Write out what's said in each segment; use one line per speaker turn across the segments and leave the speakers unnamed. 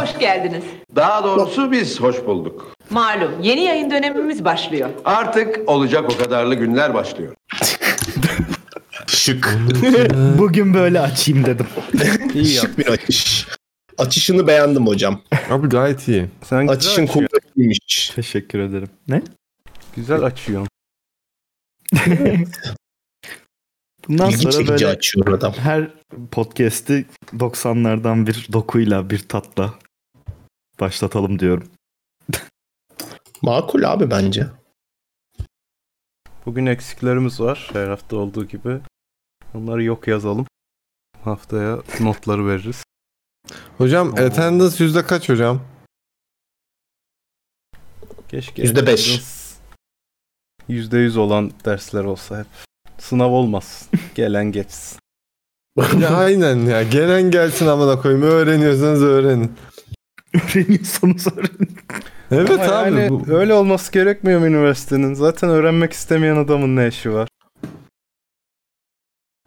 hoş geldiniz.
Daha doğrusu biz hoş bulduk.
Malum yeni yayın dönemimiz başlıyor.
Artık olacak o kadarlı günler başlıyor.
Şık.
Ee,
Bugün böyle açayım dedim.
İyi ya.
Şık bir açış. Açışını beğendim hocam.
Abi gayet iyi.
Sen güzel
Açışın
açıyorsun.
kuvvetliymiş.
Teşekkür ederim.
Ne?
Güzel açıyorsun.
Bundan
İlgi
sonra
çekici
böyle
açıyor adam.
her podcast'i 90'lardan bir dokuyla bir tatla başlatalım diyorum.
Makul abi bence.
Bugün eksiklerimiz var. Her hafta olduğu gibi. Onları yok yazalım. Haftaya notları veririz.
Hocam attendance yüzde kaç hocam?
Keşke.
Yüzde beş.
Yüzde yüz olan dersler olsa hep. Sınav olmaz. Gelen geçsin.
ya aynen ya. Gelen gelsin amına koyayım. Öğreniyorsanız öğrenin.
Öğreniyorsanız öğrenin.
Evet
Ama
abi.
yani
bu-
Öyle olması gerekmiyor mu üniversitenin? Zaten öğrenmek istemeyen adamın ne işi var?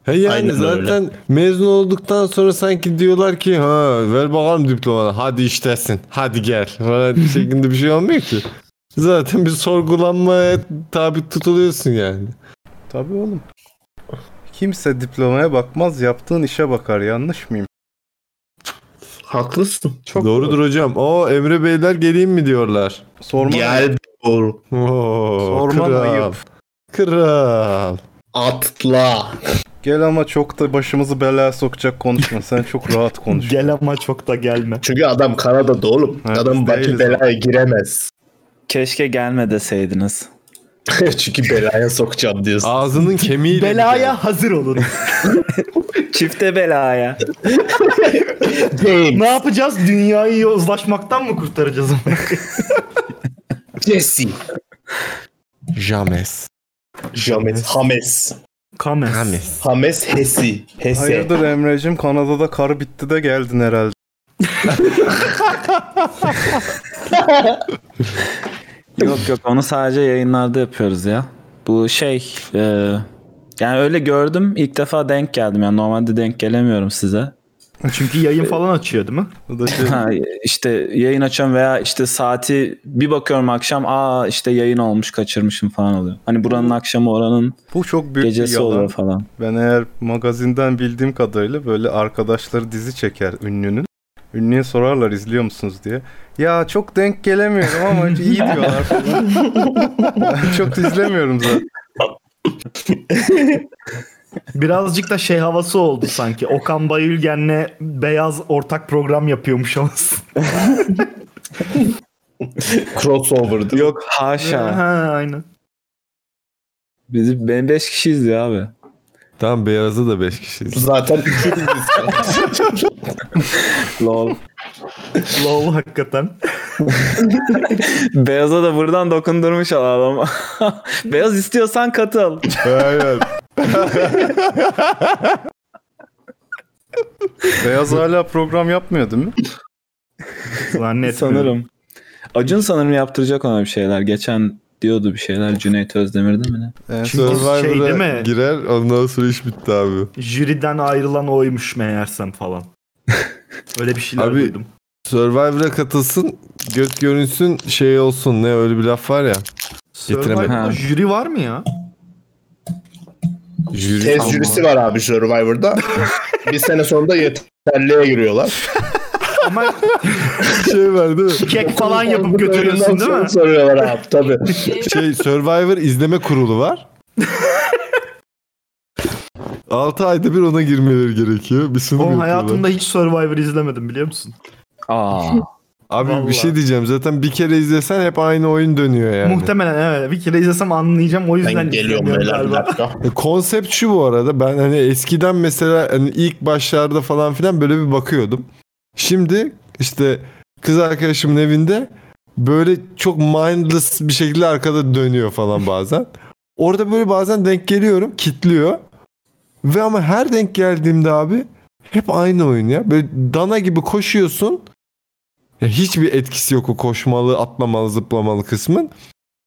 He yani
Aynen öyle.
zaten mezun olduktan sonra sanki diyorlar ki ha ver bakalım diplomanı. Hadi iştesin. Hadi gel. Falan şeklinde bir şey olmuyor ki. Zaten bir sorgulanmaya tabi tutuluyorsun yani.
Tabii oğlum. Kimse diplomaya bakmaz. Yaptığın işe bakar. Yanlış mıyım?
Haklısın.
Çok
Doğrudur hocam. O Emre Beyler geleyim mi diyorlar.
Sorma.
Gel doğru.
Oo,
Sorman
kral.
ayıp.
Kral.
Atla.
Gel ama çok da başımızı belaya sokacak konuşma. Sen çok rahat konuş.
Gel ama çok da gelme.
Çünkü adam Kanada'da oğlum.
Evet,
adam
biz
Baki
değiliz
belaya giremez.
Keşke gelme deseydiniz.
Çünkü belaya sokacağım diyorsun.
Ağzının kemiğiyle.
Belaya hazır olun.
Çifte belaya.
James,
ne yapacağız? Dünyayı yozlaşmaktan mı kurtaracağız?
Jesse,
James.
James, Hames.
Kames.
James.
Hames Hesi.
Şey,
Hese.
Hayırdır Emre'cim Kanada'da kar bitti de geldin herhalde.
Yok yok onu sadece yayınlarda yapıyoruz ya. Bu şey e, yani öyle gördüm ilk defa denk geldim yani normalde denk gelemiyorum size.
Çünkü yayın falan açıyor değil mi?
Bu da şey,
Ha, işte yayın açıyorum veya işte saati bir bakıyorum akşam aa işte yayın olmuş kaçırmışım falan oluyor. Hani buranın akşamı oranın
bu çok büyük bir
gecesi
yalan.
oluyor falan.
Ben eğer magazinden bildiğim kadarıyla böyle arkadaşları dizi çeker ünlünün. Ünlüye sorarlar izliyor musunuz diye. Ya çok denk gelemiyorum ama iyi diyorlar falan. ben çok izlemiyorum zaten.
Birazcık da şey havası oldu sanki. Okan Bayülgen'le beyaz ortak program yapıyormuş havası.
Crossover'dı.
Yok haşa.
ha, aynen.
Bizi ben 5 kişiyiz ya abi.
Tamam beyazı da 5 kişiyiz.
Zaten üçümüz
Lol.
Lol hakikaten.
Beyaza da buradan dokundurmuş adam. Beyaz istiyorsan katıl.
Aynen.
Beyaz hala program yapmıyor değil mi?
Zannetmiyorum.
sanırım. Acun sanırım yaptıracak ona bir şeyler. Geçen diyordu bir şeyler Cüneyt Özdemir'de mi ne?
En son-
Survivor'a
şey değil mi?
girer ondan sonra iş bitti abi.
Jüriden ayrılan oymuş meğersem falan. Öyle bir şeyler
Abi-
duydum.
Survivor'a katılsın göt görünsün şey olsun ne öyle bir laf var ya. Getiremedim.
Survivor'da jüri var mı ya?
Jüri
Tez
Ama-
jürisi var abi Survivor'da. bir sene sonunda yeterliğe giriyorlar.
Ama
Şey var değil mi?
kek falan yapıp götürüyorsun değil mi?
Soruyorlar abi tabii.
Şey Survivor izleme kurulu var. 6 ayda bir ona girmeleri gerekiyor. Bir sunum
Oğlum
yapıyorlar.
hayatımda hiç Survivor izlemedim biliyor musun?
Aa.
Abi bir
Vallahi.
şey diyeceğim. Zaten bir kere izlesen hep aynı oyun dönüyor yani.
Muhtemelen evet. Bir kere izlesem anlayacağım. O yüzden
Ben geliyorum
izlemiyorum
beyler bir
galiba.
dakika.
E, Konsept şu bu arada. Ben hani eskiden mesela hani ilk başlarda falan filan böyle bir bakıyordum. Şimdi işte kız arkadaşımın evinde böyle çok mindless bir şekilde arkada dönüyor falan bazen. Orada böyle bazen denk geliyorum, kitliyor. Ve ama her denk geldiğimde abi hep aynı oyun ya. Böyle dana gibi koşuyorsun. Ya hiçbir etkisi yok o koşmalı, atlamalı, zıplamalı kısmın.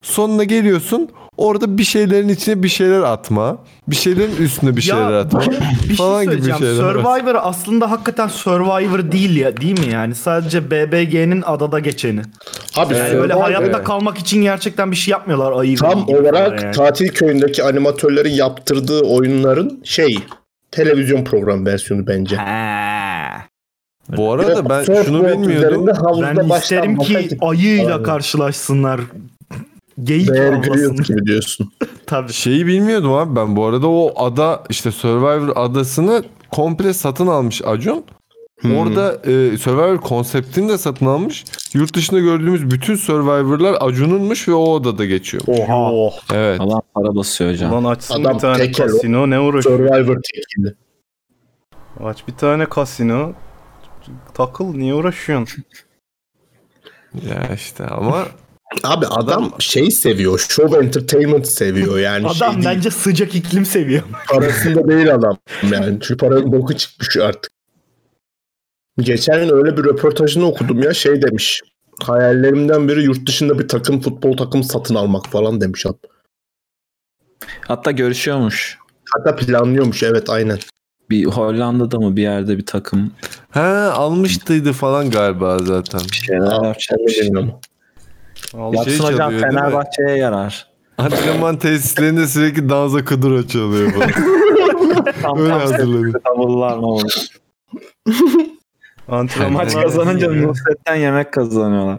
Sonuna geliyorsun. Orada bir şeylerin içine bir şeyler atma. Bir şeylerin üstüne bir
Ya,
şeyler atma.
Bir şey
falan gibi
söyleyeceğim.
şeyler var.
Survivor aslında hakikaten Survivor değil ya değil mi yani? Sadece BBG'nin adada geçeni.
Abi
Yani
Survivor
böyle hayatta kalmak için gerçekten bir şey yapmıyorlar ayı.
Ee, tam
gibi
olarak
yani.
tatil köyündeki animatörlerin yaptırdığı oyunların şey televizyon program versiyonu bence.
Ha.
Bu arada ben
Surfboard
şunu bilmiyordum.
üzerinde havuzda
Ben isterim
başlanma
ki
takip-
ayıyla
Abi.
karşılaşsınlar. Geyik
Bear
avlasınlar.
Grylls gibi diyorsun.
Tabii.
Şeyi bilmiyordum abi ben. Bu arada o ada işte Survivor adasını komple satın almış Acun.
Hmm.
Orada e, Survivor konseptini de satın almış. Yurt dışında gördüğümüz bütün Survivor'lar Acun'unmuş ve o odada geçiyor.
Oha.
Evet.
Allah para basıyor hocam.
Ulan açsın
Adam
bir tane
tekel o.
kasino ne uğraşıyor?
Survivor tekili.
Aç bir tane kasino. Takıl niye uğraşıyorsun?
Ya işte ama
Abi adam şey seviyor. Show entertainment seviyor yani.
Adam
şey değil,
bence sıcak iklim seviyor.
parasında değil adam yani. Çünkü paranın boku çıkmış artık. Geçen gün öyle bir röportajını okudum ya şey demiş. Hayallerimden biri yurt dışında bir takım futbol takım satın almak falan demiş adam.
Hatta görüşüyormuş.
Hatta planlıyormuş evet aynen.
Bir Hollanda'da mı bir yerde bir takım
he almıştıydı falan galiba zaten. Şey
bir şeyler yapacakmış.
şey Bilmiyorum.
Allah.
Yapsın
çalıyor,
hocam
değil mi?
Fenerbahçe'ye yarar.
Antrenman tesislerinde sürekli danza kıdıra çalıyor falan.
Tam
Öyle
tam
hazırladı.
tavullar mı olur?
Antrenmanlar
Maç kazanınca Nusret'ten yemek kazanıyorlar.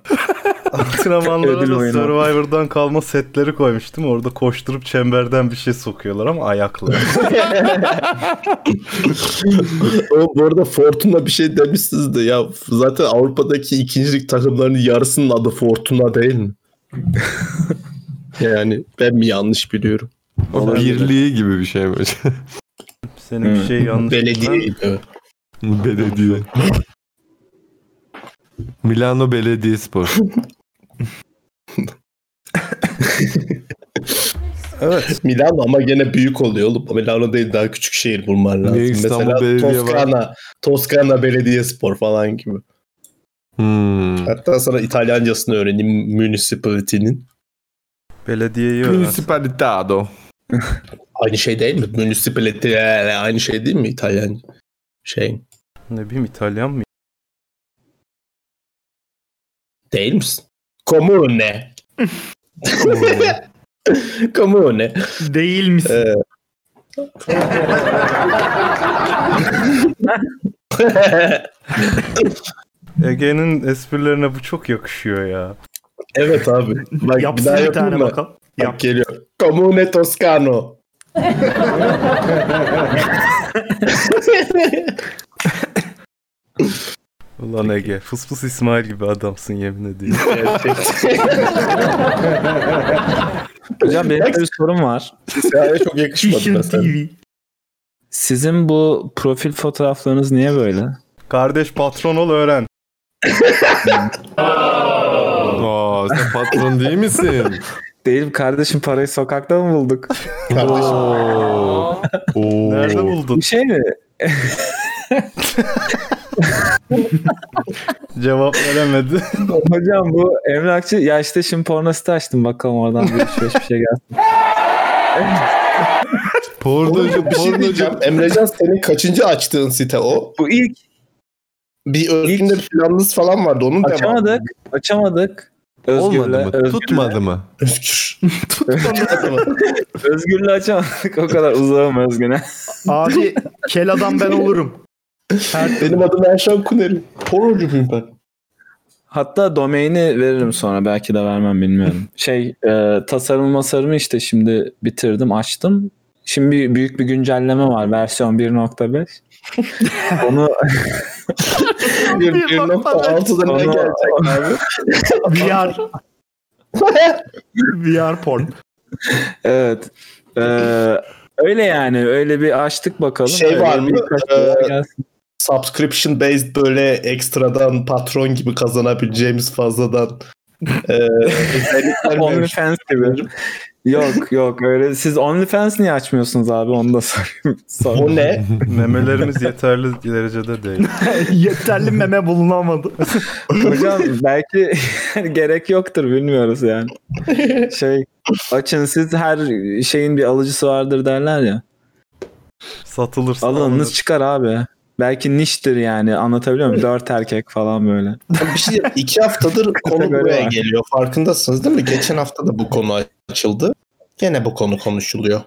Antrenmanlara
Ödül
da
oyunu.
Survivor'dan kalma setleri koymuştum. Orada koşturup çemberden bir şey sokuyorlar ama ayaklı.
O, bu arada Fortuna bir şey demişsiniz de ya zaten Avrupa'daki ikincilik takımlarının yarısının adı Fortuna değil mi? yani ben mi yanlış biliyorum?
O birliği gibi bir şey böyle.
Senin bir
Hı.
şey yanlış.
Belediye
bilmem.
gibi.
Belediye. Milano Belediyespor.
Milano ama gene büyük oluyor oğlum. Milano değil daha küçük şehir bulman lazım.
Niye İstanbul
Mesela
Belediye var?
Toskana, Toskana Belediyespor falan gibi.
Hmm.
Hatta sana İtalyancasını öğreneyim municipality'nin.
Belediyeyi öğrensin.
Municipalitado.
Aynı şey değil mi? Municipality aynı şey değil mi İtalyan şey?
Ne bileyim İtalyan mı?
Değil misin? Komune. Komune.
Değil misin?
Ee,
Ege'nin esprilerine bu çok yakışıyor ya.
evet abi. Bak, bir
Yapsın
daha
bir
yapayım
tane
mı?
bakalım.
Bak,
Yap.
geliyor. Komune Toscano.
Ulan Ege fıs fıs İsmail gibi adamsın yemin ediyorum.
şey,
Hocam benim de bir sorum var.
Siyah'a şey, çok yakışmadı
Çişin
mesela.
TV.
Sizin bu profil fotoğraflarınız niye böyle?
Kardeş patron ol öğren.
Aa, sen patron değil misin?
Değil kardeşim parayı sokakta mı bulduk?
Oo. Oo.
Nerede buldun?
Bu şey mi?
Cevap veremedi.
Hocam bu emlakçı ya işte şimdi pornosite açtım bakalım oradan bir şey, bir şey gelsin.
Pornocu,
bir şey
pornocu.
diyeceğim. Emrecan senin kaçıncı açtığın site o?
Bu ilk
Bir özünde bir planınız falan vardı. Onun devamı.
açamadık açamadık.
Olmadı
Özgürle,
mı?
Özgürle,
Tutmadı mı?
Özgür.
Özgürle açamadık o kadar uzağım Özgür'e.
Abi kel adam ben olurum.
Benim adım Erşan Kuneri. Pornocu muyum ben?
Hatta domaini veririm sonra belki de vermem bilmiyorum. Şey e, tasarım masarımı işte şimdi bitirdim açtım. Şimdi bir- büyük bir güncelleme var versiyon 1.5. Onu
Bir- 1.6'da ne
Onu-
gelecek abi?
VR. VR porn.
evet. E, öyle yani öyle bir açtık bakalım.
Şey
Öyle
var mı?
birkaç
e,
Ee,
şeyler gelsin.
Subscription based böyle ekstradan patron gibi kazanabileceğimiz fazladan
Ee,
Özellikler mevcut.
OnlyFans gibi. şey yok yok öyle. Siz OnlyFans niye açmıyorsunuz abi? Onu da sorayım. Sor.
O ne?
Memelerimiz yeterli derecede değil.
Yeterli meme bulunamadı.
Hocam belki gerek yoktur bilmiyoruz yani. Şey açın siz her şeyin bir alıcısı vardır derler ya.
Satılırsa alınır.
Alanınız çıkar abi. Belki niştir yani anlatabiliyor muyum? Dört erkek falan böyle.
Bir şey diyeyim, iki haftadır konu
Kategori
buraya
var.
geliyor. Farkındasınız değil mi? Geçen hafta da bu konu açıldı. Gene bu konu konuşuluyor.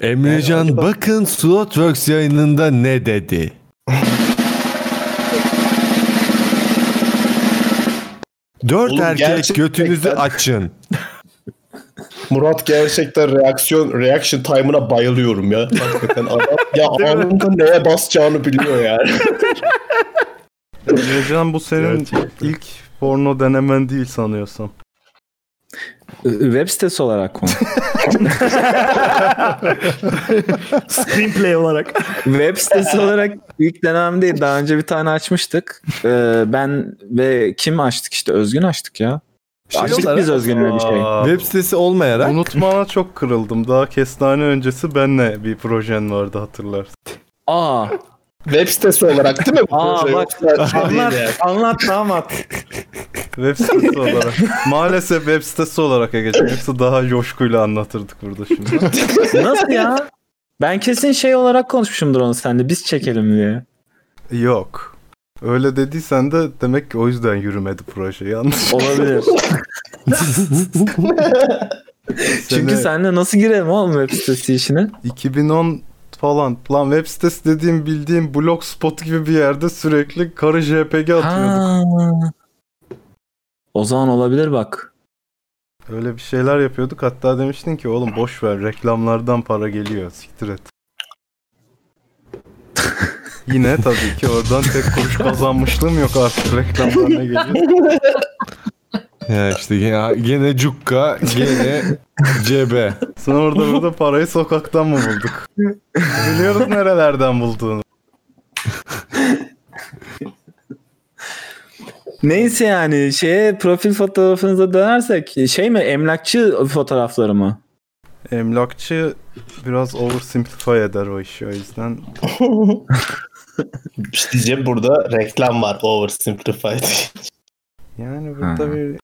Emrecan bakın Slotworks yayınında ne dedi? Dört
Oğlum
erkek
gerçekten-
götünüzü açın.
Murat gerçekten reaksiyon reaction time'ına bayılıyorum ya. Hakikaten adam ya
Değil mi?
anında neye basacağını biliyor yani.
Emrecan bu senin ilk porno denemen değil sanıyorsam.
Web sitesi olarak mı?
Screenplay olarak.
Web sitesi olarak ilk denemem değil. Daha önce bir tane açmıştık. Ee, ben ve kim açtık işte Özgün açtık ya. açtık biz Özgün'le bir şey.
Aa,
Web sitesi olmayarak
Unutmana çok kırıldım. Daha kestane öncesi benle bir projen vardı hatırlarsın.
Aa,
Web sitesi olarak değil mi? Bu
Aa,
proje
bak.
yoksa şey değil
anlat,
yani.
anlat damat.
Web sitesi olarak. Maalesef web sitesi olarak Ege'ciğim. Yoksa daha coşkuyla anlatırdık burada şimdi.
Nasıl ya? Ben kesin şey olarak konuşmuşumdur onu seninle. Biz çekelim diye.
Yok. Öyle dediysen de demek ki o yüzden yürümedi proje. Yanlış.
Olabilir. Çünkü
Sene
seninle nasıl girelim oğlum web sitesi işine?
2010 falan. Lan web sitesi dediğim bildiğim blogspot gibi bir yerde sürekli karı JPG atıyorduk.
Ha. O zaman olabilir bak.
Öyle bir şeyler yapıyorduk. Hatta demiştin ki oğlum boş ver reklamlardan para geliyor. Siktir et. Yine tabii ki oradan tek kuruş kazanmışlığım yok artık reklamdan ne geliyor.
ya işte gene, gene cukka gene cebe.
Sonra orada burada parayı sokaktan mı bulduk? Biliyoruz nerelerden bulduğunu.
Neyse yani şeye profil fotoğrafınıza dönersek şey mi emlakçı fotoğrafları mı?
Emlakçı biraz oversimplify eder o işi o yüzden.
İşte diyeceğim burada reklam var oversimplified.
Yani
Ha.
burada bir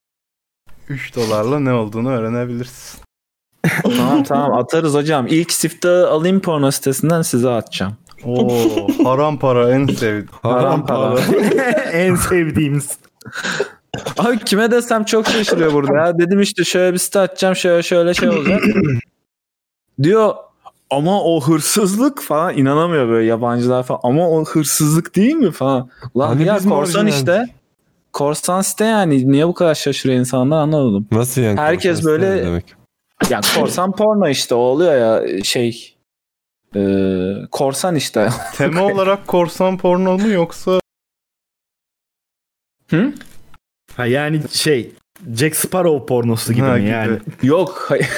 3 dolarla ne olduğunu öğrenebilirsin.
tamam tamam atarız hocam. İlk sifte alayım porno sitesinden size atacağım.
Oo, haram para en sevdiğim.
Haram para.
en sevdiğimiz.
Abi kime desem çok şaşırıyor burada ya. Dedim işte şöyle bir site atacağım şöyle şöyle şey olacak. Diyor ama o hırsızlık falan inanamıyor böyle yabancılar falan. Ama o hırsızlık değil mi falan. Lan
Hani
ya
biz mi
korsan
orijinaldik?
işte. Korsan site yani. Niye bu kadar şaşırıyor insanlar anlamadım.
Nasıl yani?
Herkes
Korsan
böyle-
ne demek?
Ya korsan porno işte o oluyor ya şey. Ee, korsan işte.
Tema olarak korsan porno mu yoksa
Ha yani şey Jack Sparrow pornosu gibi
Ha,
mi yani?
Yok. hayır.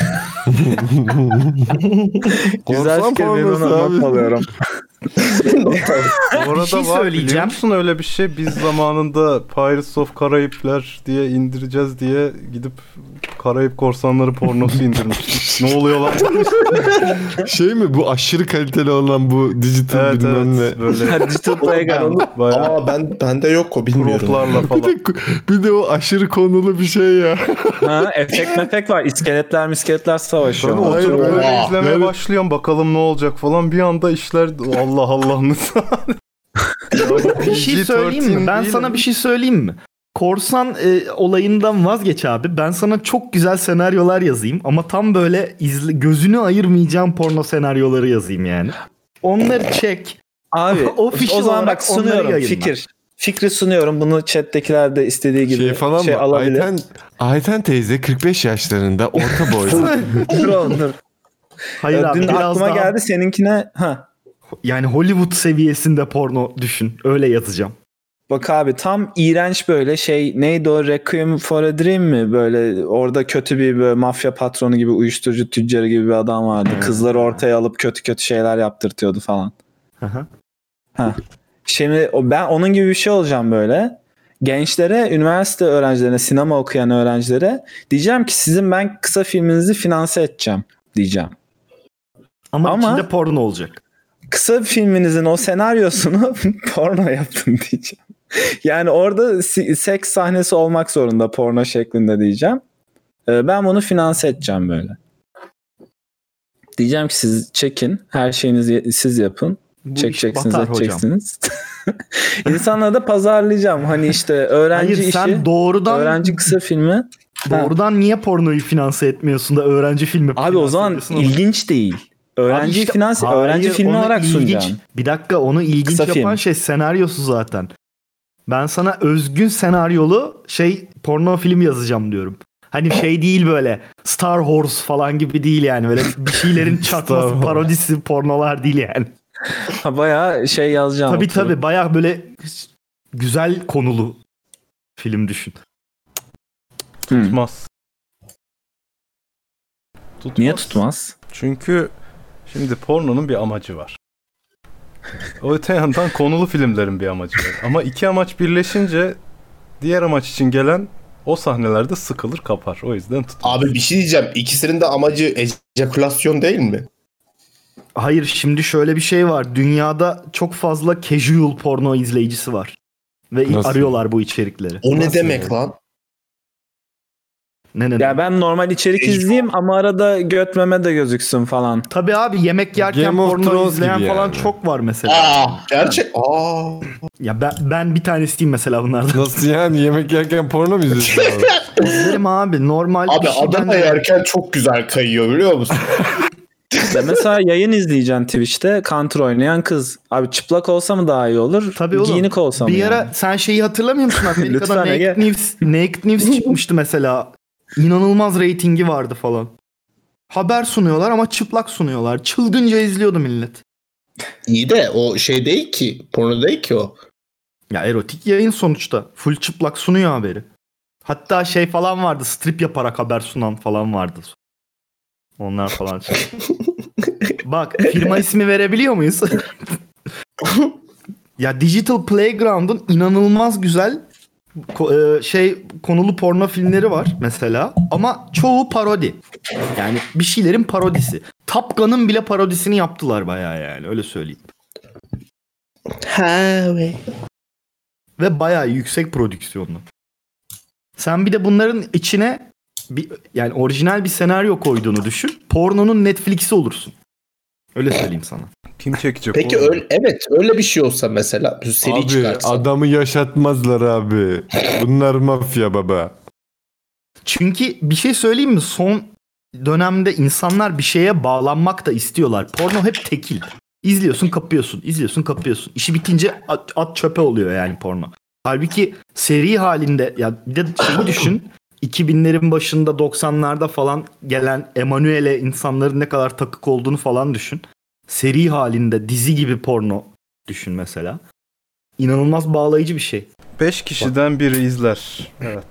Güzel
Korsan
fikir ben
pornosu
ona not
abi.
alıyorum.
Bu arada
şey
var biliyor
söyleyeceğim.
musun öyle bir şey? Biz zamanında Pirates of Karayipler diye indireceğiz diye gidip Karayip korsanları pornosu indirmiştik. ne oluyor lan?
Şey mi bu aşırı kaliteli olan bu dijital
evet
bilmem
evet.
ne.
Böyle
Digital Playground.
bayağı
Aa ben bende yok o bilmiyorum.
croplarla
Bir
falan.
de, bir de o aşırı konulu bir şey ya.
Ha, efekt mefek var. İskeletler miskeletler savaşıyor.
Sonra oturup
Hayır,
böyle
hayır.
izlemeye
Evet.
başlıyorum bakalım ne olacak falan. Bir anda işler Allah Allah nasıl?
Bir şey söyleyeyim mi? Ben sana bir şey söyleyeyim mi? Korsan e, olayından vazgeç abi. Ben sana çok güzel senaryolar yazayım ama tam böyle izle, gözünü ayırmayacağım porno senaryoları yazayım yani. Onları çek.
Abi o,
Official
zaman
olarak
bak
onları
sunuyorum
yayınla.
fikir. Fikri sunuyorum. Bunu chat'tekiler de istediği gibi
şey falan mı?
alabilir.
Ayten, Ayten teyze 45 yaşlarında orta boylu.
Dur oğlum, dur.
Hayır
Ya,
abi
Dün
biraz
aklıma
daha
geldi seninkine. Ha.
yani Hollywood seviyesinde porno düşün. Öyle yazacağım.
Bak abi tam iğrenç böyle şey neydi o Requiem for a Dream mi? Böyle orada kötü bir böyle mafya patronu gibi uyuşturucu tüccarı gibi bir adam vardı. Kızları ortaya alıp kötü kötü şeyler yaptırtıyordu falan.
Aha.
Şimdi o- ben onun gibi bir şey olacağım böyle. gençlere, üniversite öğrencilerine, sinema okuyan öğrencilere diyeceğim ki sizin ben kısa filminizi finanse edeceğim diyeceğim.
Ama,
Ama-
içinde porno olacak.
Kısa filminizin o senaryosunu porno yaptım diyeceğim. Yani orada si- seks sahnesi olmak zorunda porno şeklinde diyeceğim. Ee, Ben bunu finanse edeceğim böyle. Diyeceğim ki siz çekin, her şeyinizi siz yapın.
Bu iş
Çekeceksiniz,
batar hocam.
edeceksiniz. İnsanlara da pazarlayacağım. Hani işte öğrenci
Hayır sen
işi,
doğrudan
öğrenci kısa filmi.
doğrudan niye pornoyu finanse etmiyorsun da öğrenci filmi?
Abi o
finanse
zaman
ediyorsun ama-
ilginç değil.
Abi
Öğrenci
işte-
finans,
Hayır,
öğrenci filmi
onu
olarak
ilginç-
sunacağım.
Bir dakika onu ilginç
Kısa
yapan
film.
şey senaryosu zaten. Ben sana özgün senaryolu şey porno film yazacağım diyorum. Hani şey değil böyle Star Horse falan gibi değil yani böyle bir şeylerin çatması parodisi pornolar değil yani.
Ha bayağı şey yazacağım.
Tabii
oturup.
tabii baya böyle güzel konulu film düşün. şey-
Tutmaz. Tutmaz.
Niye tutmaz?
Çünkü şimdi pornonun bir amacı var. O öte yandan konulu filmlerin bir amacı var. Ama iki amaç birleşince diğer amaç için gelen o sahnelerde sıkılır kapar. O yüzden tutmaz.
Abi bir şey diyeceğim. İkisinin de amacı ejakülasyon değil mi?
Hayır şimdi şöyle bir şey var. Dünyada çok fazla casual porno izleyicisi var. Ve
Nasıl?
arıyorlar bu içerikleri.
O ne
Nasıl
demek
yani?
lan?
Ne ne?
Ya ben normal içerik
Mecbur.
izleyeyim ama arada götmeme de gözüksün falan.
Tabii abi yemek yerken
Game of
porno
Thrones
izleyen
gibi
falan
yani.
çok var mesela.
Aa, gerçek. Aa.
Ya ben, ben bir tanesiyim mesela bunlardan.
Nasıl yani yemek yerken porno mu izliyorsun abi?
İzlerim abi normal
Abi
bir şey
Adana
ben de-
yerken çok güzel kayıyor biliyor musun?
Ben mesela yayın izleyeceğim Twitch'te counter oynayan kız. Abi çıplak olsa mı daha iyi olur?
Tabii oğlum.
Giyinik olsa mı?
Bir ara
yani?
sen şeyi hatırlamıyor musun? Amerika'da
Lütfen Ege.
Naked News, Naked News çıkmıştı mesela. İnanılmaz reytingi vardı falan. Haber sunuyorlar ama çıplak sunuyorlar. Çılgınca izliyordu millet.
İyi de o şey değil ki. Porno değil ki o.
Ya erotik yayın sonuçta. Full çıplak sunuyor haberi. Hatta şey falan vardı. Strip yaparak haber sunan falan vardı. Onlar falan. şey. Bak firma ismi verebiliyor muyuz? ya Digital Playground'un inanılmaz güzel ko- e, şey konulu porno filmleri var mesela ama çoğu parodi. Yani bir şeylerin parodisi. Top Gun'ın bile parodisini yaptılar bayağı yani öyle söyleyeyim.
Ha be.
ve bayağı yüksek prodüksiyonlu. Sen bir de bunların içine bir, yani orijinal bir senaryo koyduğunu düşün. Pornonun Netflix'i olursun. Öyle söyleyeyim sana.
Kim çekecek
Peki
oğlum?
öyle, evet öyle bir şey olsa mesela bir seri
abi
çıkarsa.
adamı yaşatmazlar abi. Bunlar mafya baba.
Çünkü bir şey söyleyeyim mi? Son dönemde insanlar bir şeye bağlanmak da istiyorlar. Porno hep tekil. İzliyorsun kapıyorsun, izliyorsun kapıyorsun. İşi bitince at, at çöpe oluyor yani porno. Halbuki seri halinde ya bir de şeyi düşün. 2000'lerin başında 90'larda falan gelen Emanuel'e insanların ne kadar takık olduğunu falan düşün. Seri halinde dizi gibi porno düşün mesela. İnanılmaz bağlayıcı bir şey.
Beş kişiden biri izler. Evet.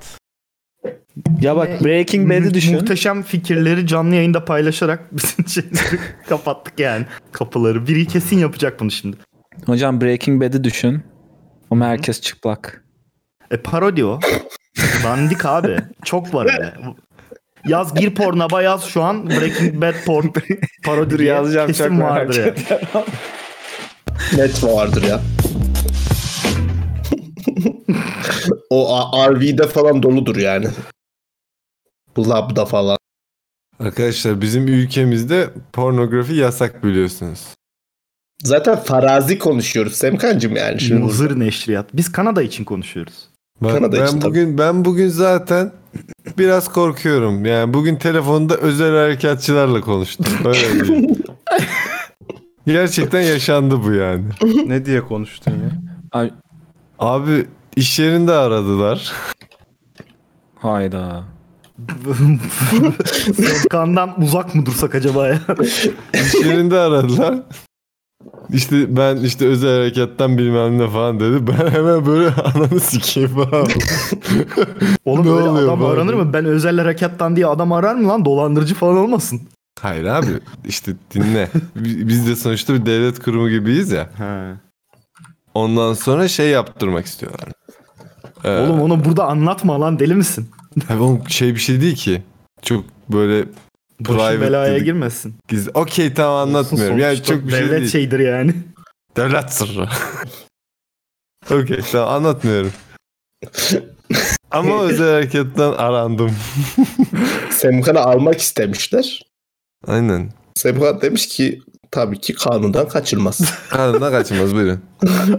Ya bak Breaking Bad'i
Mu-
düşün.
Muhteşem fikirleri canlı yayında paylaşarak bütün şeyleri kapattık yani kapıları. Biri kesin yapacak bunu şimdi.
Hocam Breaking Bad'i düşün. Ama herkes çıplak.
E parodi o. Dandik abi. Çok var öyle. Yaz gir pornaba yaz şu an Breaking Bad porn parodi
Dur
diye
yazacağım, çok
kesin
merak
vardır ya.
Net vardır ya. o A- RV'de falan doludur yani. Bu labda falan.
Arkadaşlar bizim ülkemizde pornografi yasak biliyorsunuz.
Zaten farazi konuşuyoruz Semkancım yani. Şimdi
Muzır neşriyat. Biz Kanada için konuşuyoruz.
Bak,
Kanada
ben
için tabii.
bugün ben bugün zaten biraz korkuyorum. Yani bugün telefonda özel harekatçılarla konuştum. Öyle diyeyim. Gerçekten yaşandı bu yani.
Ne diye konuştun ya?
Ay,
Abi iş yerinde aradılar.
hayda.
Kandan uzak mı dursak acaba ya?
İş yerinde aradılar. İşte ben işte özel harekattan bilmem ne falan dedi. Ben hemen böyle ananı sikeyim falan.
Oğlum
Ne
böyle
oluyor
adam
bu
aranır
arada?
mı? Ben özel harekattan diye adam arar mı lan? Dolandırıcı falan olmasın.
Hayır abi işte dinle. Bi- Biz de sonuçta bir devlet kurumu gibiyiz ya.
Ha.
Ondan sonra şey yaptırmak istiyorlar. Ee,
Oğlum onu burada anlatma lan deli misin?
Abi oğlum şey bir şey değil ki. Çok böyle
Boşun
Private
belaya
dedik.
girmesin.
gizli. Okey tamam anlatmıyorum. Yani
Sonuçta
çok bir şey
devlet
değil.
şeydir yani.
Devlet sırrı. Okey tamam anlatmıyorum. Ama özel hareketten arandım.
Semkan'ı almak istemişler.
Aynen.
Semkan demiş ki tabii ki kanundan kaçılmaz.
Aranına kaçmaz buyurun.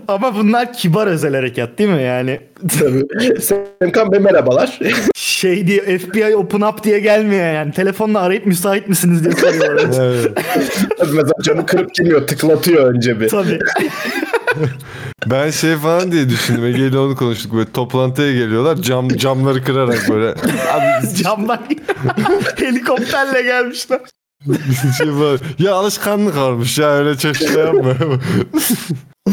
Ama bunlar kibar özel harekat değil mi yani?
Tabii. Semkan Bey merhabalar.
Şey diye FBI open up diye gelmiyor yani. Telefonla arayıp müsait misiniz diye soruyorlar.
Evet.
Mesela camı kırıp giriyor tıklatıyor önce bir.
Tabii.
Ben şey falan diye düşündüm. Ege'yle onu konuştuk böyle toplantıya geliyorlar cam camları kırarak böyle. Abi
Camdan helikopterle gelmişler.
şey falan. Ya alışkanlık olmuş ya öyle çok şey yapma.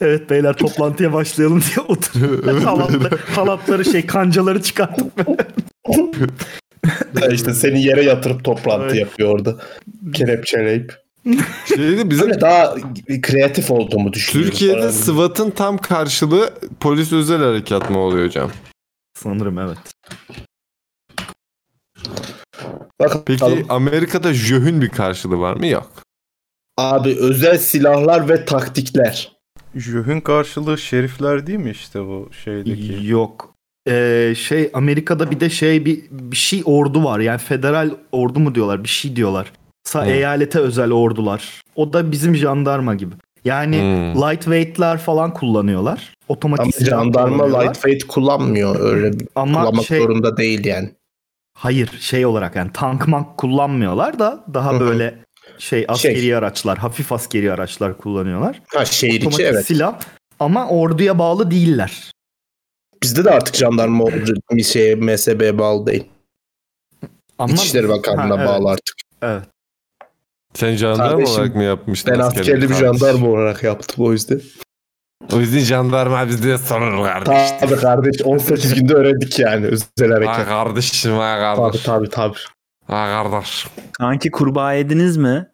Evet beyler toplantıya başlayalım diye oturuyor. Halatları, halatları şey kancaları çıkartıp
Ha işte seni yere yatırıp toplantı
Evet.
yapıyor orada. Kelepçeleyip.
Şeydi Şey bizim
Böyle daha kreatif olduğumu düşünüyorum. Ee,
Türkiye'de
Sonra-
SWAT'ın tam karşılığı polis özel harekat mı oluyor hocam?
Sanırım evet.
Bakalım.
Peki Amerika'da JÖH'ün bir karşılığı var mı? Yok.
Abi özel silahlar ve taktikler.
Jöh'ün karşılığı şerifler değil mi işte bu şeydeki?
Yok. Ee, şey Amerika'da bir de şey bir, bir şey ordu var. Yani federal ordu mu diyorlar bir şey diyorlar. Sa
Hı.
eyalete özel ordular. O da bizim jandarma gibi. Yani
Hmm.
lightweight'ler falan kullanıyorlar.
Ama
Otomatik silah
jandarma
kullanıyorlar.
lightweight kullanmıyor öyle bir-
ama
kullanmak
şey
zorunda değil yani.
hayır şey olarak yani tank mank kullanmıyorlar da daha böyle şey askeri araçlar, hafif askeri araçlar kullanıyorlar.
Ha şehir içi
Otomatik
evet.
silah ama orduya bağlı değiller.
Bizde de artık jandarma ordu bir şey MSB bağlı değil.
Ama
İçişleri Bakanlığı'na
Ha, evet.
bağlı artık.
Sen jandarma
Kardeşim,
olarak mı yapmıştın?
Ben
askerlik?
askerli bir
Kardeş.
jandarma olarak yaptım o yüzden.
O yüzden jandarma bizde sanır kardeş.
Tabii kardeş 18 günde öğrendik yani özel
Ha
hareket.
kardeşim ha
Tabii
kardeş.
tabii tabii.
Ha kardeş.
Kanki kurbağa yediniz mi?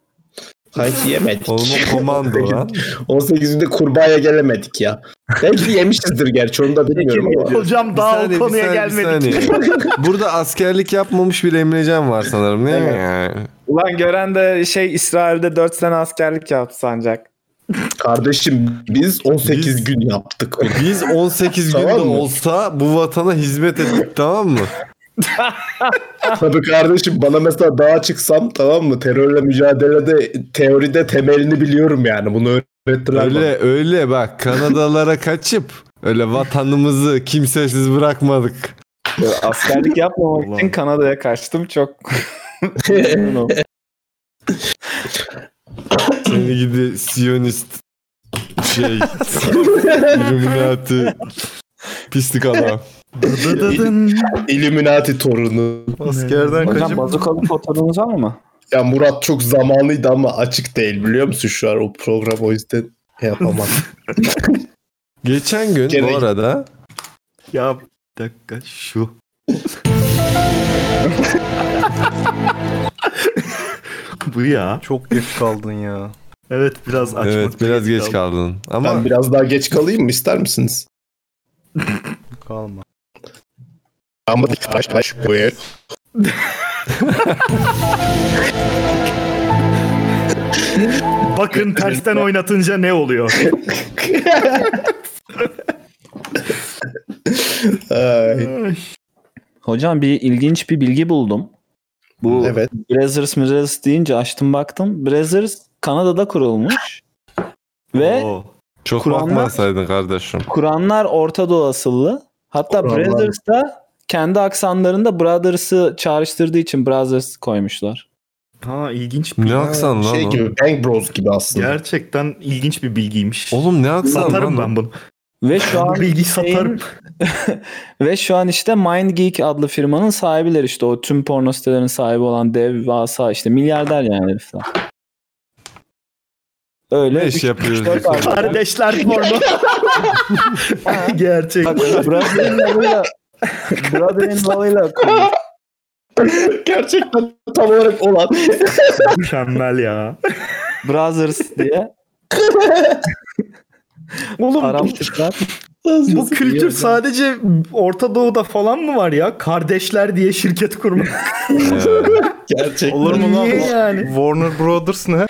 Kanki yemedik.
Oğlum o komando lan.
18'inde kurbağaya gelemedik ya. Belki yemişizdir gerçi onu da bilmiyorum ama.
Hocam
Bir
daha
saniye,
o
bir
konuya
saniye, bir
gelmedik.
saniye. Burada askerlik yapmamış bir Emrecan var sanırım değil mi?
Evet.
Yani?
Ulan gören de şey İsrail'de 4 sene askerlik yaptı sancak.
Kardeşim biz 18
Biz-
gün yaptık.
Biz 18 günde
Tamam mı?
olsa bu vatana hizmet ettik tamam mı?
Tabii kardeşim bana mesela dağa çıksam tamam mı terörle mücadelede teoride temelini biliyorum yani bunu öğrettiler bana.
Öyle öyle bak Kanadalara kaçıp öyle vatanımızı kimsesiz bırakmadık.
Böyle askerlik yapmamak
Ulan.
için Kanada'ya kaçtım çok.
Seni gidi Siyonist şey Illuminati pislik adam.
Dıdıdın.
Illuminati torunu.
Askerden
Hocam
kaçıp
bazukalı fotoğrafınız var mı?
Ya Murat çok zamanlıydı ama açık değil biliyor musun şu an o program o yüzden yapamam.
Geçen gün
Gene-
bu arada
Ya bir dakika şu. Bu ya.
çok geç kaldın ya.
Evet biraz açmak.
evet biraz geç kaldın. Ama
ben biraz daha geç kalayım mı ister misiniz?
Kalma.
Ama baş baş boya.
Bakın tersten oynatınca ne oluyor?
Ay,
Hocam bir ilginç bir bilgi buldum. Bu
evet.
Brazzers Brazzers deyince açtım baktım. Brazzers Kanada'da kurulmuş. Ve
Oo.
çok
Kur'an'da-
bakmasaydın kardeşim.
Kur'anlar Orta Doğu asıllı. Hatta
Kur'anlar.
Brazzers da kendi aksanlarında Brothers'ı çağrıştırdığı için Brothers koymuşlar.
Ha ilginç.
Ne aksan lan
Şey
o?
gibi Bang Bros gibi aslında.
Gerçekten ilginç bir bilgiymiş.
Oğlum ne aksan
Satarım
lan
ben
o?
bunu.
Ve şu
Bu
an
bilgiyi satarım.
ve şu an işte MindGeek adlı firmanın sahibileri işte o tüm porno sitelerinin sahibi olan dev vasa işte milyarder yani herifler. Öyle
Ne iş yapıyoruz?
dört
biz?
arkadaş.
Kardeşler porno. Gerçek.
Bak, Brother'ın lavıyla Brother'ın lavıyla
Gerçekten tam olarak olan.
Mükemmel ya.
Brothers diye
Oğlum
aramışlar.
Bu kültür sadece Orta Doğu'da falan mı var ya? Kardeşler diye şirket kurmak.
Gerçek.
Olur mu lan?
Niye yani?
Warner Brothers ne?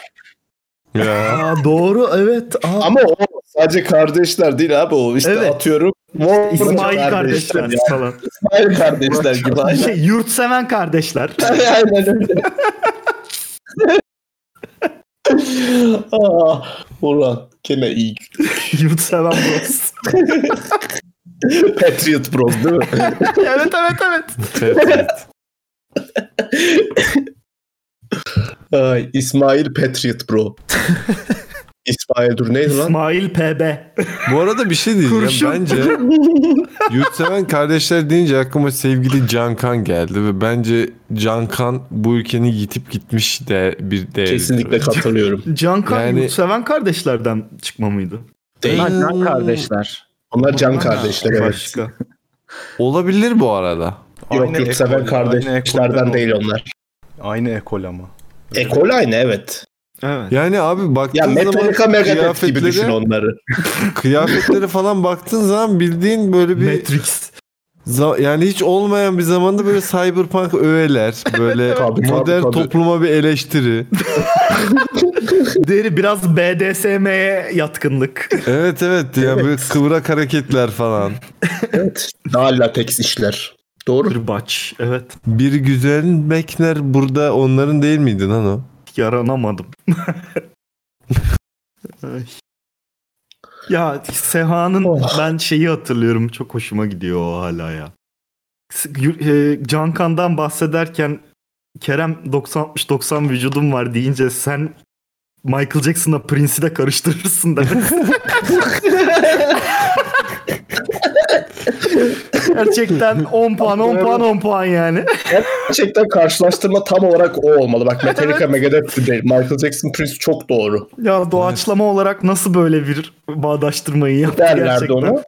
Ya.
Aa, doğru evet. Aa,
Ama o sadece kardeşler değil abi o işte
Evet.
atıyorum. Warner
İsmail kardeşler
ya.
falan.
İsmail kardeşler gibi. Aynen.
Şey, yurtseven kardeşler.
Aynen öyle. Aa, Ulan Ah, gene iyi.
yurtseven bros.
Patriot Bros değil mi?
evet evet evet.
Şey,
Ay, İsmail Patriot Bro. İsmail dur neydi lan?
İsmail PB.
Bu arada bir şey diyeceğim.
Kurşun.
Bence yurtseven kardeşler deyince aklıma sevgili Cankan geldi ve bence Cankan bu ülkenin yitip gitmiş de bir değer.
Kesinlikle katılıyorum.
Cankan
Yani-
yurtseven kardeşlerden çıkma mıydı?
Değil.
Ha, can kardeşler.
Onlar can kardeşler evet.
Başka.
Olabilir bu arada.
Yok yok seven kardeşlerden değil onlar.
Aynı ekol ama.
Ekol aynı evet.
Evet.
Yani abi baktığın
Ya Metallica
zaman
Megadeth gibi düşün
kıyafetleri,
onları.
kıyafetleri falan baktığın zaman bildiğin böyle bir
Matrix.
Za- yani hiç olmayan bir zamanda böyle cyberpunk öğeler, böyle
Tabii,
modern
tabii, tabii.
topluma bir eleştiri.
Deri biraz BDSM'ye yatkınlık.
Evet evet ya böyle kıvrak hareketler falan.
Evet. Daha latex işler. Doğru.
Kırbaç. Evet.
Bir güzel Mekner burada onların değil miydi lan o?
Yaranamadım. Ay. ya Seha'nın
Oh.
ben şeyi hatırlıyorum. Çok hoşuma gidiyor o hala ya. S- yü- e, Cankan'dan bahsederken Kerem 90-60-90 vücudum var deyince sen Michael Jackson'la Prince'i de karıştırırsın demesi. Gerçekten 10 puan 10 puan 10 puan yani.
Gerçekten karşılaştırma tam olarak o olmalı. Bak Metallica Megadeth gibi değil. Michael Jackson Prince çok doğru.
Ya doğaçlama olarak nasıl böyle bir bağdaştırmayı yaptı
Derlerdi
gerçekten.
ona.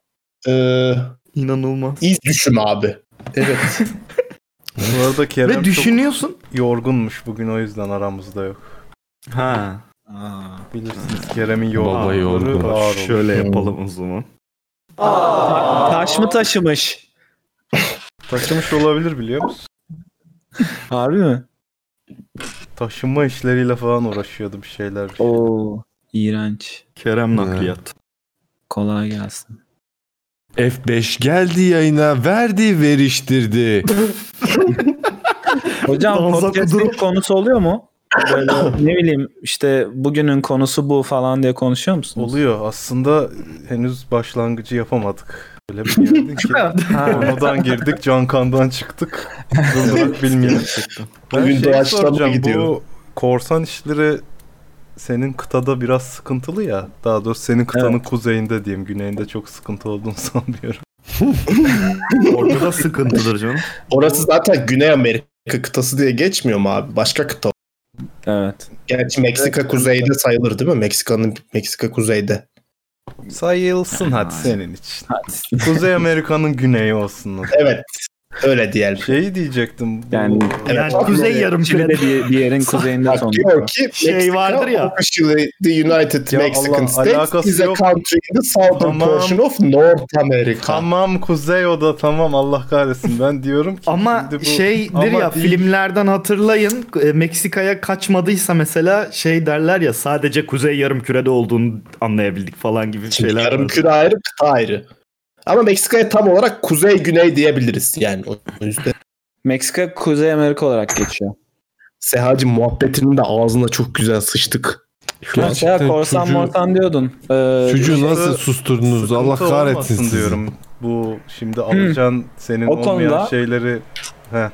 Ee,
İnanılmaz.
iz düşüm abi. Evet.
Bu arada Kerem
Ve düşünüyorsun.
çok yorgunmuş bugün o yüzden aramızda yok.
Ha.
Bilirsiniz Kerem'in
Baba
yorgunluğu
yorgun.
ağır olur.
Şöyle
Hmm.
yapalım o zaman.
Taş mı taşımış?
Taşımış olabilir biliyor musun?
Harbi mi?
Taşınma işleriyle falan uğraşıyordu bir şeyler.
Oo. iğrenç.
Kerem nakliyat.
Kolay gelsin.
F5 geldi yayına, verdi, veriştirdi.
Hocam
Danza
podcast'in
kudurup-
konusu oluyor mu? Böyle ne bileyim işte bugünün konusu bu falan diye konuşuyor musunuz?
Oluyor. Aslında henüz başlangıcı yapamadık. Öyle bir girdin ki. Konudan girdik, Cankan'dan çıktık. Durdurak bilmiyorum. Ben
Bugün
şey
doğaçlama
soracağım,
gidiyor.
Bu korsan işleri senin kıtada biraz sıkıntılı ya. Daha doğrusu senin kıtanın kuzeyinde diyeyim. Güneyinde çok sıkıntı olduğunu sanmıyorum.
Orada da sıkıntıdır canım.
Orası zaten Güney Amerika kıtası diye geçmiyor mu abi? Başka kıta.
Evet.
Gerçi Meksika kuzeyde sayılır değil mi? Meksika'nın Meksika kuzeyde.
Sayılsın hadi senin için. Kuzey Amerika'nın güneyi olsun.
Evet. Öyle diyelim.
Şeyi diyecektim. Bu,
Yani-
Evet.
Yani kuzey yarım
Şimdi de bir, bir yerin kuzeyinde
Bak diyor
sonuçta.
ki
Şey
Meksika
vardır ya.
officially the United
Ya
Mexican
Allah,
States
alakası
is a
yok.
country in the southern
Tamam.
portion of North America.
Tamam kuzey o da tamam Allah kahretsin. Ben diyorum ki.
Ama
şimdi bu-
şeydir
Ama
ya
değil.
filmlerden hatırlayın e, Meksika'ya kaçmadıysa mesela şey derler ya sadece kuzey yarım kürede olduğunu anlayabildik falan gibi
Şimdi
şeyler.
yarım
var.
küre ayrı, kıta ayrı. Ama Meksika'ya tam olarak kuzey güney diyebiliriz yani o yüzden.
Meksika Kuzey Amerika olarak geçiyor.
Sehacı muhabbetinin de ağzına çok güzel sıçtık.
Ya şey ya,
Gerçekten
korsan
çocuğu-
morsan diyordun. Ee,
Çocuğu
Yoksa
nasıl susturdunuz?
Sıkıntı
Allah kahretsin
olmasın
sizi.
diyorum. Bu şimdi alacağın senin
O
olmayan
konuda-
şeyleri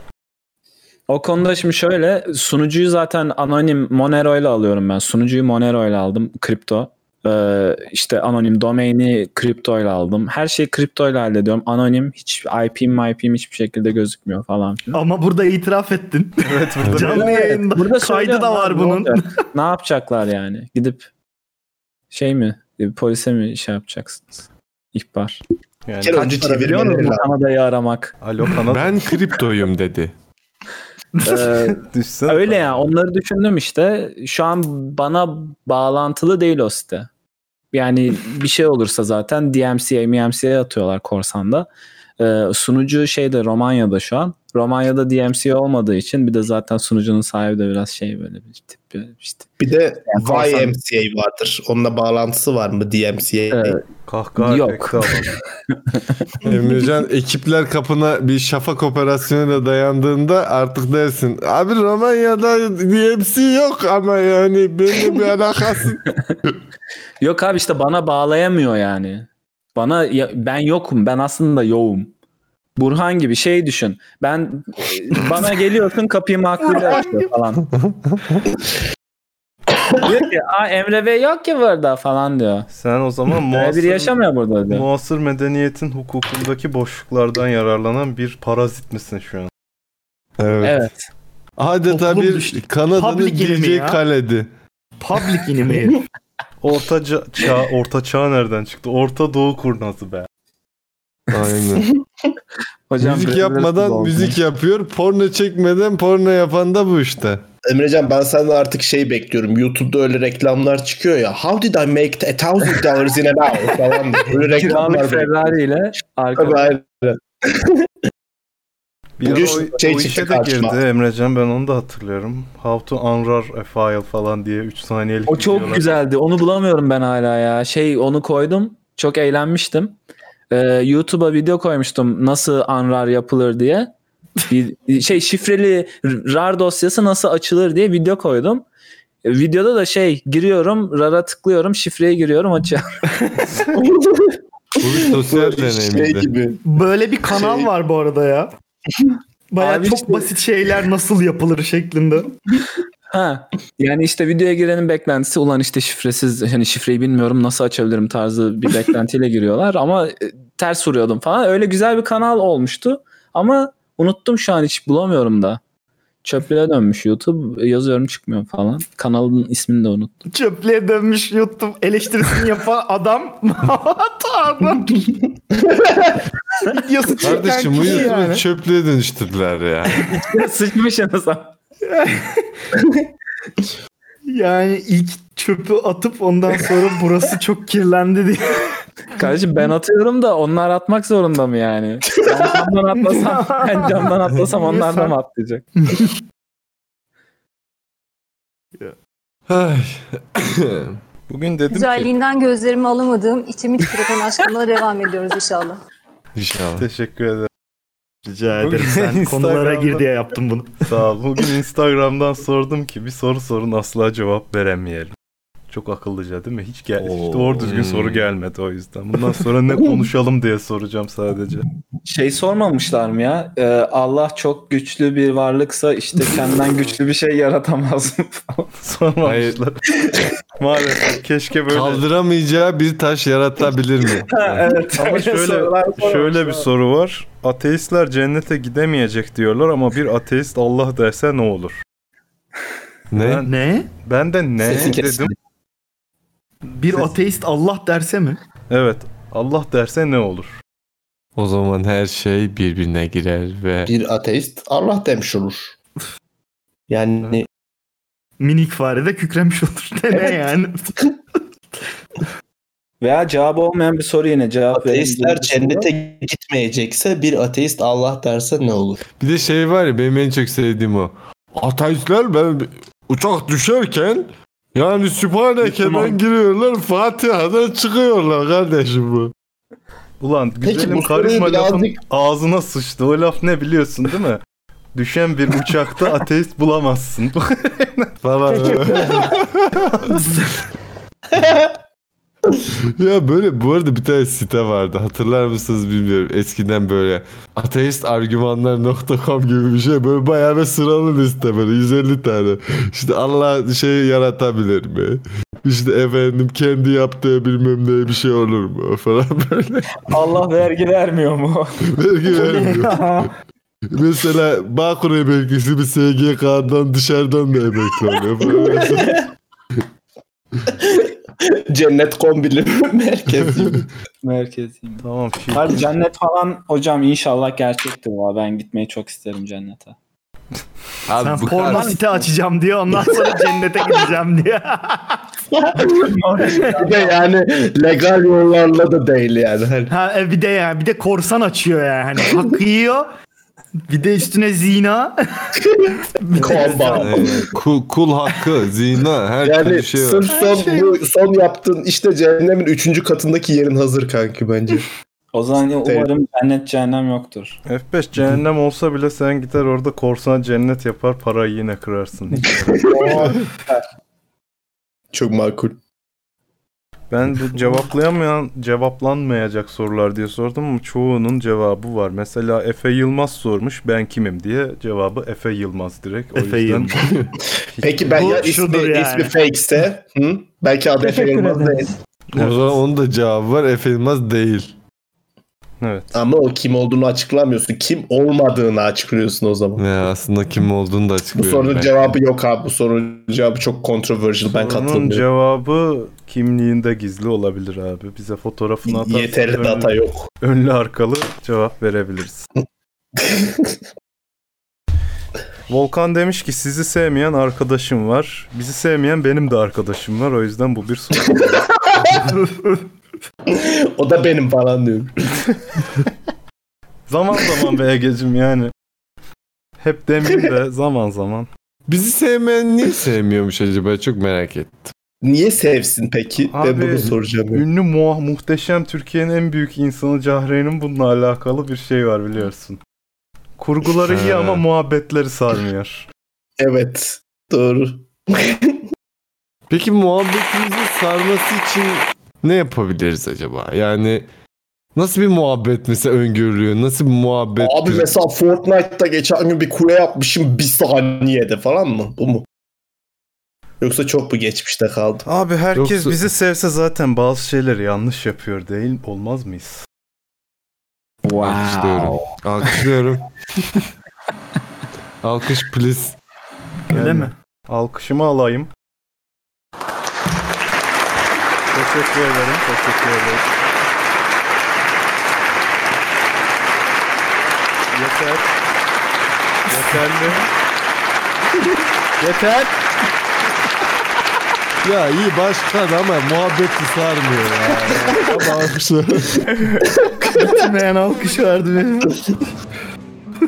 O konuda şimdi şöyle sunucuyu zaten anonim Monero ile alıyorum ben. Sunucuyu Monero ile aldım kripto. Ee, işte anonim domaini kripto ile aldım. Her şeyi kripto ile hallediyorum. Anonim hiç IP'm IP'm hiçbir şekilde gözükmüyor falan filan.
Ama burada itiraf ettin.
evet burada
Canlı yayında
Burada
kaydı
söylüyorum
da
abi,
var
ne
bunun.
olacak? ne yapacaklar yani? Gidip şey mi? e, Polise mi şey yapacaksınız? İhbar.
yani
Gel önce
Biliyor
çevirmeleri
musun
lazım.
Kanada'yı aramak?
alo kanal
Ben kriptoyum dedi.
Ee,
düşsene.
Öyle ya onları düşündüm işte. Şu an bana bağlantılı değil o site. Yani bir şey olursa zaten DMCA, MMCA atıyorlar korsanda. Ee, sunucu şeyde Romanya'da şu an. Romanya'da DMCA olmadığı için bir de zaten sunucunun sahibi de biraz şey böyle bir tip bir işte.
Bir de
Yani korsan-
YMCA vardır. Onunla bağlantısı var mı DMCA?
Ee,
Kahkaha
Yok.
efekti alalım.
Emrecan ekipler kapına bir şafak operasyonuyla dayandığında artık dersin. Abi Romanya'da DMC yok ama yani benimle bir alakası.
Yok abi işte bana bağlayamıyor yani. Bana ya- ben yokum. Ben aslında yoğum. Burhan gibi şey düşün. Ben bana geliyorsun kapıyı makluyla açıyor falan. diyor ki Aa, Emre Bey yok ki burada falan diyor.
Sen o zaman
Emre biri
muasır,
yaşamıyor burada diyor.
muasır medeniyetin hukukundaki boşluklardan yararlanan bir parazit misin şu an?
Evet.
Evet.
Adeta
Toplum
bir
düştü.
Kanada'nın
Public enemy
DJ
ya.
Khaledi.
Public enemy herif.
Orta ca- çağ, orta çağ nereden çıktı? Orta Doğu kurnazı be.
Aynen.
Hocam
müzik
biraz
yapmadan
oldu.
müzik yapıyor. Porno çekmeden porno yapan da bu işte.
Emrecan ben senden artık şey bekliyorum. YouTube'da öyle reklamlar çıkıyor ya. How did I make a thousand dollars in an hour falan diye. Böyle reklamlar.
Kiralık
var.
Ferrari ile
Tabii,
arka
aynen.
Bir ara
Bugün
o,
şey
o
çıktı
işe de
karşıma.
girdi Emrecan ben onu da hatırlıyorum. How to unrar a file falan diye 3 saniyelik
O çok
videolar.
güzeldi. Onu bulamıyorum ben hala ya. Şey onu koydum. Çok eğlenmiştim. Ee, YouTube'a video koymuştum nasıl anrar yapılır diye. Bir, şey şifreli rar dosyası nasıl açılır diye video koydum. E, Videoda da şey giriyorum, rara tıklıyorum, şifreye giriyorum açıyor.
Bu bir sosyal
Böyle şey
deneyimdi.
gibi.
Böyle bir kanal var bu arada ya. Baya
Şey- Abi
çok
işte-
basit şeyler nasıl yapılır şeklinde.
Ha. Yani işte videoya girenin beklentisi ulan işte şifresiz hani şifreyi bilmiyorum nasıl açabilirim tarzı bir beklentiyle giriyorlar ama e, ters vuruyordum falan. Öyle güzel bir kanal olmuştu ama unuttum şu an hiç bulamıyorum da. Çöplüğe dönmüş YouTube e, yazıyorum çıkmıyor falan. Kanalın ismini de unuttum.
Çöplüğe dönmüş YouTube eleştirisini yapan adam Tanrım. Videosu çeken
Kardeşim bu
kişi
YouTube'u
yani.
çöplüğe dönüştürdüler ya.
Sıçmış anasam.
Yani ilk çöpü atıp ondan sonra burası çok kirlendi diye.
Kardeşim ben atıyorum da onlar atmak zorunda mı yani? Ben camdan atlasam, ben camdan atlasam onlar da mı atlayacak?
Ay.
Bugün dedim ki
Güzelliğinden gözlerimi alamadığım içimi titreten aşkımla devam ediyoruz inşallah.
İnşallah.
teşekkür ederim.
Rica
ederim.
ederim.
Sen
Sen
konulara
konulara
gir
gir
diye
diye yaptım bunu.
Sağ ol. Bugün Instagram'dan sordum ki bir soru sorun asla cevap veremeyelim. Çok akıllıca değil mi? Hiç gel hiç doğru düzgün
Hmm.
soru gelmedi o yüzden. Bundan sonra ne konuşalım diye soracağım sadece.
Şey sormamışlar mı ya? Ee, Allah çok güçlü bir varlıksa işte kendinden güçlü bir şey yaratamaz mı falan.
Sormamışlar. Maalesef keşke böyle
Kaldıramayacağı bir taş yaratabilir mi?
evet.
Ama şöyle şöyle bir soru var. Ateistler cennete gidemeyecek diyorlar ama bir ateist Allah derse ne olur?
ne?
Ben,
Ne?
ben de ne
Sesi
Ee, dedim.
kesildi.
Bir ateist Allah derse mi?
Evet. Allah derse ne olur?
O zaman her şey birbirine girer ve
Bir ateist Allah demiş olur. Yani
Minik fare de kükremiş olur. Ne yani?
Veya cevabı olmayan bir soru yine cevap verin.
ateistler cennete gitmeyecekse bir ateist Allah derse ne olur?
bir de şey var ya benim en çok sevdiğim o. Ateistler ben uçak düşerken yani Sübhaneke'den
Müslüman.
giriyorlar Fatiha'dan çıkıyorlar kardeşim bu.
Ulan güzelim
bu soruyu
karizma lafın
birazcık-
ağzına sıçtı. O laf ne biliyorsun değil mi? Düşen bir uçakta ateist bulamazsın.
Falan. ya böyle bu arada bir tane site vardı hatırlar mısınız bilmiyorum eskiden böyle ateistargümanlar.com gibi bir şey böyle bayağı bir sıralı liste böyle 150 tane işte Allah şey yaratabilir mi işte efendim kendi yaptığı bilmem ne bir şey olur mu falan böyle
Allah vergi vermiyor mu?
vergi vermiyor. Mesela Bağkur emeklisi bir SGK'dan dışarıdan da emekli oluyor falan.
Cennet kombili merkezi.
Merkezi.
tamam şimdi.
Abi cennet falan hocam inşallah gerçektir ya. Ben gitmeyi çok isterim cennete.
Ben porno site açacağım diye ondan sonra cennete gideceğim diye.
bir de yani legal yollarla da değil yani. Hani
Ha, e, bir de ya bir de korsan açıyor ya. Hani hak yiyor. Bir de üstüne zina.
combo.
kul, kul hakkı, zina, her
Yani
türlü şey var.
sırf son, bu, son yaptığın işte cehennemin 3. katındaki yerin hazır kanki bence.
O zaman umarım cennet cehennem yoktur.
F5 cehennem olsa bile sen gider orada korsana cennet yapar parayı yine kırarsın.
Çok makul.
Ben bu cevaplayamayan, cevaplanmayacak sorular diye sordum ama çoğunun cevabı var. Mesela Efe Yılmaz sormuş ben kimim diye cevabı Efe Yılmaz direkt. O
Efe
yüzden
Yılmaz.
Peki ben
Bu
ya ismi,
şudur yani.
ismi fake'se hı? belki adı Efe Yılmaz değil.
O zaman onun da cevabı var. Efe Yılmaz değil.
Evet.
Ama o kim olduğunu açıklamıyorsun. Kim olmadığını açıklıyorsun o zaman.
Ne aslında kim olduğunu
Bu
da açıklıyorum.
sorunun
ben.
cevabı yok abi. Bu sorunun cevabı çok controversial. Ben
Sorunun
katılmıyorum.
cevabı kimliğinde gizli olabilir abi. Bize fotoğrafını atarsan
Yeterli
ön-
data yok.
önlü arkalı cevap verebiliriz. Volkan demiş ki sizi sevmeyen arkadaşım var. Bizi sevmeyen benim de arkadaşım var. O yüzden bu bir soru.
O da benim falan diyorum.
zaman zaman be Ege'cim yani. Hep demeyeyim de zaman zaman.
Bizi sevmeyen niye sevmiyormuş acaba? Çok merak ettim.
Niye sevsin peki?
Abi,
ben bunu soracağım. ya.
Ünlü muha- muhteşem Türkiye'nin en büyük insanı Cahre'nin bununla alakalı bir şey var biliyorsun. Kurguları iyi
Ha.
ama muhabbetleri sarmıyor.
Evet. Doğru.
Peki muhabbetimizi sarması için ne yapabiliriz acaba? Yani nasıl bir muhabbet mesela öngörülüyor? Nasıl bir muhabbet?
Abi mesela Fortnite'da geçen gün bir kule yapmışım bir saniyede falan mı? Bu mu? Yoksa çok mu geçmişte kaldı?
Abi herkes
Yoksa-
bizi sevse zaten bazı şeyleri yanlış yapıyor değil olmaz mıyız?
Alkışlıyorum. Alkışlıyorum. Alkış please.
Öyle
Yani
mi?
Alkışımı alayım. Teşekkür ederim. Teşekkür ederim. Yeter. Yeterli. Yeter.
Ya iyi başkan ama muhabbeti sarmıyor ya. Ama alkışlıyorum.
Bitmeyen alkış vardı benim.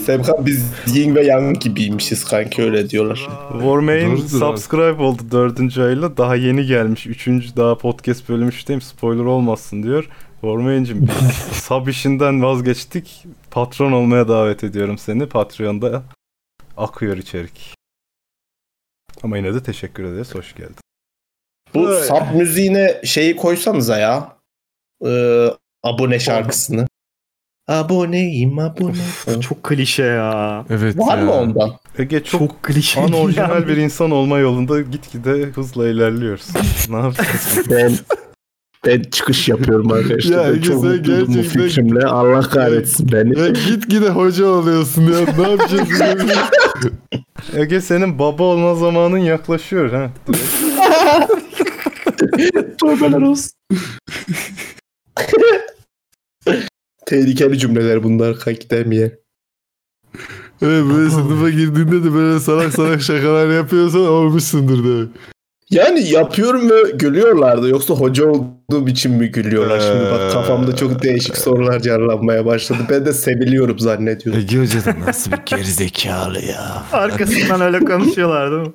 Semkan biz Ying ve Yang gibiymişiz kanki öyle diyorlar.
Warmain
Doğrudur abi.
subscribe oldu dördüncü ayla. Daha yeni gelmiş. Üçüncü daha podcast bölümü işte, Spoiler olmasın diyor. Warmain'cim biz sub işinden vazgeçtik. Patron olmaya davet ediyorum seni. Patreon'da akıyor içerik. Ama yine de teşekkür ederiz. Hoş geldin.
Bu
Evet.
sub müziğine şeyi koysanıza ya. Ee, abone şarkısını. Aboneyim abone.
Çok klişe ya.
Evet
Var
ya.
mı ondan?
Ege çok,
Çok, klişe.
an
yani.
orijinal bir insan olma yolunda gitgide hızla ilerliyorsun. ne yapacağız?
Ben, ben çıkış yapıyorum arkadaşlar.
Ya
Ben çok
güzel,
mutluydum bu
gerçekten.
fikrimle. Allah kahretsin beni.
Ya git gide hoca oluyorsun ya. Ne yapacağız? biz?
Ege senin baba olma zamanın yaklaşıyor ha.
Tövbeler olsun. Tehlikeli cümleler bunlar kanki demeye.
Evet böyle sınıfa girdiğinde de böyle salak salak şakalar yapıyorsan olmuşsundur demek.
Yani yapıyorum ve gülüyorlardı. Yoksa hoca olduğum için mi gülüyorlar? Şimdi bak kafamda çok değişik sorular canlanmaya başladı. Ben de seviliyorum zannediyorum.
Ege Hoca da E, nasıl bir gerizekalı ya.
Arkasından öyle konuşuyorlar değil mi?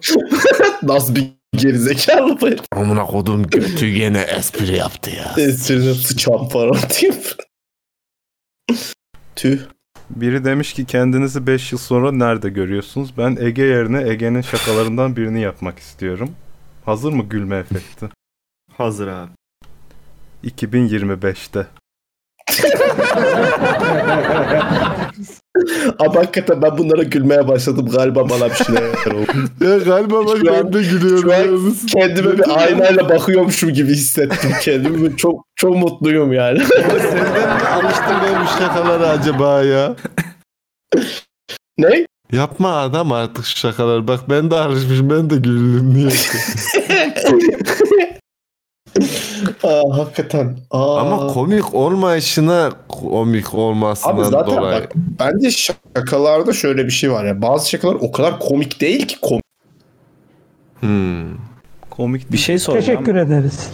Nasıl bir gerizekalı bu
Amına kodum götü gene espri yaptı ya.
esprine sıçan falan diyeyim. Tüh.
Biri demiş ki kendinizi 5 yıl sonra nerede görüyorsunuz? Ben Ege yerine Ege'nin şakalarından birini yapmak istiyorum. Hazır mı gülme efekti?
Hazır abi.
2025'te.
Ama hakikaten ben bunlara gülmeye başladım. Galiba bana bir şeyler oldu.
Ya galiba bak
Şu an-
ben de
Şu
gülüyorum.
an
ya. Nasıl-
kendime bir aynayla bakıyormuşum gibi hissettim kendimi. Çok çok mutluyum yani.
Neden mi alıştırmıyor bu şakaları acaba ya?
ne?
Yapma adam artık şu şakalar. Bak ben de alışmışım ben de güldüm niye?
Aa, hakikaten. Aa.
Ama komik olmayışına komik olmasından
Abi zaten
dolayı.
bak bence şakalarda şöyle bir şey var ya. Bazı şakalar o kadar komik değil ki komik.
Hmm.
Komik
Bir şey soracağım.
Teşekkür ederiz.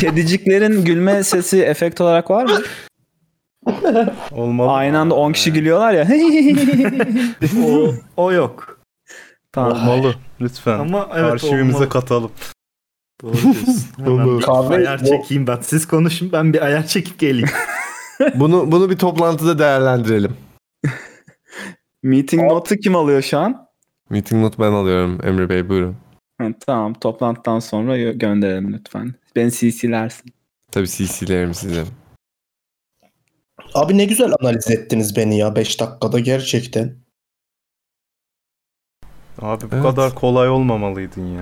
Kediciklerin gülme sesi efekt olarak var mı?
olmalı.
şey-
Ee,
Aynı anda 10 kişi gülüyorlar ya.
o, o yok.
tamam.
Olmalı. Lütfen.
Ama evet
Arşivimize
olmalı.
katalım.
Doğru diyorsun. Hemen bir ayar çekeyim ben. Siz konuşun ben bir ayar çekip geleyim.
Bunu bunu bir toplantıda değerlendirelim.
Meeting notu kim alıyor şu an?
Meeting not ben alıyorum Emre Bey buyurun.
Ha, tamam toplantıdan sonra gö- gönderelim lütfen. Beni CC'lersin.
Tabii CC'lerim size.
Abi ne güzel analiz ettiniz beni ya 5 dakikada gerçekten.
Abi bu
Evet.
kadar kolay olmamalıydın ya.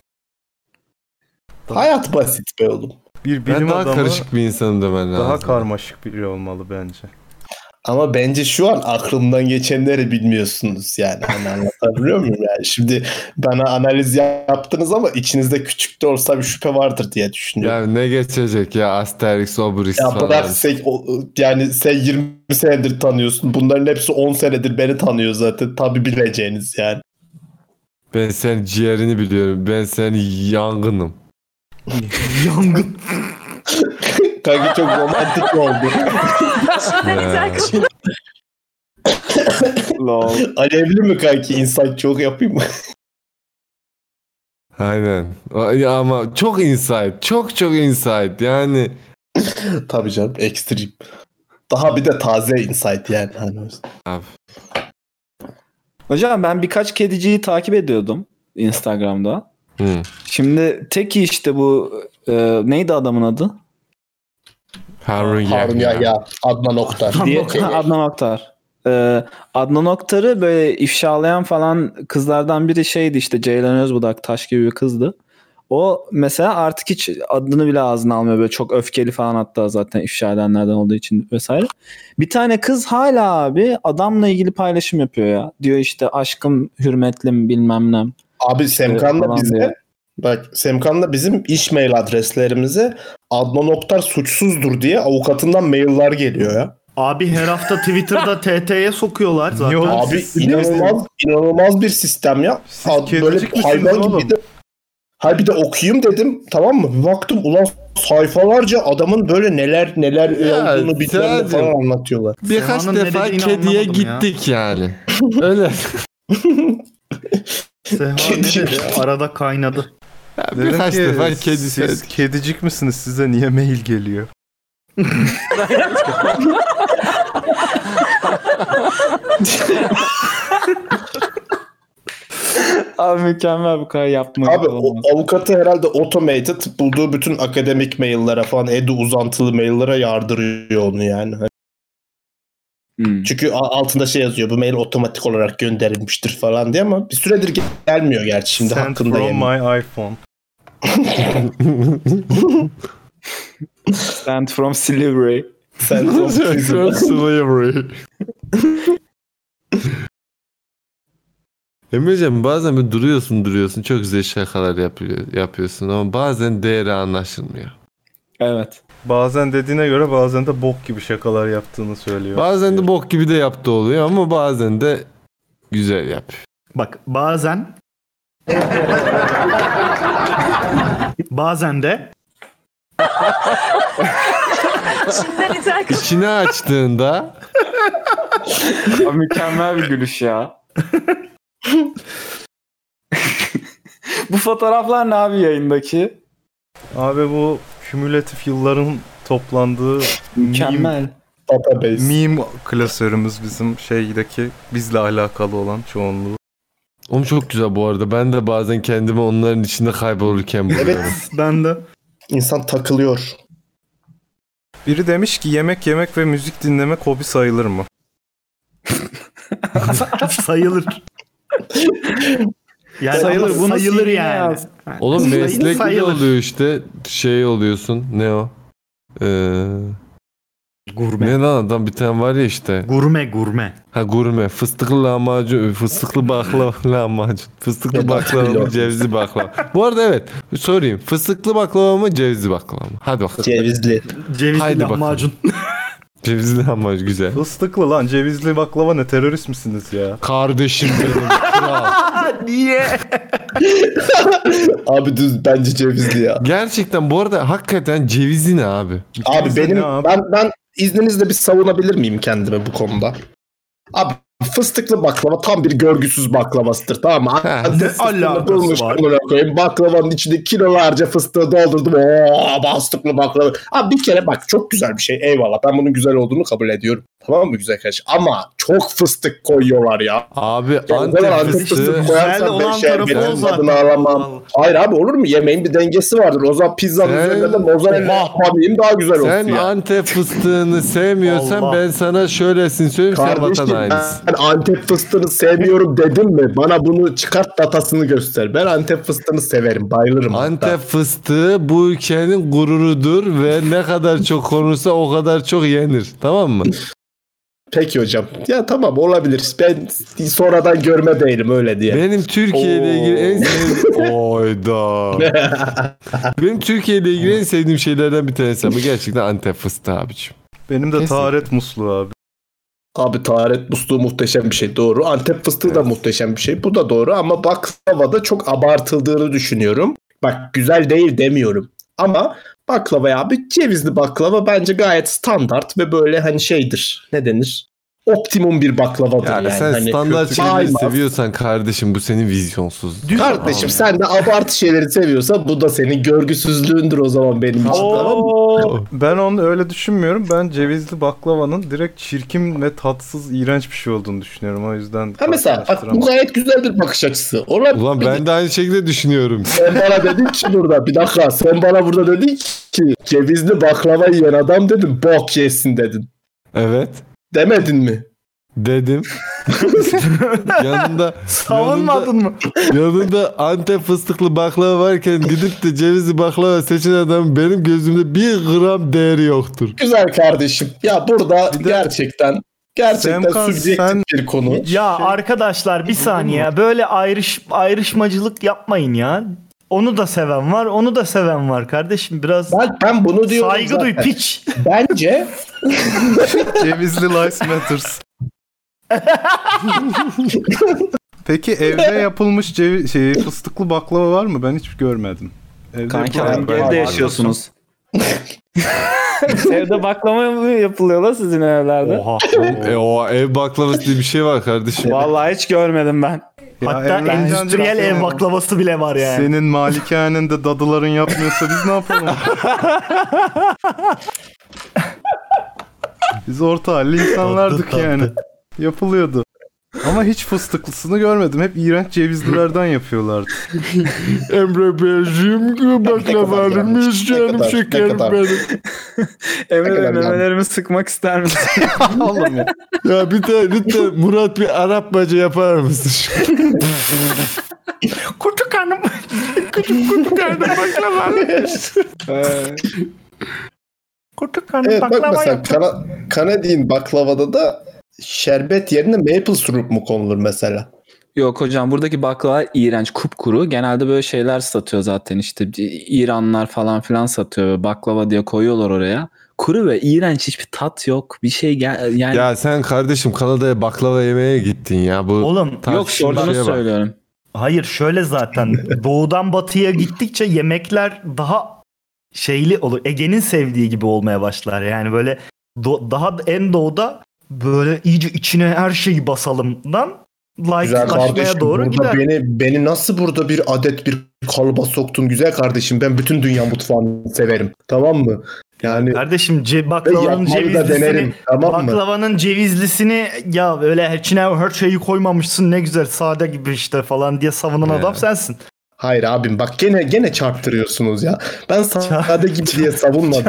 Hayat basit be oğlum.
Bir
Ben
bilim
daha
adamı
karışık bir insanım demen lazım.
daha karmaşık biri olmalı bence.
Ama bence şu an aklımdan geçenleri bilmiyorsunuz yani. Hani anlatabiliyor muyum yani? Şimdi bana analiz yaptınız ama içinizde küçük de olsa bir şüphe vardır diye düşünüyorum.
Ya ne geçecek ya Asterix, Obelix
Ya,
falan.
bırak sen, o- yani sen 20 senedir tanıyorsun. Bunların hepsi 10 senedir beni tanıyor zaten. Tabii bileceğiniz yani.
Ben senin ciğerini biliyorum. Ben senin yangınım.
Yangın.
Kanka çok romantik oldu.
Ya.
Lol.
Alevli Hani mi kanki? İnsan çok yapayım mı?
Aynen. Ya ama çok insight. Çok çok insight. Yani
Tabii canım ekstrem. Daha bir de taze insight yani. Hani
abi.
Hocam ben birkaç kediciyi takip ediyordum Instagram'da.
Hı.
Şimdi tek işte bu e, neydi adamın adı?
Harun
Harun
Yahya.
Yahya, Adnan Oktar.
Diye- Adnan Oktar. Ee, Adnan Oktar'ı böyle ifşalayan falan kızlardan biri şeydi işte Ceylan Özbudak taş gibi bir kızdı. O mesela artık hiç adını bile ağzına almıyor böyle çok öfkeli falan hatta zaten ifşa edenlerden olduğu için vesaire. Bir tane kız hala abi adamla ilgili paylaşım yapıyor ya. Diyor işte aşkım hürmetlim bilmem ne.
Abi Semkan'la
falan
bize
diye.
bak Semkan'la bizim iş mail adreslerimize Adnan Oktar suçsuzdur diye avukatından mailler geliyor ya.
Abi her hafta Twitter'da TT'ye sokuyorlar zaten.
oğlum?
Abi
siz-
inanılmaz inanılmaz bir sistem ya.
Siz
Ad-
kedicik misiniz oğlum?
bir de Hayır bir de okuyayım dedim tamam mı? Bir Baktım ulan sayfalarca adamın böyle neler neler
Ya,
olduğunu bilmem ne
sadece-
falan anlatıyorlar.
Birkaç
Sema'nın ne
defa
dediğini
kediye
anlamadım ya.
gittik yani. Öyle.
Seha ne dedi? Arada kaynadı.
Ya
Dedim
Birkaç
ki,
defa kedi
siz
sevdik.
kedicik misiniz? Size niye mail geliyor?
Abi mükemmel bu kadar yapma.
Abi o, avukatı herhalde automated bulduğu bütün akademik maillere falan edu uzantılı maillere yardırıyor onu yani. Hani
Hmm.
Çünkü a- altında şey yazıyor bu mail otomatik olarak gönderilmiştir falan diye ama bir süredir gel- gelmiyor gerçi şimdi
Sent
hakkında
from
yani.
my iPhone.
Sent from Silivri.
Sen
From slavery. Emre'cim bazen böyle duruyorsun duruyorsun çok güzel şakalar yapıyor, yapıyorsun ama bazen değeri anlaşılmıyor.
Evet.
Bazen dediğine göre bazen de bok gibi şakalar yaptığını söylüyor.
Bazen de bok gibi de yaptı oluyor ama bazen de güzel yap.
Bak bazen bazen de
Şimdiden izler kız.
İçini açtığında
Abi mükemmel bir gülüş ya. Bu fotoğraflar ne abi yayındaki?
Abi bu kümülatif yılların toplandığı meme,
Mükemmel.
database.
meme klasörümüz bizim şeydeki bizle alakalı olan çoğunluğu.
Oğlum çok güzel bu arada. Ben de bazen kendimi onların içinde kaybolurken buluyorum.
ben de
İnsan takılıyor.
Biri demiş ki yemek yemek ve müzik dinlemek hobi sayılır mı?
sayılır. Yani
Sayılır,
sayılır
bunu
sayılır
CV'ye
yani.
yaz.
Oğlum
Sayılır,
meslek bile
sayılır.
oluyor işte. Şey oluyorsun. Ne o? Ee,
Gurme.
ne lan adam bir tane var ya işte.
Gurme gurme.
Ha gurme. Fıstıklı lahmacun, e, fıstıklı baklava lahmacun. Fıstıklı
Ya,
baklava mı,
baklava.
cevizli baklava. Bu arada evet, sorayım. Fıstıklı baklava mı, cevizli baklava mı? Hadi bakalım.
Cevizli.
Cevizli
Haydi bakalım.
lahmacun.
Cevizli lahmacun güzel.
Fıstıklı lan cevizli baklava ne terörist misiniz ya?
Kardeşim benim. kral.
Niye?
Abi düz bence cevizli ya.
Gerçekten bu arada hakikaten cevizi ne abi?
Abi benim
ne abi?
ben ben izninizle bir savunabilir miyim kendimi bu konuda? Abi fıstıklı baklava tam bir görgüsüz baklavasıdır tamam mı?
Ha,
Antep
ne
fıstığını
alakası
bulmuş,
var?
amına koyayım. Baklavanın içinde kilolarca fıstığı doldurdum. Oo bastıklı baklava. Abi bir kere bak çok güzel bir şey. Eyvallah ben bunun güzel olduğunu kabul ediyorum. Tamam mı güzel kardeş? Ama çok fıstık koyuyorlar ya.
Abi
Ya o kadar
Antep
Antep fıstığı
fıstığı.
Güzel
koyarsan ben
olan tarafı
şerbetin
o zaten.
tadını alamam. Hayır abi olur mu? Yemeğin bir dengesi vardır. O zaman pizzanın
Sen-
üzerine de mozzarella koyayım daha güzel olsun
Sen
ya.
Antep fıstığını sevmiyorsan
Allah.
ben sana şöylesini söyleyeyim sen vatan
Kardeşim
hainisin.
ben Antep fıstığını sevmiyorum dedim mi? Bana bunu çıkart datasını göster. Ben Antep fıstığını severim. Bayılırım
Antep
hatta.
fıstığı bu ülkenin gururudur ve ne kadar çok konursa o kadar çok yenir. Tamam mı?
Peki hocam. Ya tamam olabilir. Ben sonradan görme değilim öyle diye.
Benim Türkiye ile ilgili en sevdiğim... Oyda. Benim Türkiye ile ilgili en sevdiğim şeylerden bir tanesi ama gerçekten Antep fıstığı abicim.
Benim de
Kesinlikle.
taharet musluğu abi.
Abi taharet musluğu muhteşem bir şey. Doğru. Antep fıstığı da muhteşem bir şey. Bu da doğru ama baklavada çok abartıldığını düşünüyorum. Bak güzel değil demiyorum. Ama baklava ya abi cevizli baklava bence gayet standart ve böyle hani şeydir. Ne denir? Optimum bir baklavadır yani.
Yani, sen
Hani-
standart
kötü-
şeyleri
Baymaz.
seviyorsan kardeşim bu senin vizyonsuzluğun.
Kardeşim sen de abartı şeyleri seviyorsa bu da senin görgüsüzlüğündür o zaman benim için tamam mı?
Ben onu öyle düşünmüyorum. Ben cevizli baklavanın direkt çirkin ve tatsız, iğrenç bir şey olduğunu düşünüyorum. O yüzden
Ha mesela bak bu
karşılaştıramam.
gayet güzel bir bakış açısı. Olabilir.
Ulan ben de aynı şekilde düşünüyorum.
Sen bana dedin ki burada bir dakika sen bana burada dedin ki cevizli baklava yiyen adam dedin bok yesin dedin.
Evet.
Demedin mi?
Dedim. yanında
Savunmadın mı?
yanında Antep fıstıklı baklava varken gidip de cevizli baklava seçen adam benim gözümde bir gram değeri yoktur.
Güzel kardeşim. Ya burada gerçekten gerçekten
Semkan,
sübjektif
sen-
bir konu.
Ya arkadaşlar bir saniye ya. böyle ayrış ayrışmacılık yapmayın ya. Onu da seven var, onu da seven var kardeşim. Biraz
Ben, ben bunu diyorum
saygı duy
zaten.
piç.
Bence
Cevizli Lives Matters. Peki evde yapılmış cevi- şey, fıstıklı baklava var mı? Ben hiç görmedim. Evde
Kanki
yapılan-
hangi
Ben-
evde yaşıyorsunuz? evde baklama mı yapılıyor lan sizin evlerde?
Oha.
E o ev baklavası diye bir şey var kardeşim.
Vallahi hiç görmedim ben.
Ya
Hatta
evden
endüstriyel
senin-
ev baklavası bile var yani.
Senin malikanende dadıların yapmıyorsa biz ne yapalım? biz orta halli insanlardık
Tatlı
yani. Yapılıyordu. Ama hiç fıstıklısını görmedim. Hep iğrenç cevizlilerden yapıyorlardı.
Emre Beyciğim baklavanın
yanlış,
mis
ne
canım
kadar, ne
şekerim
kadar.
benim.
Emre Bey
kadar lan?
memelerimi sıkmak ister misin?
Oğlum ya.
Ya bir de lütfen Murat bir Arap bacı yapar mısın?
Kutu karnım. Küçük kutu karnım baklava. kutu karnım
evet, bak
baklava
mesela
yap.
kana, Kanadyen baklavada da şerbet yerine maple syrup mu konulur mesela?
Yok hocam buradaki baklava iğrenç kupkuru. Genelde böyle şeyler satıyor zaten işte İranlar falan filan satıyor. Baklava diye koyuyorlar oraya. Kuru ve iğrenç hiçbir tat yok. Bir şey gel- yani
ya sen kardeşim Kanada'ya baklava yemeye gittin ya. Bu
Oğlum
yok
tartışma
sorduğunu
şey
şeye bak.
söylüyorum.
Hayır şöyle zaten doğudan batıya gittikçe yemekler daha şeyli olur. Ege'nin sevdiği gibi olmaya başlar. Yani böyle do- daha en doğuda böyle iyice içine her şeyi basalımdan
Güzel
like'laşmaya
kardeşim
doğru
burada
gider.
beni beni nasıl burada bir adet bir kalıba soktun güzel kardeşim. Ben bütün dünya mutfağını severim. Tamam mı? Yani
Kardeşim ce-
ve
baklavanın
yapmayı da
cevizlisini
denerim. Tamam mı?
baklavanın cevizlisini ya öyle içine her şeyi koymamışsın ne güzel sade gibi işte falan diye savunan adam sensin.
Hayır abim bak gene gene çarptırıyorsunuz ya. Ben sade gibi diye savunmadım.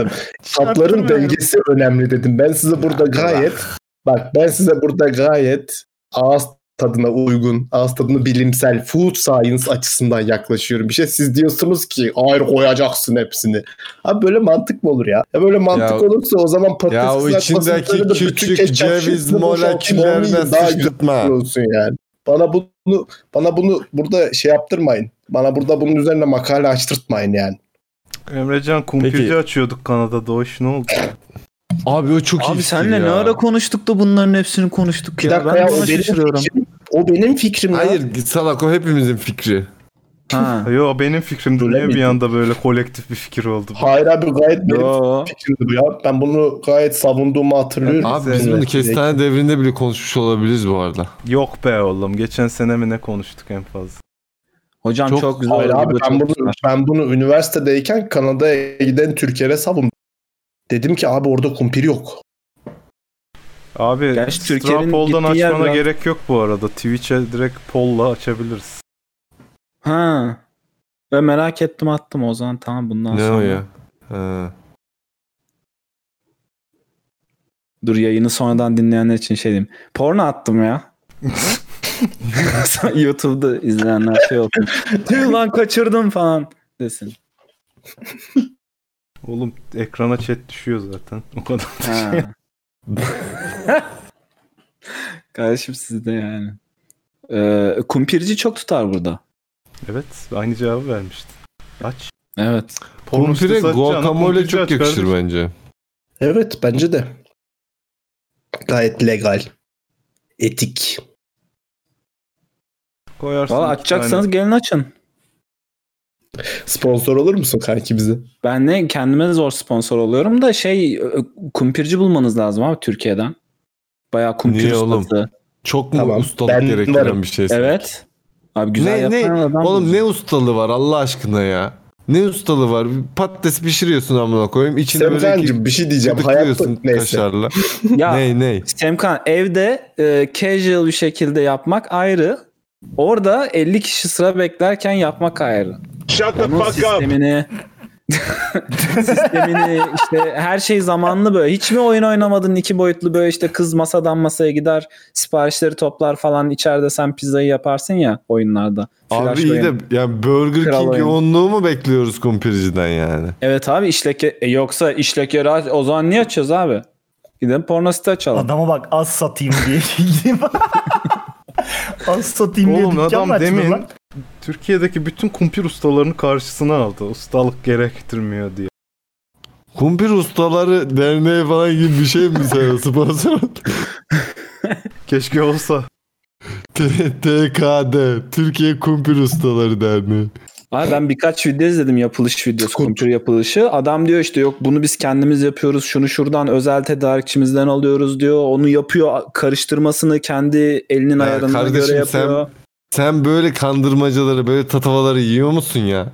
Tatların
çarptırmıyorum.
dengesi önemli dedim. Ben size burada gayet bak ben size burada gayet ağız tadına uygun, ağız tadını bilimsel food science açısından yaklaşıyorum. Bir şey siz diyorsunuz ki hayır koyacaksın hepsini. Abi böyle mantık mı olur ya? ya böyle mantık
Ya-
olursa o zaman patates
Ya o
kızartmasının
içindeki
üzerine bütün
küçük
ketçap
ceviz
şişesini boşalt,
moleküllerine
onu daha güzel
sıçtırtma.
olsun yani. Bana bunu bana bunu burada şey yaptırmayın. Bana burada bunun üzerine makale açtırtmayın yani.
Emrecan kumpirci
Peki.
açıyorduk Kanada'da. O iş ne oldu?
Abi
şey
o çok iyi
Abi
fikir
senle
ya.
ne ara konuştuk da bunların hepsini konuştuk
Bir
ya.
dakika
Ben
ya,
buna
o benim
şaşırıyorum.
fikrim. O benim fikrim ya.
Hayır salak o hepimizin fikri.
Ha.
Yo benim fikrimdi.
Öyle
Niye bir
miydi?
anda böyle kolektif bir fikir oldu?
Hayır abi gayet benim
Yo.
fikrimdi bu ya. Ben bunu gayet savunduğumu hatırlıyorum.
Abi biz
Seninle.
bunu kestane devrinde bile konuşmuş olabiliriz bu arada.
Yok be oğlum. Geçen sene mi ne konuştuk en fazla?
Hocam çok,
Çok-
güzel
Hayır
oldu.
abi
Bu
ben
çok
bunu,
güzel.
ben bunu üniversitedeyken Kanada'ya giden Türkiye'ye savundum. Dedim ki abi orada kumpir yok.
Abi
Gerçi Türkiye'nin
Strapol'dan
gittiği yer
açmana
biraz-
gerek yok bu arada. Twitch'e direkt polla açabiliriz.
Ha. Ve merak ettim attım o zaman tamam bundan
Ne o
sonra.
ya?
Ee.
Ha.
Dur yayını sonradan dinleyenler için şey diyeyim. Porno attım ya. YouTube'da izleyenler şey olsun. Tüh lan kaçırdım falan desin.
Oğlum ekrana chat düşüyor zaten. O kadar.
Ha. Kardeşim sizde yani. Ee, kumpirci çok tutar burada.
Evet aynı cevabı vermiştin. Aç.
Evet.
Pornosunu
Kumpire
satacağına
guacamole
kumpirci
çok
aç
yakışır
kardeşim.
bence.
Evet bence de. Gayet legal. Etik.
Koyarsın
Valla
iki tane.
açacaksanız gelin açın.
Sponsor olur musun kanki bize?
Ben ne kendime de zor sponsor oluyorum da şey e, kumpirci bulmanız lazım abi Türkiye'den. Bayağı kumpir
Niye
ustası.
oğlum? Çok mu
Tamam,
ustalık
ben
gerektiren
varım.
bir şey?
Evet. Abi güzel
ne,
yapan
ne?
adam.
Oğlum
bulacağım.
ne ustalığı var Allah aşkına ya. Ne ustalığı var? Bir Patates pişiriyorsun amına koyayım. İçine böyle iki
Semcancığım bir şey diyeceğim. Hayatta
gıdıklıyorsun
neyse.
kaşarla.
Ya
ney ney?
Semkan evde e, casual bir şekilde yapmak ayrı. Orada 50 kişi sıra beklerken yapmak ayrı. Onun sistemini sistemini işte her şey zamanlı böyle. Hiç mi oyun oynamadın iki boyutlu böyle işte kız masadan masaya gider siparişleri toplar falan içeride sen pizzayı yaparsın ya oyunlarda.
Abi
Flash
iyi
oyun.
de yani Burger
Kral
King
oyun.
yoğunluğu mu bekliyoruz kumpirciden yani?
Evet abi işleke e, yoksa işleke ra- o zaman niye açıyoruz abi? Gidelim porno site açalım.
Adama bak az satayım diye gideyim. az satayım diye
Oğlum
dükkan mı
adam
açtın
demin
lan?
Türkiye'deki bütün kumpir ustalarını karşısına aldı. Ustalık gerektirmiyor diye.
Kumpir ustaları derneği falan gibi bir şey mi sen sponsor?
Keşke olsa.
T- TKD Türkiye Kumpir Ustaları Derneği.
Abi ben birkaç video izledim yapılış videosu, kumpir yapılışı. Adam diyor işte yok bunu biz kendimiz yapıyoruz. Şunu şuradan özel tedarikçimizden alıyoruz diyor. Onu yapıyor. Karıştırmasını kendi elinin
Ya
ayarına
kardeşim
göre
sen-
yapıyor.
Sen böyle kandırmacaları, böyle tatavaları yiyor musun ya?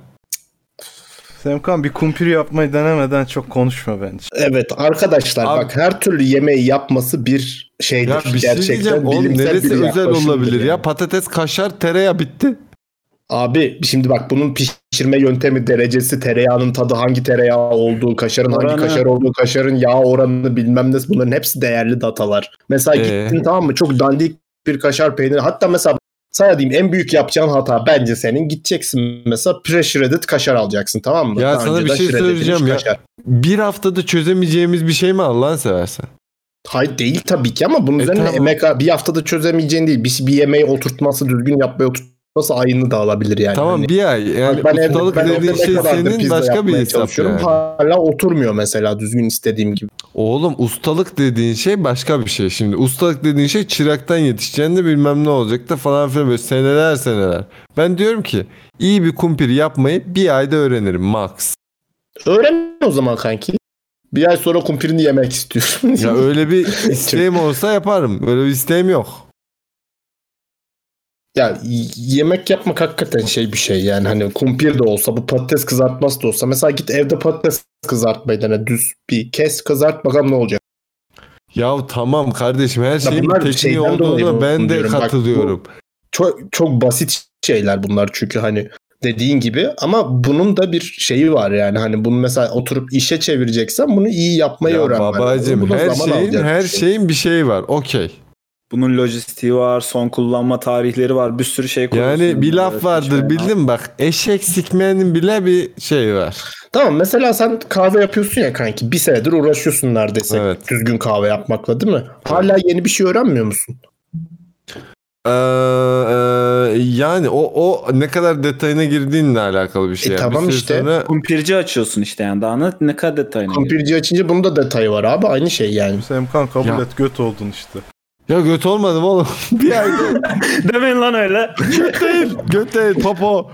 Semkan bir kumpir yapmayı denemeden çok konuşma bence.
Evet arkadaşlar
Abi-
bak her türlü yemeği yapması bir şeydir.
Ya bir şey diyeceğim oğlum
bilimsel
neresi
bir
özel
yaklaşımdır
olabilir
yani.
ya? Patates, kaşar, tereyağı bitti.
Abi şimdi bak bunun pişirme yöntemi derecesi, tereyağının tadı hangi tereyağı olduğu, kaşarın hangi
Oranı.
kaşar olduğu, kaşarın yağ oranını bilmem ne bunların hepsi değerli datalar. Mesela
Ee?
gittin tamam mı çok dandik bir kaşar peyniri hatta mesela sana diyeyim en büyük yapacağın hata bence senin gideceksin mesela pre-shredded kaşar alacaksın tamam mı?
Ya
Daha
sana bir
önceden
şey
shreddedilmiş
söyleyeceğim ya.
kaşar.
Bir haftada çözemeyeceğimiz bir şey mi Allah'ın seversen?
Hayır değil tabii ki ama bunun
E,
üzerine
tamam.
emek bir haftada çözemeyeceğin değil. Bir, bir yemeği oturtması düzgün yapmaya oturtması ayını da alabilir yani.
tamam
Hani-
bir ay. Yani
Bak evde-
ustalık
evde
dediğin
ne
şey
kadardır
senin
pizza
başka bir
yapmaya
hesap yani.
Hala oturmuyor mesela düzgün istediğim gibi.
Oğlum ustalık dediğin şey başka bir şey şimdi. Ustalık dediğin şey çıraktan yetişeceğin de bilmem ne olacak da falan filan böyle seneler seneler. Ben diyorum ki iyi bir kumpir yapmayı bir ayda öğrenirim max.
Öğren o zaman kanki. Bir ay sonra kumpirini yemek istiyorum.
Ya öyle bir isteğim olsa yaparım. Öyle bir isteğim yok.
Ya y- yemek yapmak hakikaten şey bir şey yani hani kumpir de olsa bu patates kızartması da olsa mesela git evde patates kızartmayı dene düz bir kes kızart bakalım ne olacak.
Ya tamam kardeşim her şeyin
bunlar
bir tekniği
şeyden dolayı
olduğuna
bu-
ben de
diyorum. Bak bu-
katılıyorum.
Çok çok basit şeyler bunlar çünkü hani dediğin gibi ama bunun da bir şeyi var yani hani bunu mesela oturup işe çevireceksen bunu iyi yapmayı
Ya
öğrenmen lazım. Bu
babacım
da
her
zaman
şeyin
alacak bir
her
şey.
şeyin bir şeyi var. Okey.
Bunun lojistiği var, son kullanma tarihleri var, bir sürü şey
Yani
koyuyorsun.
bir
Evet,
laf vardır
şey
bildin mi? bak eşek sikmenin bile bir şeyi var.
Tamam mesela sen kahve yapıyorsun ya kanki bir senedir uğraşıyorsun neredeyse
Evet.
düzgün kahve yapmakla değil mi? Hala yeni bir şey öğrenmiyor musun?
Ee, e, yani o o ne kadar detayına girdiğinle alakalı bir
E
şey. yani.
tamam
Bir süre
işte.
sonra-
Kumpirci açıyorsun işte yani daha ne, ne kadar detayına gerek.
Kumpirci açınca bunun da detayı var abi aynı şey yani.
Semkan kabul
Ya.
et göt oldun işte.
Ya göt olmadım oğlum. bir ay
Demeyin lan öyle.
göt değil. Göt değil. Popo.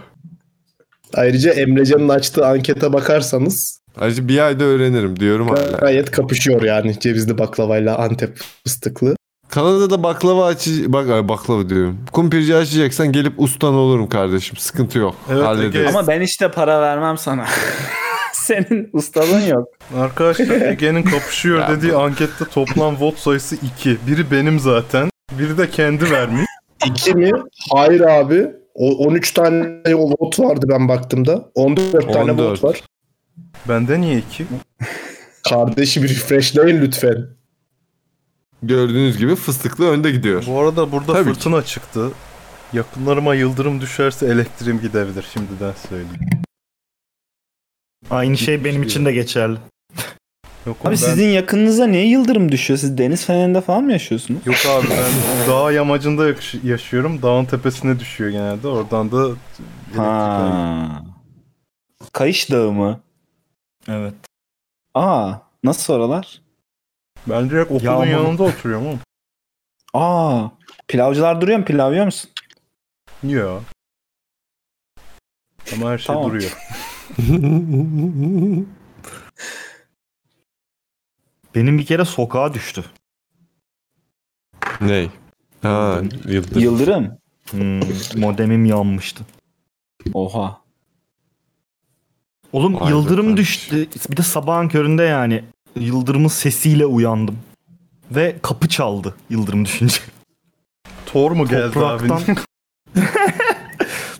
Ayrıca Emrecan'ın açtığı ankete bakarsanız
Ayrıca bir ayda öğrenirim diyorum hala.
gayet kapışıyor yani cevizli baklavayla Antep fıstıklı.
Kanada'da baklava açı bak ay, baklava diyorum. Kumpirci açacaksan gelip ustan olurum kardeşim. Sıkıntı yok.
Evet,
Hallederiz.
Ege.
Ama ben işte para vermem sana. Senin ustalığın yok.
Arkadaşlar Ege'nin kapışıyor dediği ankette toplam vot sayısı 2. Biri benim zaten. Biri de kendi vermiş.
İki mi? Hayır abi. O, 13 tane vot vardı ben baktığımda. 14, tane
14.
vot var.
Bende niye 2?
Kardeşi bir refreshleyin lütfen.
Gördüğünüz gibi fıstıklı önde gidiyor.
Bu arada burada
Tabii ki.
fırtına çıktı. Yakınlarıma yıldırım düşerse elektriğim gidebilir şimdiden söyleyeyim.
Aynı şey benim için de geçerli.
Yok
Abi
ben-
sizin yakınınıza niye yıldırım düşüyor? Siz deniz fenerinde falan mı yaşıyorsunuz?
Yok abi ben dağ yamacında yakış- yaşıyorum. Dağın tepesine düşüyor genelde. Oradan da elektrikler-
Ha. Kayış Dağı mı?
Evet.
Aa, nasıl oralar?
Ben direkt okulun
Yağmur.
yanında oturuyorum ama.
Aa, pilavcılar duruyor mu? Pilav yiyor musun?
Niye ya? Ama her şey
Tamam.
duruyor.
Benim bir kere sokağa düştü.
Ney? Ha, yıldır.
Yıldırım.
Hmm, modemim yanmıştı.
Oha.
Oğlum
Vay be
yıldırım
kardeş.
düştü. Bir de sabahın köründe yani yıldırımın sesiyle uyandım. Ve kapı çaldı yıldırım düşünce.
Tor mu geldi abi?
Topraktan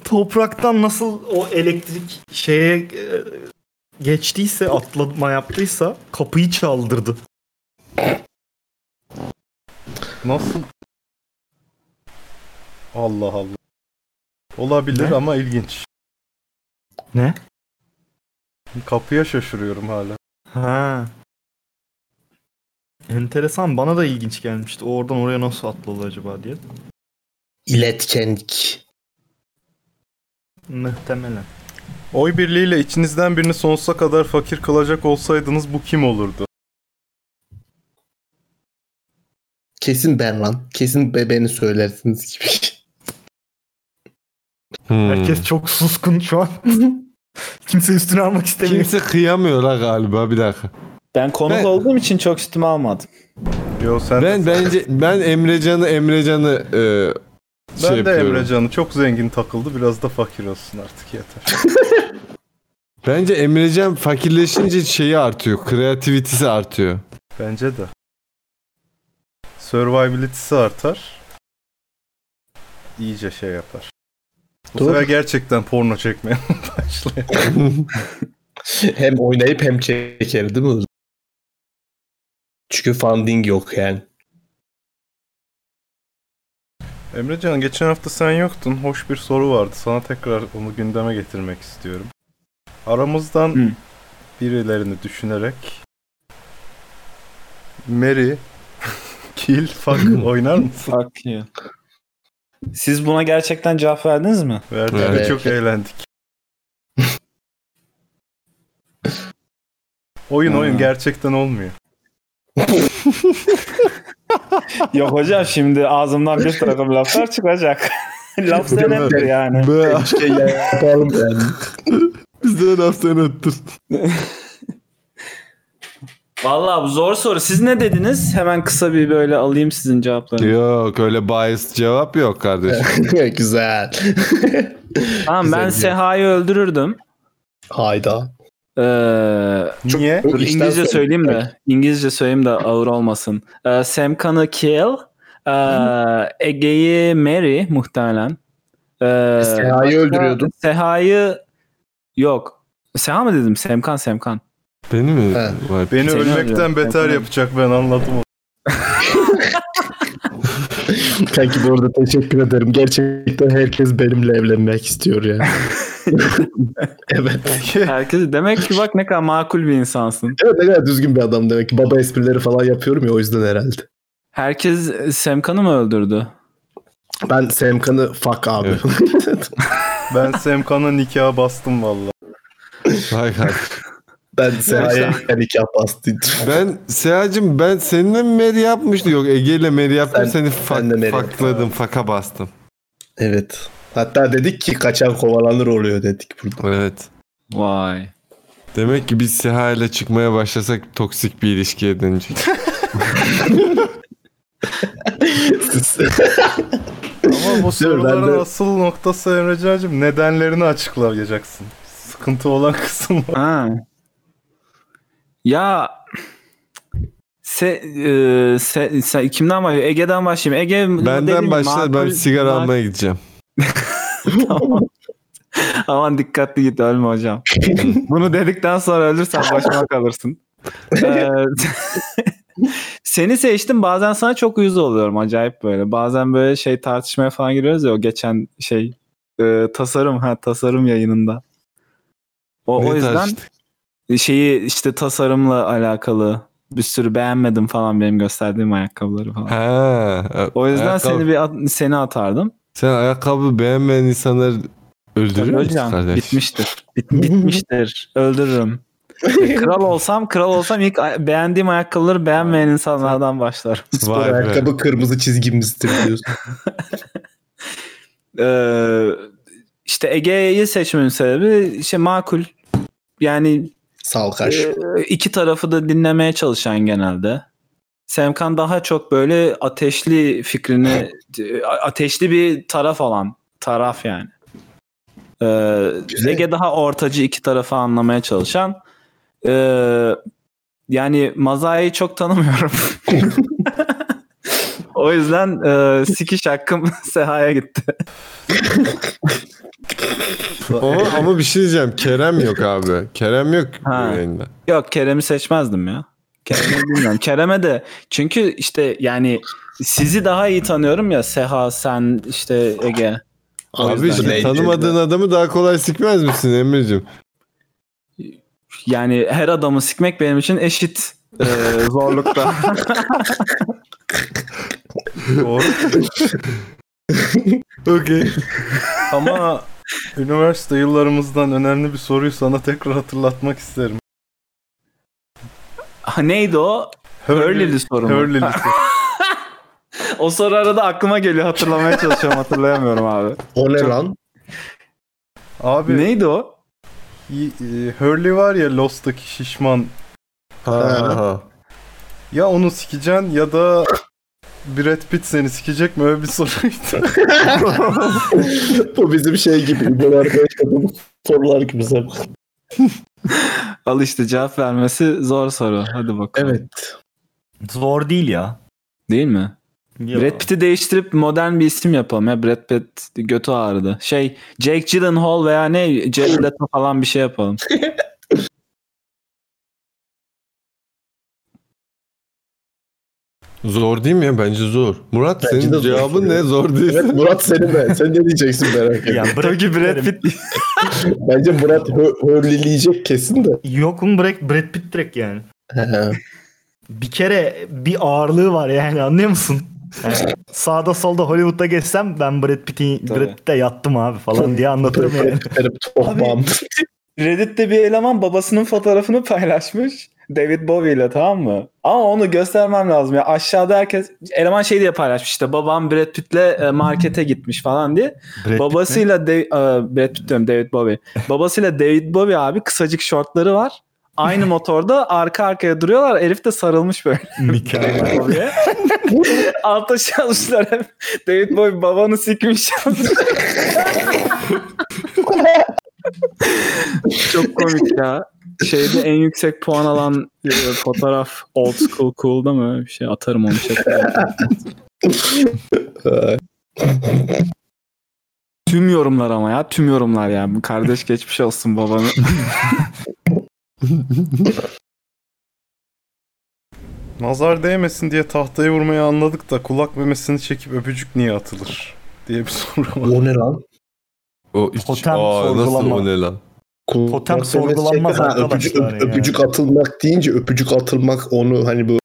Topraktan nasıl o elektrik şeye e, geçtiyse, atlatma yaptıysa kapıyı çaldırdı.
Nasıl? Allah Allah. Olabilir
Ne?
ama ilginç.
Ne?
Kapıya şaşırıyorum hala.
Ha. Enteresan bana da ilginç gelmişti. O Oradan oraya nasıl atladı acaba diye.
İletkenlik.
Muhtemelen.
Oy birliğiyle içinizden birini sonsuza kadar fakir kılacak olsaydınız bu kim olurdu?
Kesin ben lan. Kesin bebeğini söylersiniz gibi.
Hmm.
Herkes çok suskun şu an. Kimse üstüne almak istemiyor.
Kimse kıyamıyor ha galiba bir dakika.
Ben konuk
Ben-
olduğum için çok üstüme almadım.
Yo sen
Ben bence ben Emrecan'ı Emrecan'ı e,
Ben
şey
de
yapıyorum.
Emrecan'ı çok zengin takıldı. Biraz da fakir olsun artık yeter.
Bence Emrecan fakirleşince şeyi artıyor. Kreativitesi artıyor.
Bence de. Survivability'si artar. İyice şey yapar. Bu
Doğru.
sefer gerçekten porno çekmeye başlıyor.
hem oynayıp hem çeker değil mi? Çünkü funding yok yani.
Emrecan geçen hafta sen yoktun. Hoş bir soru vardı. Sana tekrar onu gündeme getirmek istiyorum. Aramızdan
Hı.
birilerini düşünerek Mary Kill Fuck oynar mısın?
Fuck you. Siz buna gerçekten cevap verdiniz mi?
Verdik ve
Evet.
çok eğlendik. oyun oyun
Ha.
gerçekten olmuyor.
Yok hocam şimdi ağzımdan bir takım laflar çıkacak. Laf söylenir yani.
Be,
Şey yapalım yani.
bizden haftan öttür.
Vallahi bu zor soru. Siz ne dediniz? Hemen kısa bir böyle alayım sizin cevaplarını.
şey Yok öyle bias cevap yok kardeşim.
Güzel.
Tamam ben
güzel.
Seha'yı öldürürdüm.
Hayda.
Ee,
Niye?
Çok içten
İngilizce
söyledim.
söyleyeyim de. İngilizce söyleyeyim de ağır olmasın. Ee, Semkan'ı kill. Ee, Ege'yi Mary muhtemelen. Ee,
Seha'yı öldürüyordun.
Seha'yı yok. Seha mı dedim? Semkan Semkan.
Beni mi?
He.
Vay p-
Beni
Seni
ölmekten
arıyorum.
beter
Seni
yapacak ben anladım. onu.
Kanki bu arada teşekkür ederim. Gerçekten herkes benimle evlenmek istiyor ya. evet.
Herkes demek ki bak ne kadar makul bir insansın.
Evet ne kadar düzgün bir adam demek ki. Baba esprileri falan yapıyorum ya o yüzden herhalde.
Herkes Semkan'ı mı öldürdü?
Ben Semkan'ı fuck abi.
Ben Semkan'a nikaha bastım valla.
Vay kardeşim.
ben Seha'ya nikah bastıydım.
Ben Seyacım ben seninle mi meri yapmıştım? Yok Ege ile meri yaptım
Sen-
seni
de
fak,
Mary
fakladım faka bastım.
Evet. Hatta dedik ki kaçan kovalanır oluyor dedik burada.
Evet.
Vay.
Demek ki biz Seha ile çıkmaya başlasak toksik bir ilişkiye dönecek.
Ama bu soruların
ben de-
asıl noktası Emrecan'cığım nedenlerini açıklayacaksın. Sıkıntı olan kısım var.
Ha. Ya se, e, se, se- kimden başlayayım? Ege'den başlayayım. Ege dedim
Benden
ya,
başla ben
makul-
sigara
makul-
almaya gideceğim.
Aman dikkatli git ölme hocam. Bunu dedikten sonra ölürsen başıma kalırsın. Ee, seni seçtim bazen sana çok uyuz oluyorum acayip böyle. Bazen böyle şey tartışmaya falan giriyoruz ya o geçen şey e, tasarım ha tasarım yayınında. O, o
Ne
yüzden
tartıştık?
şeyi işte tasarımla alakalı bir sürü beğenmedim falan benim gösterdiğim ayakkabıları falan.
Ha,
O yüzden
ayakkabı-
seni bir at- seni atardım.
Sen ayakkabı beğenmeyen insanları öldürür müsün
Öleceğim.
kardeş?
Bitmiştir. Bit- bitmiştir. Öldürürüm. E, kral olsam kral olsam ilk ay- beğendiğim ayakkabıları beğenmeyen insanlardan başlarım.
Spor
Vay be.
ayakkabı kırmızı çizgimizdir diyorsun.
Ee, işte Ege'yi seçmemin sebebi işte makul. Yani
Sağ ol
Ee,
karşı.
e, iki tarafı da dinlemeye çalışan genelde. Semkan daha çok böyle ateşli fikrini a- ateşli bir taraf olan taraf yani. Ee,
Güzel.
Ege daha ortacı iki tarafı anlamaya çalışan. Ee, yani Mazai'yi çok tanımıyorum. o yüzden e, sikiş hakkım Seha'ya gitti.
Ama, ama bir şey diyeceğim. Kerem yok abi. Kerem yok
Ha.
bu yayında.
Yok Kerem'i seçmezdim ya. Kerem'i bilmiyorum. Kerem'e de çünkü işte yani sizi daha iyi tanıyorum ya Seha sen işte Ege.
Abi
yüzden
işte
eğlenceli.
tanımadığın adamı daha kolay sikmez misin Emre'cim?
Yani her adamı sikmek benim için eşit e, zorlukta.
Doğru.
Okey.
Ama üniversite yıllarımızdan önemli bir soruyu sana tekrar hatırlatmak isterim.
Ha, Ah, Neydi o? Hurley'li soru mu?
Hurley'li soru.
O soru arada aklıma geliyor hatırlamaya çalışıyorum hatırlayamıyorum abi.
O ne lan?
Abi
Neydi o?
y- e, Hurley var ya Lost'taki şişman.
Ha, ha.
Ya onu sikeceksin ya da Brad Pitt seni sikecek mi? Öyle bir soruydu.
Bu bizim şey gibi. İbolar beş kadın sorular gibi.
Al işte cevap vermesi zor soru. Hadi bakalım.
Evet.
Zor değil ya.
Değil mi? Brad Pitt'i değiştirip modern bir isim yapalım ya. Brad Pitt götü ağrıdı. Şey Jake Gyllenhaal veya ne Jared Leto falan bir şey yapalım.
Zor değil mi ya? Bence zor. Murat
Bence de
senin
zor
cevabın
soru
ne?
ya.
Zor değil.
Evet Murat senin de. Sen ne diyeceksin merak ettim.
Ya Brad
Tabii Brad
derim.
Pitt
Bence Murat hö- hörlileyecek kesin de.
Yok mu Brad, Brad Pitt direkt yani.
He.
Bir kere bir ağırlığı var yani anlıyor musun? Yani sağda solda Hollywood'da gezsem ben Brad Pitt'i
Tabii.
Brad Pitt'e yattım abi falan diye anlatırım yani.
Benim toprağım.
Reddit'te bir eleman babasının fotoğrafını paylaşmış. David Bowie ile tamam mı? Ama onu göstermem lazım. ya aşağıda herkes eleman şey diye paylaşmış işte babam Brad Pitt'le e, markete gitmiş falan diye.
Brad
babasıyla Dav- e, Brad Pitt diyorum David Bowie. Babasıyla David Bowie abi kısacık şortları var. Aynı motorda arka arkaya duruyorlar. Herif de sarılmış böyle.
Mükemmel.
Bowie'ye. Altta çalıştılar hep. David Bowie babanı sikmiş yazmış. Çok komik ya. Şeyde en yüksek puan alan e, fotoğraf old school cool'da mı? Bir şey atarım onu chat'e. tüm yorumlar ama ya tüm yorumlar ya. Bu Kardeş geçmiş olsun babanı.
Nazar değmesin diye tahtaya vurmayı anladık da kulak memesini çekip öpücük niye atılır? diye bir soru var.
O ne lan?
O iç.
Totem
Aa, nasıl
sorgulama.
o ne lan?
Totem
Kulak
sorgulanmaz
memesi- Ha, öpücük,
arkadaşlar
öp-
ya.
öpücük atılmak deyince öpücük atılmak onu hani bu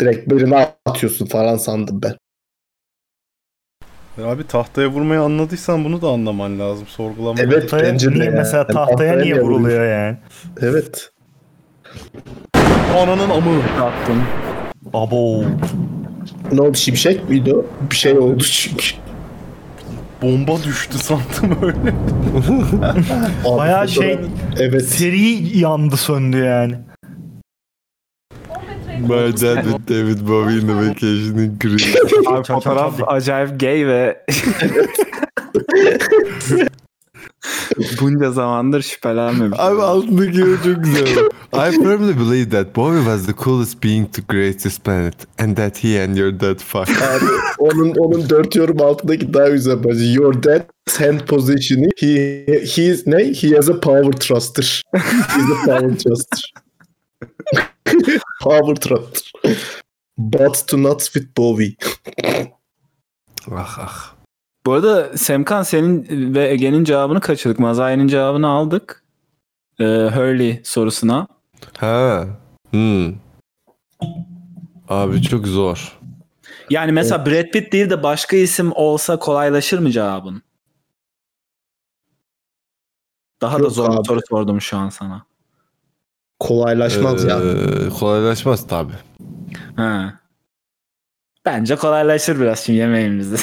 direkt birine atıyorsun falan sandım ben.
Ya E Abi tahtaya vurmayı anladıysan bunu da anlaman lazım. Sorgulama.
Evet
Tahtaya
bence de
niye,
ya.
mesela
Yani
tahtaya niye vuruluyor yani?
Evet.
Ananın amı.
Attım.
Abo.
Ne oldu şimşek miydi o? Bir şey oldu çünkü.
bomba düştü sandım öyle.
Bayağı şey
Evet.
seri yandı söndü yani.
My dad with David Bowie in the vacation in Greece.
Abi fotoğraf
acayip gay ve bunca zamandır şüphelenmemiş.
Abi altındaki yer çok güzel. I firmly believe that Bowie was the coolest being to create this planet and that he and your dad fuck.
Abi, onun onun dört yorum altındaki daha güzel bence. Your dad's hand positioning. He, he is ne? He has a power thruster. He is a power thruster. power thruster. But to nuts with Bowie.
ah ah.
Bu arada Semkan senin ve Ege'nin cevabını kaçırdık. Mazai'nin cevabını aldık. Ee, Hurley sorusuna.
Ha. Hmm. Abi çok zor.
Yani mesela Brad Pitt değil de başka isim olsa kolaylaşır mı cevabın? Daha da
Yok
zor bir
abi.
soru sordum şu an sana.
Kolaylaşmaz ya.
Ee, kolaylaşmaz tabi.
Ha. Bence kolaylaşır biraz şimdi yemeğimizde.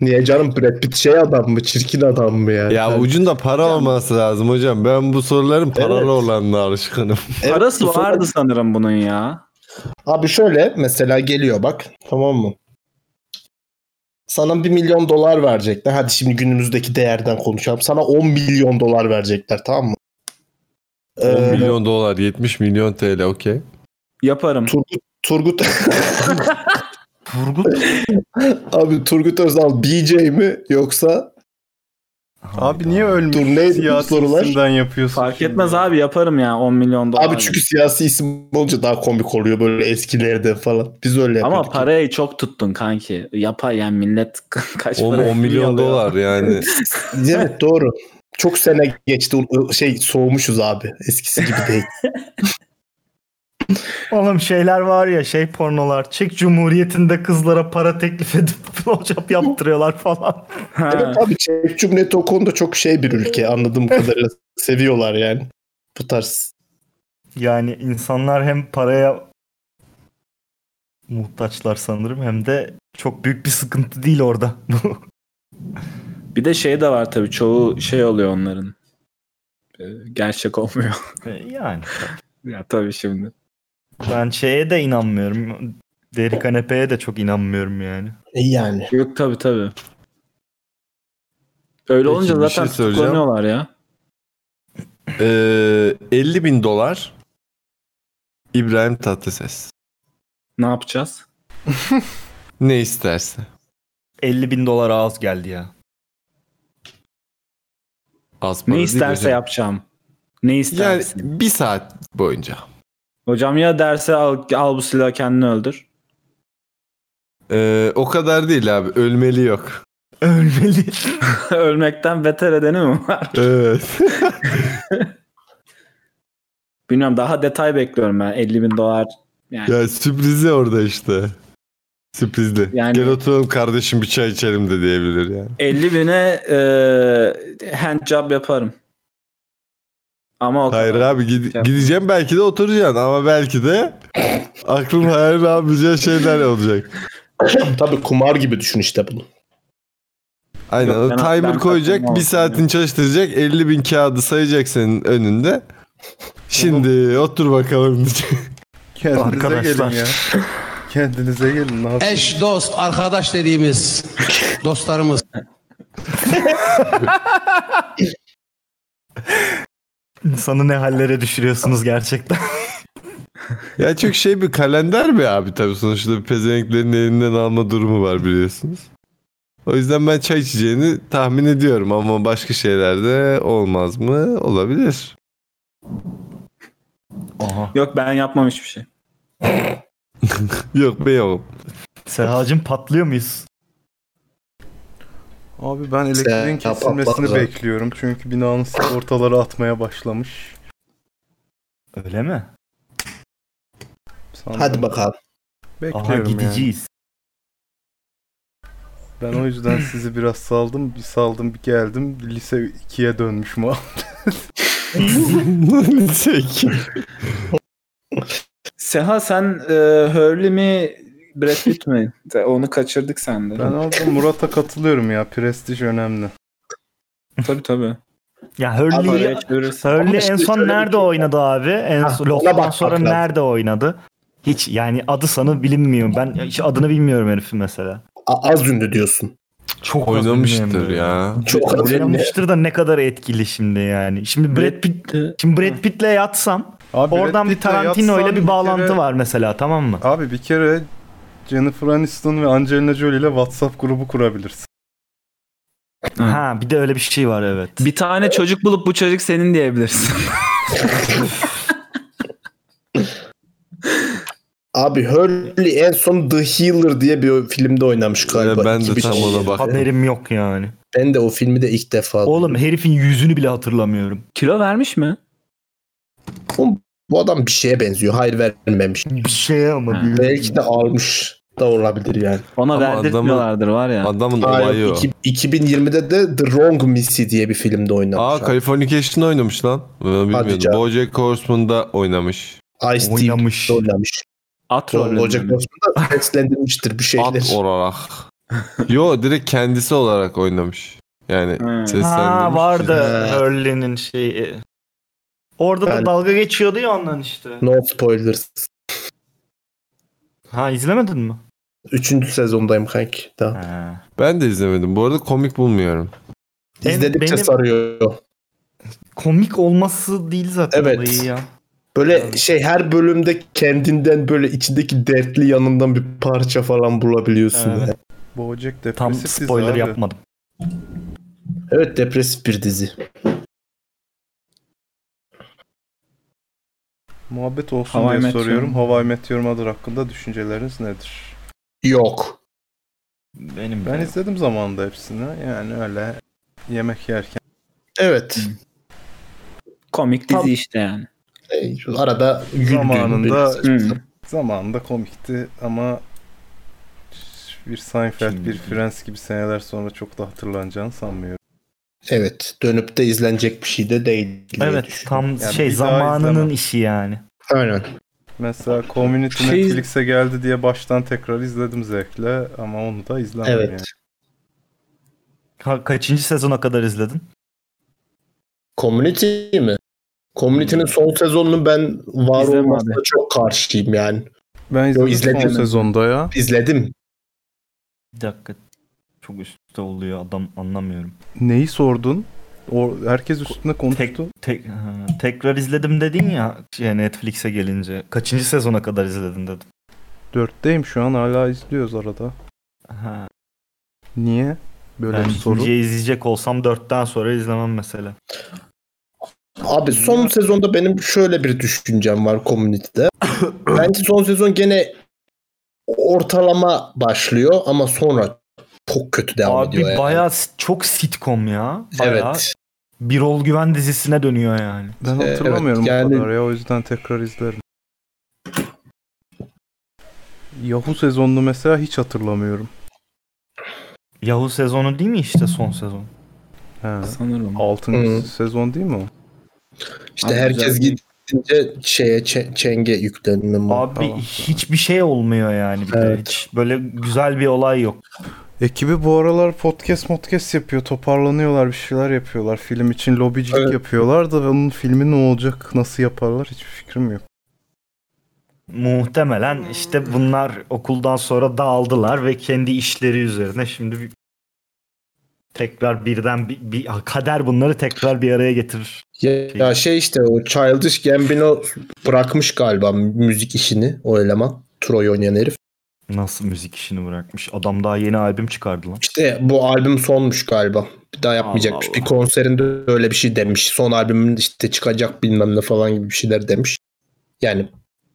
Niye canım Brad Pitt şey adam mı? Çirkin adam mı yani?
Ya ucunda para olması lazım hocam. Ben bu soruların paralı
Evet.
olanına alışkınım.
Evet,
Parası
bu soru-
vardı sanırım bunun ya.
Abi şöyle mesela geliyor bak tamam mı? Sana 1 milyon dolar verecekler. Hadi şimdi günümüzdeki değerden konuşalım. Sana 10 milyon dolar verecekler tamam mı?
10
Ee,
milyon dolar, 70 milyon TL okey.
Yaparım.
Turgut, Turgut
Turgut
abi Turgut Özal BJ mi yoksa
Abi niye ölmüş?
dur neydi bu
Siyasi
sorular?
isimden yapıyorsun.
Fark
şimdi?
etmez abi yaparım ya 10 milyon dolar.
Abi çünkü siyasi isim olunca daha komik oluyor böyle eskilerde falan. Biz öyle
Ama
yapıyorduk.
parayı çok tuttun kanki. Yapar yani millet kaç
Oğlum
para
10 milyon
alıyor?
dolar yani.
Evet doğru. Çok sene geçti şey soğumuşuz abi. Eskisi gibi değil.
Oğlum şeyler var ya şey pornolar. Çek Cumhuriyeti'nde kızlara para teklif edip blowjob yaptırıyorlar falan.
Ha.
Evet abi Çek Cumhuriyeti o konuda çok şey bir ülke anladığım kadarıyla seviyorlar yani bu tarz.
Yani insanlar hem paraya muhtaçlar sanırım hem de çok büyük bir sıkıntı değil orada.
Bir de şey de var tabii çoğu şey oluyor onların. Ee, Gerçek olmuyor.
yani
ya tabii şimdi.
ben şeye de inanmıyorum. Deri kanepeye de çok inanmıyorum yani.
E Yani.
Yok tabii tabii.
Peki,
Öyle olunca
bir
zaten
şey söyleyeceğim.
tutuklanıyorlar ya.
Ee, 50 bin dolar İbrahim Tatlıses.
Ne yapacağız?
Ne isterse.
50 bin dolar az geldi ya.
Az para
Ne
değil
isterse
hocam.
yapacağım. Ne
Yani
istersin?
bir saat boyunca.
Hocam ya derse al, al bu silahı kendini öldür.
Ee, o kadar değil abi. Ölmeli yok.
Ölmeli.
Ölmekten beter edeni mi var?
Evet.
Bilmiyorum daha detay bekliyorum ben. 50 bin dolar. Yani
ya sürprizi orada işte. Sürprizli.
Yani-
Gel oturalım kardeşim bir çay içelim de diyebilir yani.
50 bine e, hand job yaparım. Ama o
Hayır
kadar.
abi gide- gideceğim belki de oturacaksın ama belki de aklım hayal yapacağı şeyler olacak.
Tabii kumar gibi düşün işte bunu.
Aynen
Yok,
o
ben-
timer
ben
koyacak
takılmam
bir
olsun
saatini çalıştıracak 50 bin kağıdı sayacak senin önünde. Şimdi otur bakalım diyecek.
Kendinize
Arkadaşlar.
gelin ya. Kendinize gelin. Ne yapayım?
Eş, dost, arkadaş dediğimiz dostlarımız.
İnsanı ne hallere düşürüyorsunuz gerçekten.
Ya çok şey bir kalender mi abi tabii sonuçta bir pezevenklerin elinden alma durumu var biliyorsunuz. O yüzden ben çay içeceğini tahmin ediyorum ama başka şeylerde olmaz mı? Olabilir.
Yok ben yapmam hiçbir şey.
Yok be yok.
Sehacım patlıyor muyuz?
Abi ben
Sen-
elektriğin kesilmesini
Patlar.
bekliyorum. Çünkü binanın sigortaları atmaya başlamış.
Öyle mi?
Sandım.
Hadi bakalım.
Bekliyorum
Aha
yani.
gideceğiz.
Ben o yüzden sizi biraz saldım. Bir saldım bir geldim. Lise 2'ye dönmüşüm abi.
Çek.
Seha sen e, Hurley mi Brad Pitt mi? Onu kaçırdık sende.
Ben orada Murat'a katılıyorum ya. Prestij önemli.
Tabii tabii.
Ya Hurley, Hurley en son nerede oynadı abi? En son, Lock'tan sonra nerede oynadı? Hiç yani adı sana bilinmiyor. Ben hiç adını bilmiyorum herifin mesela.
Az ünlü diyorsun.
Çok az
Oynamıştır
bilmiyorum.
ya.
Çok az
Oynamıştır da ne kadar etkili şimdi yani. Şimdi Brad Pitt şimdi Brad Pitt'le yatsam
Abi
oradan
Brad
bir
Pitt'le
Tarantino
yatsan
ile bir
bir
bağlantı
kere-
var mesela tamam mı?
Abi bir kere Jennifer Aniston ve Angelina Jolie ile WhatsApp grubu kurabilirsin.
Ha bir de öyle bir şey var evet.
Bir tane çocuk bulup bu çocuk senin diyebilirsin.
Abi Hurley en son The Healer diye bir filmde oynamış galiba.
ben de
İki bir
tam
şey.
ona baktım.
Haberim yok yani.
Ben de o filmi de ilk defa.
Oğlum herifin yüzünü bile hatırlamıyorum.
Kilo vermiş mi?
Oğlum, bu adam bir şeye benziyor. Hayır vermemiş.
Bir şey ama. bir-
Belki de almış da olabilir yani.
Ona
Ama
verdirtmiyorlardır var ya.
Adamın
Hayır,
olayı o.
iki- 2020'de de The Wrong Missy diye bir filmde
Aa
oynamış.
Californication oynamış lan. Ben bilmiyordum.
canım.
Bojack Horseman'da oynamış.
Ice Tea'de
Oynamış.
oynamış.
At
Oğlum,
rolünde
Bojack
mi?
Horseman'da seslendirmiştir bir şeyler.
At olarak. Yo direkt kendisi olarak oynamış. Yani
Hmm.
seslendirmiş.
Ha
şey-
vardı
Evet.
Hurley'nin şeyi. Orada
Ben-
da dalga geçiyordu ya ondan işte.
No spoilers.
Ha izlemedin mi?
Üçüncü sezondayım kanki. Daha.
Ha.
Ben de izlemedim. Bu arada komik bulmuyorum.
Benim-
İzledikçe
benim-
sarıyor.
Komik olması değil zaten
Evet.
olayı ya.
Böyle şey her bölümde kendinden böyle içindeki dertli yanından bir parça falan bulabiliyorsun.
Evet.
yani.
Bojack
Tam
depresif dizi
spoiler
abi.
yapmadım.
Evet depresif bir dizi.
Muhabbet olsun
How I
diye
Met Your-
soruyorum. How I Met Your Mother hakkında düşünceleriniz nedir?
Yok.
Benim
Ben izledim zamanında hepsini. Yani öyle yemek yerken.
Evet.
Hmm.
Komik
Tam-
dizi işte yani.
Ee, Arada güldüğün
Zamanında-
bir-
Hmm.
Hı.
Zamanında komikti ama bir Seinfeld, bir Friends gibi seneler sonra çok da hatırlanacağını sanmıyorum.
Evet. Dönüp de izlenecek bir şey de değil. diye
Evet
düşünüyorum.
tam
Yani
şey
bir daha
zamanının
izleme.
işi yani.
Aynen.
Mesela Community
Şey-
Netflix'e geldi diye baştan tekrar izledim zevkle ama onu da izlemedim
Evet.
yani.
Ka- kaçıncı sezona kadar izledin?
Community mi?
Hmm.
Community'nin son sezonunu ben var
İzleme
olmasına çok karşıyım yani.
Ben izledim,
izledim.
son sezonda ya.
İzledim.
Bir dakika. Çok üstte oluyor adam anlamıyorum.
Neyi sordun? O, herkes üstünde konuştu.
Tek, ha, tekrar izledim dedin ya şey Netflix'e gelince. Kaçıncı sezona kadar izledin dedim.
Dörtteyim şu an hala izliyoruz arada.
Ha.
Niye? Böyle
Ben
bir soru.
ikinciyi izleyecek olsam dörtten sonra izlemem mesela.
Abi son sezonda benim şöyle bir düşüncem var Community'de. Bence son sezon gene ortalama başlıyor ama sonra çok kötü devam
Abi
ediyor. yani.
bayağı s- çok sitcom ya. Bayağı
Evet.
bir rol güven dizisine dönüyor yani.
Ben
Ee,
hatırlamıyorum
evet,
bu
yani-
kadar ya o yüzden tekrar izlerim. Yahoo sezonunu mesela hiç hatırlamıyorum.
Yahoo sezonu değil mi işte son sezon?
He.
Sanırım.
6.
Hı.
sezon değil mi o?
İşte
Abi
herkes
güzel.
gidince şeye çe- çenge yüklenme.
Abi
tamam.
hiçbir şey olmuyor yani. Bir de
Evet.
hiç böyle güzel bir olay yok.
Ekibi bu aralar podcast podcast yapıyor. Toparlanıyorlar bir şeyler yapıyorlar. Film için lobicilik
Evet.
yapıyorlar da onun filmi ne olacak nasıl yaparlar hiçbir fikrim yok.
Muhtemelen işte bunlar okuldan sonra dağıldılar ve kendi işleri üzerine şimdi bir- tekrar birden bir, bir- kader bunları tekrar bir araya getirir.
Ya, ya şey işte o Childish Gambino bırakmış galiba müzik işini o eleman. Troy oynayan herif.
Nasıl müzik işini bırakmış? Adam daha yeni albüm çıkardı lan.
İşte bu albüm sonmuş galiba. Bir daha yapmayacakmış.
Allah
Bir konserinde öyle bir şey demiş. Son albümün işte çıkacak bilmem ne falan gibi bir şeyler demiş. Yani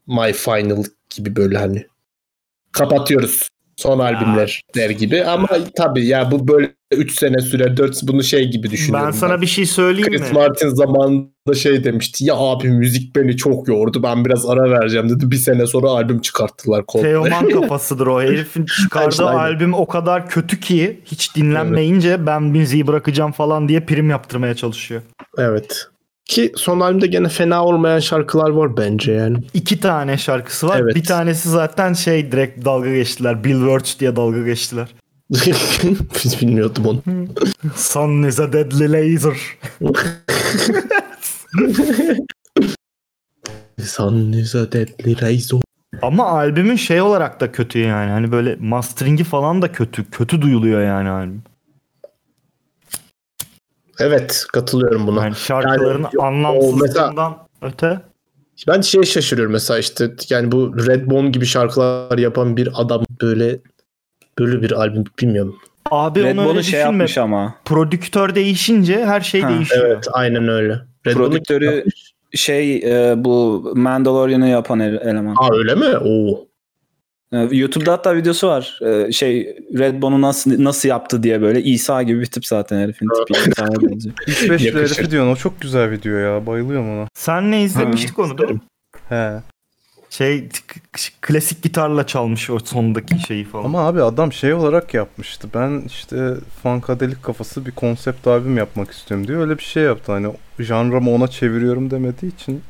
My Final gibi böyle hani kapatıyoruz son albümler der gibi ama tabii ya bu böyle 3 sene sürer 4 bunu şey gibi düşünüyorum.
Ben sana bir şey söyleyeyim mi?
Chris Martin zamanında şey demişti. Ya abi müzik beni çok yordu. Ben biraz ara vereceğim dedi. Bir sene sonra albüm çıkarttılar. Coldplay.
Teoman kafasıdır o. Herifin çıkardığı
Aynen.
albüm o kadar kötü ki hiç dinlenmeyince ben müziği bırakacağım falan diye prim yaptırmaya çalışıyor.
Evet. Ki son albümde gene fena olmayan şarkılar var bence yani.
İki tane şarkısı var.
Evet.
Bir tanesi zaten şey direkt dalga geçtiler. Billboard diye dalga geçtiler.
Hiç bilmiyordum onu.
Sun is a deadly laser.
Sun is a deadly razor.
Ama albümün şey olarak da kötü yani. Hani böyle masteringi falan da kötü. Kötü duyuluyor yani albüm.
Evet katılıyorum buna.
Yani şarkıların
Yani o
anlamsızlığından öte.
Ben şeye şaşırıyorum mesela işte yani bu Redbone gibi şarkılar yapan bir adam böyle böyle bir albüm bilmiyorum.
Abi
Red
onu öyle
Bull'u şey
düşünme.
yapmış ama.
Prodüktör değişince her şey
Ha,
değişiyor.
Evet aynen öyle. Redbone'u-
Prodüktörü şey e, bu Mandalorian'ı yapan ele- eleman.
Aa öyle mi? Oo.
E, YouTube'da hatta videosu var. E, şey Redbone'u nasıl nasıl yaptı diye böyle İsa gibi bir tip zaten herifin tipi. İsa'ya benziyor.
X5
Yakışır.
herifi diyorsun. O çok güzel video ya. Bayılıyorum ona.
Senle izlemiştik onu değil mi?
He.
Şey k- k- klasik gitarla çalmış o sondaki şeyi falan.
Ama abi adam şey olarak yapmıştı. Ben işte funkadelik kafası bir konsept albüm yapmak istiyorum diye öyle bir şey yaptı. Hani janramı ona çeviriyorum demediği için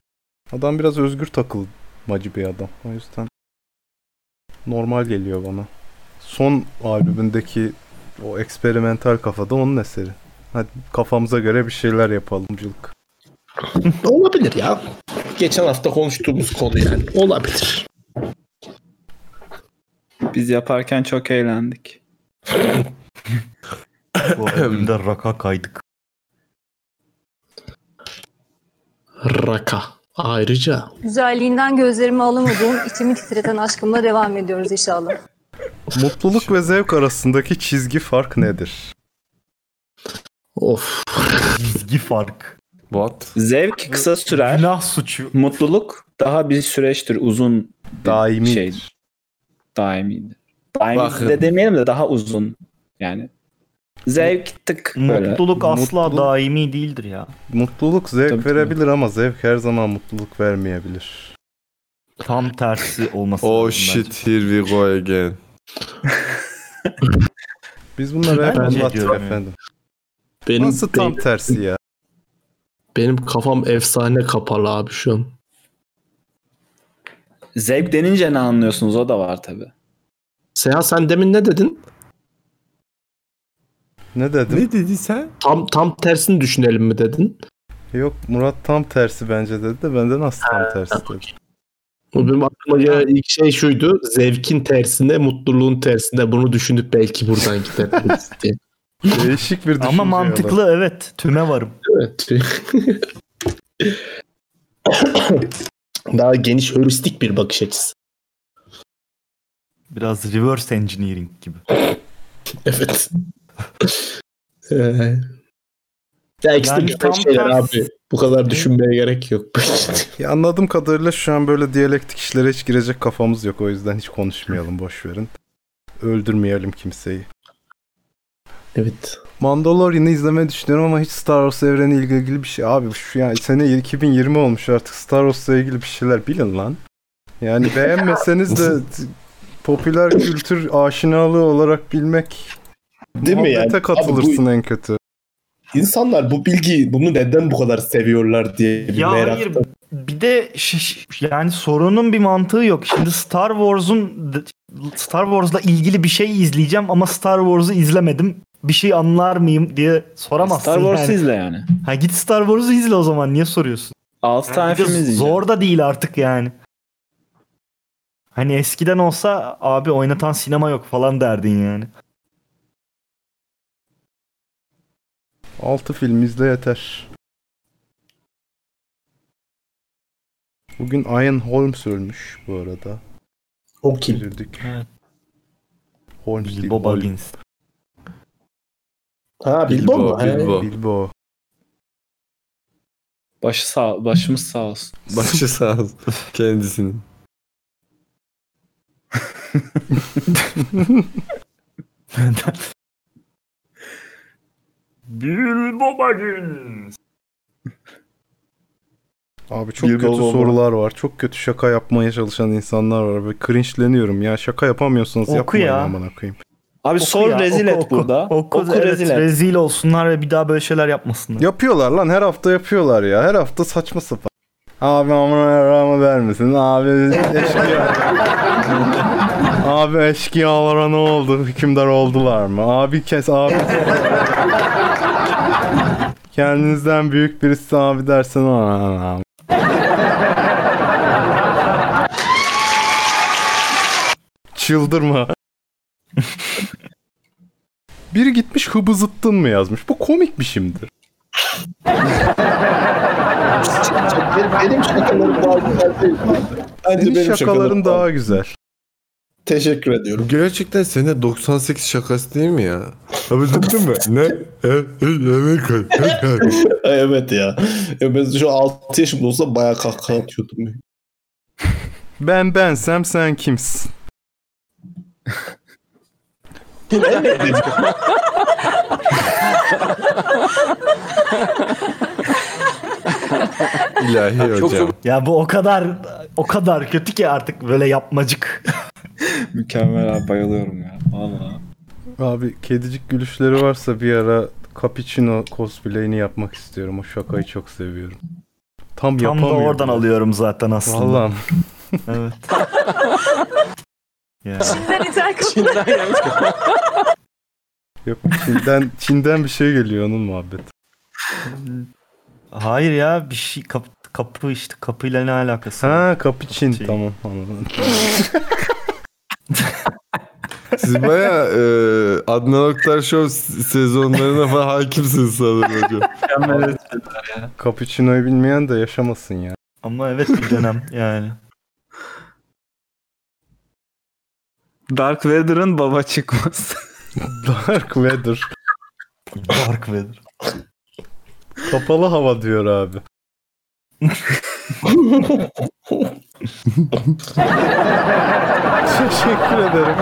adam biraz özgür takılmacı bir adam. O yüzden normal geliyor bana. Son albümündeki o eksperimental kafada onun eseri. Hadi kafamıza göre bir şeyler yapalımcılık.
Olabilir ya. Geçen hafta konuştuğumuz konu yani. Olabilir.
Biz yaparken çok eğlendik.
Bu albümde raka kaydık.
Raka. Ayrıca
Güzelliğinden gözlerimi alamadığım, içimi titreten aşkımla devam ediyoruz inşallah.
Mutluluk ve zevk arasındaki çizgi fark nedir?
of
Çizgi fark.
What?
Zevk kısa sürer.
Günah suçu.
Mutluluk daha bir süreçtir. Uzun
Daimi.
şey. Daimidir. Daimi
Bakın.
de demeyelim de daha uzun. Yani zevk tık böyle.
Mutluluk asla
Mutluluk-
daimi değildir ya.
Mutluluk zevk
Tabii, tabii.
verebilir ama zevk her zaman mutluluk vermeyebilir.
Tam tersi olması
Oh
lazım bence.
shit here we go again.
Biz bunları hep
Bence
anlattık
diyorum.
efendim.
benim
Nasıl tam
be-
tersi ya?
benim kafam efsane kapalı abi şu an.
Zevk denince ne anlıyorsunuz o da var tabi.
Seha sen demin ne dedin?
Ne dedim?
Ne dedi sen?
Tam tam tersini düşünelim mi dedin?
Yok Murat tam tersi bence dedi de benden nasıl tam tersi dedi.
O Benim aklıma gelen ilk şey şuydu. Zevkin tersine, mutluluğun tersine bunu düşünüp belki buradan gidebiliriz diye.
Değişik bir düşünce.
Ama
yolu.
mantıklı evet. Tüme varım.
Evet. Daha geniş holistik bir bakış açısı.
Biraz reverse engineering gibi.
Evet. Ee, ya ekstra
Yani
güzel
tam
şeyler
tersi.
abi. Bu kadar düşünmeye gerek yok.
Ya anladığım kadarıyla şu an böyle diyalektik işlere hiç girecek kafamız yok. O yüzden hiç konuşmayalım boş verin. Öldürmeyelim kimseyi.
evet.
Mandalorian'ı izlemeyi düşünüyorum ama hiç Star Wars evreni ilgili bir şey. Abi şu yani sene 2020 olmuş artık Star Wars'la ilgili bir şeyler bilin lan. Yani beğenmeseniz de t- popüler kültür aşinalığı olarak bilmek
Değil mi
muhabbete
yani?
katılırsın en kötü.
İnsanlar bu bilgiyi bunu neden bu kadar seviyorlar diye
Ya hayır bir de ş- ş- yani sorunun bir mantığı yok. Şimdi Star Wars'un Star Wars'la ilgili bir şey izleyeceğim ama Star Wars'u izlemedim. Bir şey anlar mıyım diye soramazsın.
Star Wars'ı
yani.
izle yani.
Ha git Star Wars'u izle o zaman niye soruyorsun?
6 tane
Bir de
film izleyeceğim.
zor da değil artık yani. Hani eskiden olsa abi oynatan sinema yok falan derdin yani.
6 film izle yeter. Bugün Ian Holmes ölmüş bu arada.
O kim?
Üzüldük.
Evet.
Holmes değil,
Bilbo
Holmes.
Baggins.
Ha Bilbo mu? He.
Bilbo.
Bilbo.
Başı sağ, başımız sağ olsun.
Başı sağ olsun kendisinin.
Bilbo Baggins.
Abi çok
Bilbo
kötü
Boba.
sorular var. Çok kötü şaka yapmaya çalışan insanlar var. Böyle cringe'leniyorum ya. Şaka yapamıyorsanız
Oku
yapmayın
ya.
amına koyayım.
Abi sor
ya,
rezil
oku,
et
oku.
burada.
Oku,
Oku
evet,
rezil et.
Rezil olsunlar ve bir daha böyle şeyler yapmasınlar.
Yapıyorlar lan her hafta yapıyorlar ya. Her hafta saçma sapan. Abi amına rahmet vermesin. Abi eşkıya. abi eşkıyalara ne oldu? Hükümdar oldular mı? Abi kes abi. Kendinizden büyük birisi abi dersen "Aa, abi. Çıldırma. Biri gitmiş hıbı zıttın mı yazmış. Bu komik bir şimdir.
benim şakalarım daha güzel değil. Bence benim
Senin şakaların
şakalarım
daha güzel.
Teşekkür ediyorum.
Gerçekten sene 98 şakası değil mi ya? Abi duydun mu? Ne? E,
Ay, evet ya. ya. Ben şu 6 yaşımda olsa bayağı kahkaha atıyordum.
Ben bensem sen kimsin?
İlahi hocam.
Ya bu o kadar o kadar kötü ki artık böyle yapmacık.
Mükemmel abi bayılıyorum ya. Valla.
Abi kedicik gülüşleri varsa bir ara Cappuccino cosplay'ini yapmak istiyorum. O şakayı çok seviyorum. Tam,
Tam da
yapamıyorum.
oradan alıyorum zaten aslında.
Vallahi.
Evet. Ya.
Çin'den ithal kapıları.
Yok, Çin'den, Çin'den bir şey geliyor onun muhabbeti.
Hayır ya bir şey kap, kapı işte kapıyla ne alakası?
Ha kapı Çin tamam anladım.
Siz baya e, Adnan Oktar Show se- sezonlarına falan hakimsiniz sanırım hocam.
Cappuccino'yu bilmeyen de yaşamasın ya.
Ama evet bir dönem yani.
Dark Vader'ın baba çıkmaz.
Dark Vader.
Dark Vader.
Kapalı hava diyor abi. Teşekkür ederim.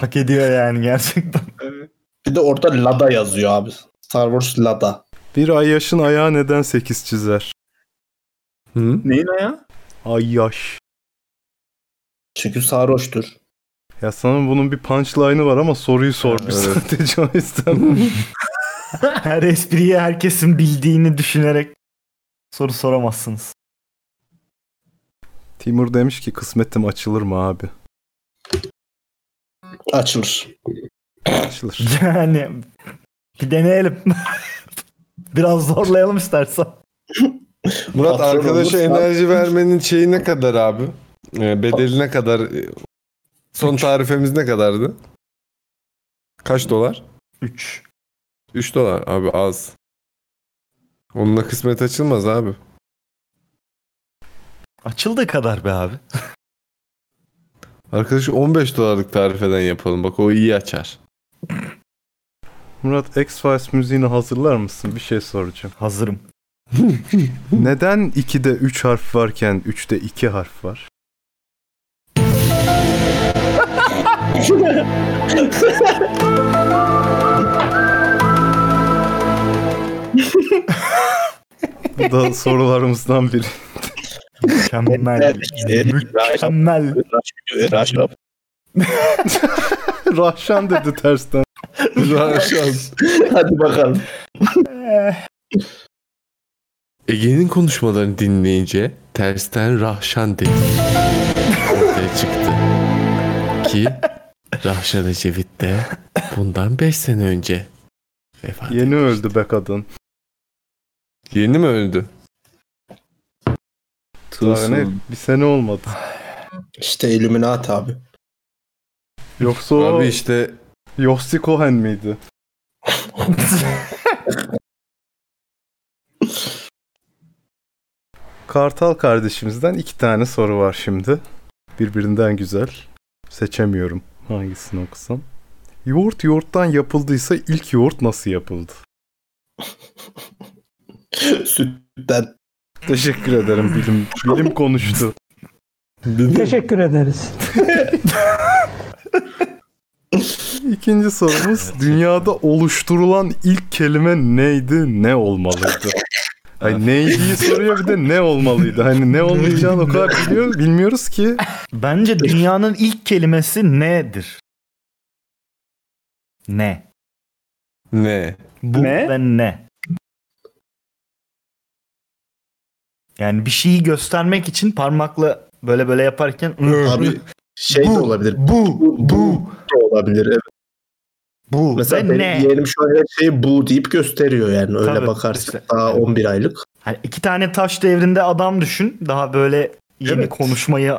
Hak ediyor yani gerçekten.
Bir de orada Lada yazıyor abi. Star Wars Lada.
Bir ay yaşın ayağı neden 8 çizer?
Neyin ayağı?
Ay yaş.
Çünkü sarhoştur.
Ya sana bunun bir punchline'ı var ama soruyu sormuş sadece o yüzden.
Her espriyi herkesin bildiğini düşünerek soru soramazsınız.
Timur demiş ki kısmetim açılır mı abi?
Açılır.
Açılır.
Yani bir deneyelim. Biraz zorlayalım istersen.
Murat
Patron
arkadaşa
olursan-
enerji vermenin şeyi ne kadar abi? E, bedeli ne kadar? E, Son tarifemiz ne kadardı? Kaç dolar?
3.
3 dolar abi az. Onunla kısmet açılmaz abi.
Açıldığı kadar be abi.
Arkadaşı 15 dolarlık tarifeden yapalım. Bak o iyi açar.
Murat X-Files müziğini hazırlar mısın? Bir şey soracağım.
Hazırım.
Neden 2'de 3 harf varken 3'te 2 harf var? Bu da sorularımızdan biri.
Mükemmel. Mükemmel.
Raşraf.
Rahşan dedi tersten.
Hadi bakalım.
Ege'nin konuşmalarını dinleyince tersten Rahşan dedi. ortaya çıktı. Ki Rahşan Ecevit de bundan 5 sene önce vefat
Yeni öldü be kadın.
Yeni mi öldü?
Daha ne? Bir sene olmadı.
İşte Illuminati abi.
Yoksa o
Abi işte
Yossi Cohen miydi? Kartal kardeşimizden iki tane soru var şimdi. Birbirinden güzel. Seçemiyorum hangisini okusam. Yoğurt yoğurttan yapıldıysa ilk yoğurt nasıl yapıldı?
Sütten.
Teşekkür ederim bilim bilim konuştu.
Teşekkür ederiz.
İkinci sorumuz dünyada oluşturulan ilk kelime neydi ne olmalıydı? Ay neydi soruyor bir de ne olmalıydı? Hani ne olmayacağını o kadar biliyor, bilmiyoruz ki.
Bence dünyanın ilk kelimesi nedir? Ne?
Ne?
Bu
Ne?
ve ne? Yani bir şeyi göstermek için parmakla böyle böyle yaparken
Abi şey de olabilir. Bu, bu da olabilir. Evet.
Bu
Mesela
ve
benim
ne?
yeğenim şu an her şeyi bu deyip gösteriyor yani. Öyle
Tabii,
bakarsın. Daha 11 aylık.
Hani iki tane taş devrinde adam düşün. Daha böyle yeni
Evet.
konuşmayı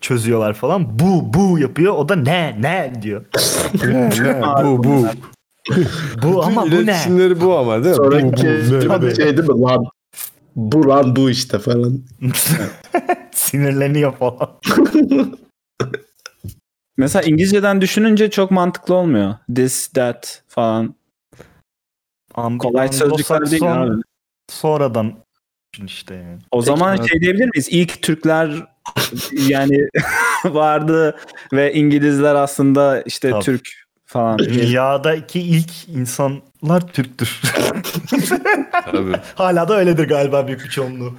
çözüyorlar falan. Bu bu yapıyor. O da ne ne diyor.
Ne, ne, bu, bu.
Bu ama bu ne?
İletişimleri bu ama değil mi?
Sonraki
bu, bu,
şey değil mi lan? Bu lan bu işte falan.
Sinirleniyor falan.
Mesela İngilizceden düşününce çok mantıklı olmuyor. This, that falan. Kolay sözcükler değil
Anglo-Sakson
abi.
Sonradan işte yani.
O zaman şey diyebilir miyiz? İlk Türkler yani vardı ve İngilizler aslında işte
Tabii.
Türk falan.
Dünyadaki ilk insanlar Türktür.
Tabii.
Hala da öyledir galiba büyük bir çoğunluğu.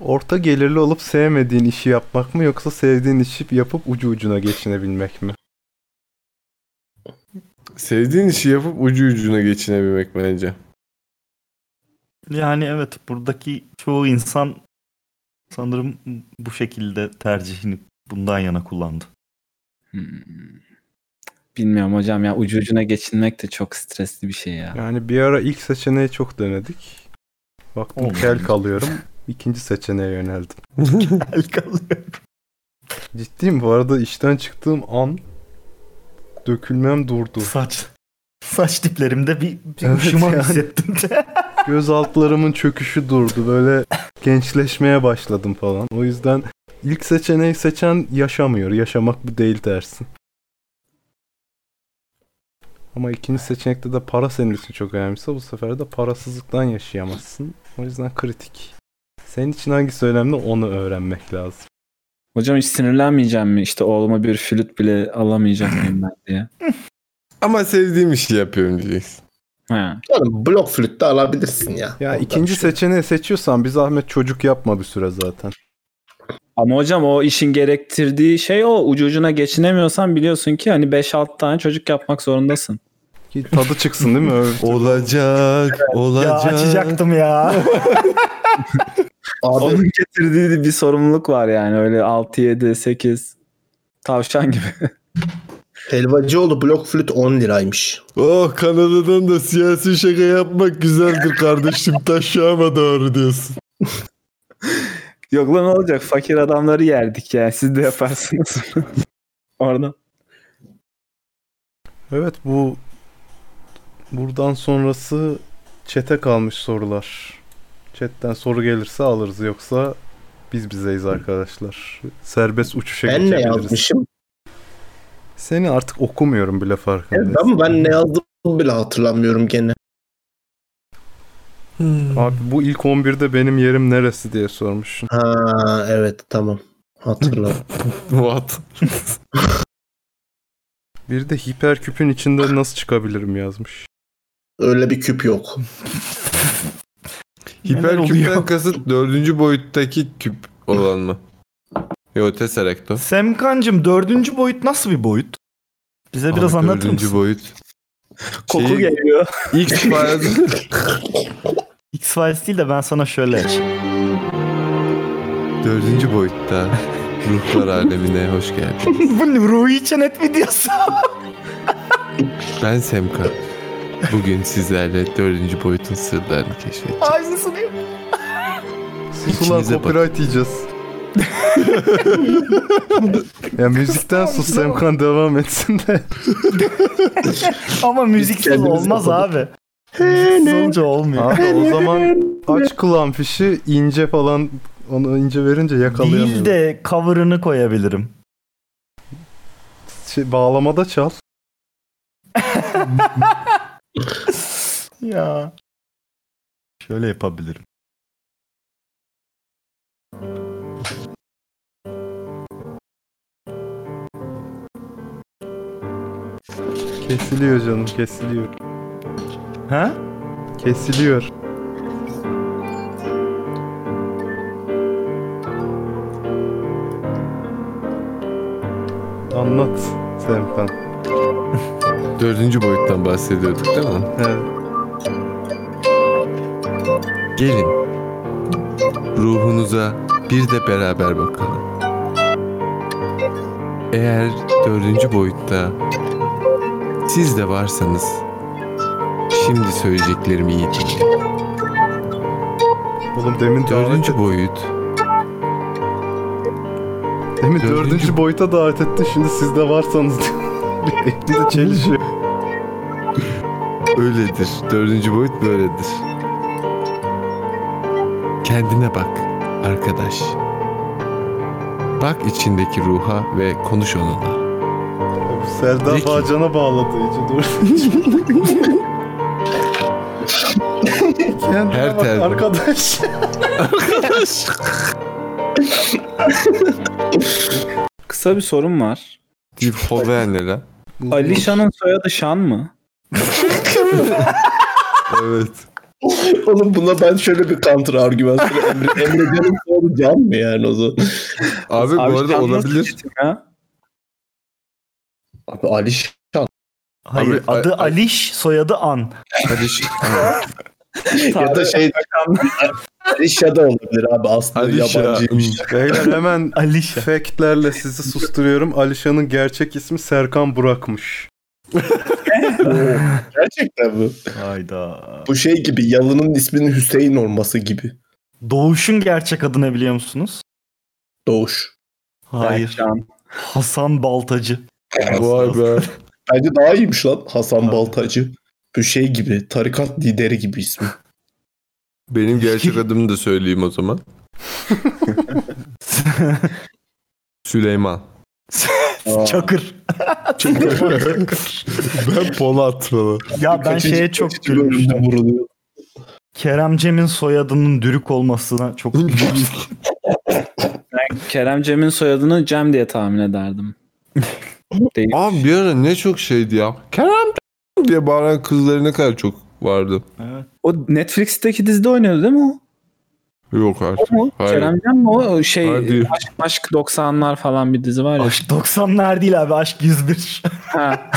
Orta gelirli olup sevmediğin işi yapmak mı yoksa sevdiğin işi yapıp ucu ucuna geçinebilmek mi?
Sevdiğin işi yapıp ucu ucuna geçinebilmek bence.
Yani evet buradaki çoğu insan sanırım bu şekilde tercihini bundan yana kullandı.
Hmm. Bilmiyorum hocam ya ucu ucuna geçinmek de çok stresli bir şey ya.
Yani bir ara ilk seçeneği çok denedik. Baktım
Olmadı.
kel kalıyorum. İkinci seçeneğe yöneldim.
kel kalıyorum.
Ciddiyim bu arada işten çıktığım an dökülmem durdu.
Saç saç diplerimde bir, bir
Evet
uşuma
yani.
hissettim.
Göz altlarımın çöküşü durdu. Böyle gençleşmeye başladım falan. O yüzden ilk seçeneği seçen yaşamıyor. Yaşamak bu değil dersin. Ama ikinci seçenekte de para senin için çok önemliyse bu sefer de parasızlıktan yaşayamazsın. O yüzden kritik. Senin için hangisi önemli onu öğrenmek lazım.
Hocam hiç sinirlenmeyeceğim mi? İşte oğluma bir flüt bile alamayacak mıyım ben diye.
Ama sevdiğim işi yapıyorum diyeceksin.
Ha.
Oğlum blok flüt de alabilirsin ya.
Ya ikinci
şey
seçeneği seçiyorsan bir zahmet çocuk yapma bir süre zaten.
Ama hocam o işin gerektirdiği şey o. Ucu ucuna geçinemiyorsan biliyorsun ki hani 5-6 tane çocuk yapmak zorundasın.
Ki tadı çıksın değil mi? Öyle-
Olacak,
ya
olacak.
açacaktım ya.
Onun getirdiği bir sorumluluk var yani öyle 6-7-8 tavşan gibi.
Helvacıoğlu blok flüt 10 liraymış.
Oh Kanada'dan da siyasi şaka yapmak güzeldir kardeşim taşağıma doğru diyorsun.
Yok lan ne olacak fakir adamları yerdik yani siz de yaparsınız. Orada.
Evet bu buradan sonrası çete kalmış sorular. Chatten soru gelirse alırız yoksa biz bizeyiz arkadaşlar. Serbest uçuşa
Ben ne
geçebiliriz.
yazmışım?
Seni artık okumuyorum bile farkındayım.
Evet, ama ben ne yazdığımı bile hatırlamıyorum gene.
Abi bu ilk 11'de benim yerim neresi diye sormuşsun.
Ha evet tamam. Hatırladım.
What?
Bir de hiperküpün içinden nasıl çıkabilirim yazmış.
Öyle bir küp yok.
Hiperküpten kasıt dördüncü boyuttaki küp olan mı? Yo Tesseract o.
Semkancım dördüncü boyut nasıl bir boyut? Bize biraz
Abi,
anlatır
Dördüncü
mısın?
boyut.
Koku
Şey-
geliyor.
X-Files.
X-Files değil de ben sana şöyle açayım.
dördüncü boyutta ruhlar alemine hoş geldin.
Bu Ruhi Çenet mi diyorsun?
Ben Semkan. Bugün sizlerle dördüncü boyutun sırlarını keşfedeceğim.
Aynısını yap.
Sus ulan
İçinize bakın.
copyright yiyeceğiz. ya müzikten sus Semkan devam etsin de.
Ama müziksiz
kendimizi
olmaz abi. Müziksiz olunca olmuyor.
Abi o zaman aç kulağın fişi ince falan onu ince verince yakalayamıyorum.
Değil de cover'ını koyabilirim.
Şey, bağlamada çal.
Ya. Şöyle yapabilirim.
Kesiliyor canım kesiliyor.
Ha?
Kesiliyor. Anlat Semkan.
Dördüncü boyuttan bahsediyorduk değil mi?
Evet.
Gelin. Ruhunuza bir de beraber bakalım. Eğer dördüncü boyutta siz de varsanız şimdi söyleyeceklerimi iyi dinleyin.
Oğlum demin
dördüncü boyut
Demin dördüncü, boyuta davet etti. Şimdi siz de varsanız Elimde çelişiyor.
Öyledir. Dördüncü boyut böyledir. Kendine bak arkadaş. Bak içindeki ruha ve konuş onunla.
Serdar Bağcan'a bağladığı için dördüncü Kendine
Her
bak
terde.
arkadaş.
Arkadaş. Kısa bir sorum var.
Hoven ne lan?
Alişan'ın soyadı Şan mı?
evet.
Oğlum buna ben şöyle bir counter argüman söyleyeyim. Emre, Emre Can'ın soru Can mı yani o zaman?
Abi,
bu arada Can nasıl olabilir.
Abi Alişan.
Hayır
Abi,
adı Aliş soyadı An.
Aliş.
ya da şey Alişya da olabilir abi aslında
Alişya.
yabancıymış.
Beyler hemen
Alişa.
faktlerle sizi susturuyorum. Alişan'ın gerçek ismi Serkan Burak'mış.
Gerçekten mi?
Hayda.
Bu şey gibi yalının isminin Hüseyin olması gibi.
Doğuş'un gerçek adını biliyor musunuz?
Doğuş.
Hayır. Hasan Baltacı.
Vay be.
Bence daha iyiymiş lan Hasan Baltacı. Bu şey gibi tarikat lideri gibi ismi.
Benim gerçek adımı da söyleyeyim o zaman. Süleyman.
Çakır.
ben Polat falan.
Ya ben şeye çok gülmüştüm. Kerem Cem'in soyadının dürük olmasına çok gülmüştüm.
Ben Kerem Cem'in soyadını Cem diye tahmin ederdim.
Abi bir ara ne çok şeydi ya. Kerem diye bağıran kızları ne kadar çok vardı.
O Netflix'teki dizide oynuyordu değil mi o?
Yok artık.
O mu?
Hayır.
Kerem Cem mi o? o? Şey
Hayır.
aşk, aşk 90'lar falan bir dizi var ya.
Aşk 90'lar değil abi aşk 101.
Ha.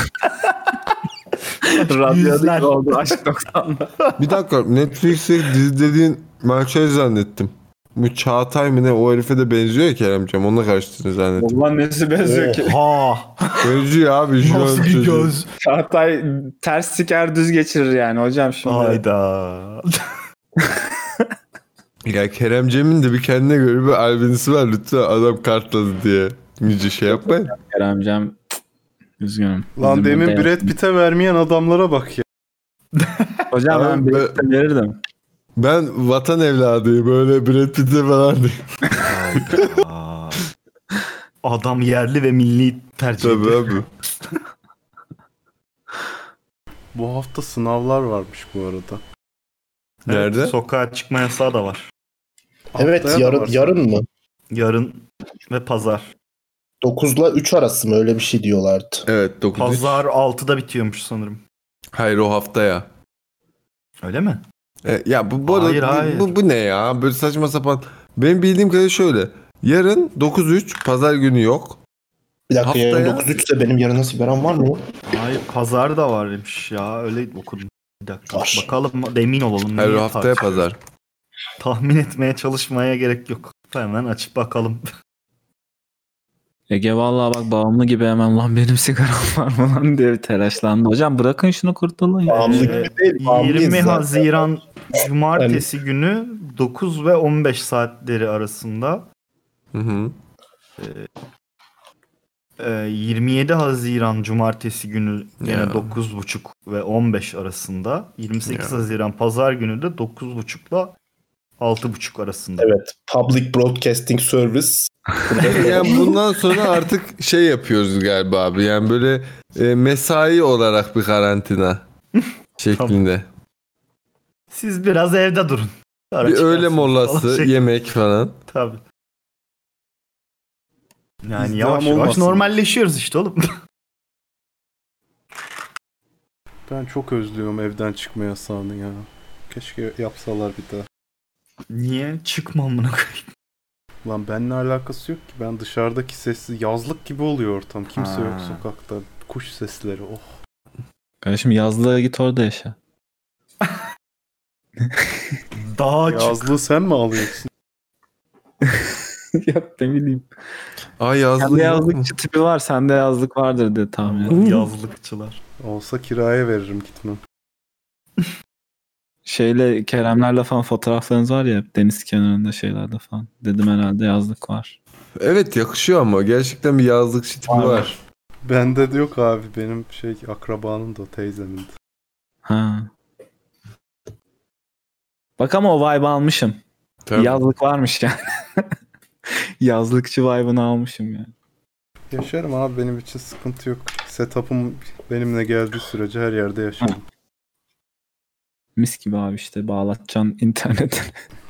Yüzler.
Radyodaki oldu aşk 90'lar.
Bir dakika Netflix'te dizi dediğin ben şey zannettim. Bu Çağatay mı ne o herife de benziyor ya Keremcem. Onunla karıştığını zannettim.
Ulan nesi benziyor ki?
Ha.
Benziyor abi. şu an çocuğu.
Çağatay ters siker düz geçirir yani hocam şimdi.
Hayda.
Ya Keremcem'in de bir kendine göre bir albinisi var. Lütfen adam kartladı diye. Nice şey yapmayın.
Keremcem üzgünüm.
Lan
Üzülme
demin
de-
Brad Pitt'e vermeyen adamlara bak ya.
Hocam ben
Abi,
Brad Pitt'e verirdim.
Ben vatan evladıyım. Böyle Brad Pitt'e falan değil.
Adam yerli ve milli tercih
Tabii
ediyor.
abi.
Bu hafta sınavlar varmış bu arada.
Evet,
Nerede?
sokağa çıkma yasağı da var.
Evet
Haftaya da
yarın
var.
yarın mı?
Yarın ve pazar.
9'la 3 arası mı öyle bir şey diyorlardı.
Evet 9
Pazar 6'da bitiyormuş sanırım.
Hayır o haftaya.
Öyle mi?
E, ya bu bu, arada
Hayır,
bu-
hayır.
bu, bu ne ya? Böyle saçma sapan. Benim bildiğim kadarıyla şöyle. Yarın 9-3 pazar günü yok.
Bir dakika yarın
Haftaya-
9 3 ise benim yarın nasıl veren var mı?
Hayır pazar da varmış ya öyle okudum. Bir dakika
Var.
bakalım da emin olalım.
Hayır
Niye
o haftaya
tar-
pazar.
Tahmin etmeye çalışmaya gerek yok. Hemen açıp bakalım.
Ege vallahi bak bağımlı gibi hemen lan benim sigaram var mı lan diye telaşlandı. Hocam bırakın şunu kurtulun ya.
Bağımlı
Ee,
gibi değil. bağımlıyız
20
zaten.
Haziran Cumartesi günü 9 ve 15 saatleri arasında
Hı hı.
e, 27 Haziran Cumartesi günü yine
Ya.
9.30 ve 15 arasında 28 Haziran Pazar günü de 9.30 ile 6.30 arasında.
Evet. Public Broadcasting Service.
E, yani bundan sonra artık şey yapıyoruz galiba abi. Yani böyle e, mesai olarak bir karantina şeklinde.
Siz biraz evde durun. Sonra
Bir öğle
çıkarsınız falan
molası,
şey-
yemek falan.
Tabii. Yani
İzdiham
yavaş yavaş
olmasın.
normalleşiyoruz işte oğlum.
Ben çok özlüyorum evden çıkma yasağını ya. Keşke yapsalar bir daha.
Niye çıkmam bunu?
Lan benimle alakası yok ki. Ben dışarıdaki sesi yazlık gibi oluyor ortam. Kimse yok
Ha.
sokakta. Kuş sesleri. Oh.
Kardeşim yazlığa git orada yaşa.
Daha
Yazlığı sen mi alıyorsun?
Yok ne bileyim.
Ay yazlık.
Sende yazlıkçı tipi var. Sende yazlık vardır diye tahmin ediyorum.
Yazlıkçılar.
Olsa kiraya veririm gitmem.
Şeyle Keremlerle falan fotoğraflarınız var ya hep deniz kenarında şeylerde falan. Dedim herhalde yazlık var.
Evet yakışıyor ama gerçekten bir yazlık tipi
Var.
var.
Bende de yok abi. Benim şey akrabanın da teyzemin de.
Ha. Bak ama o vibe almışım.
Tabii.
Yazlık varmış yani. Yazlıkçı vibe'ını almışım yani.
Yaşarım abi benim için sıkıntı yok. Setup'ım benimle geldiği sürece her yerde yaşarım.
Mis gibi abi işte bağlatacaksın internete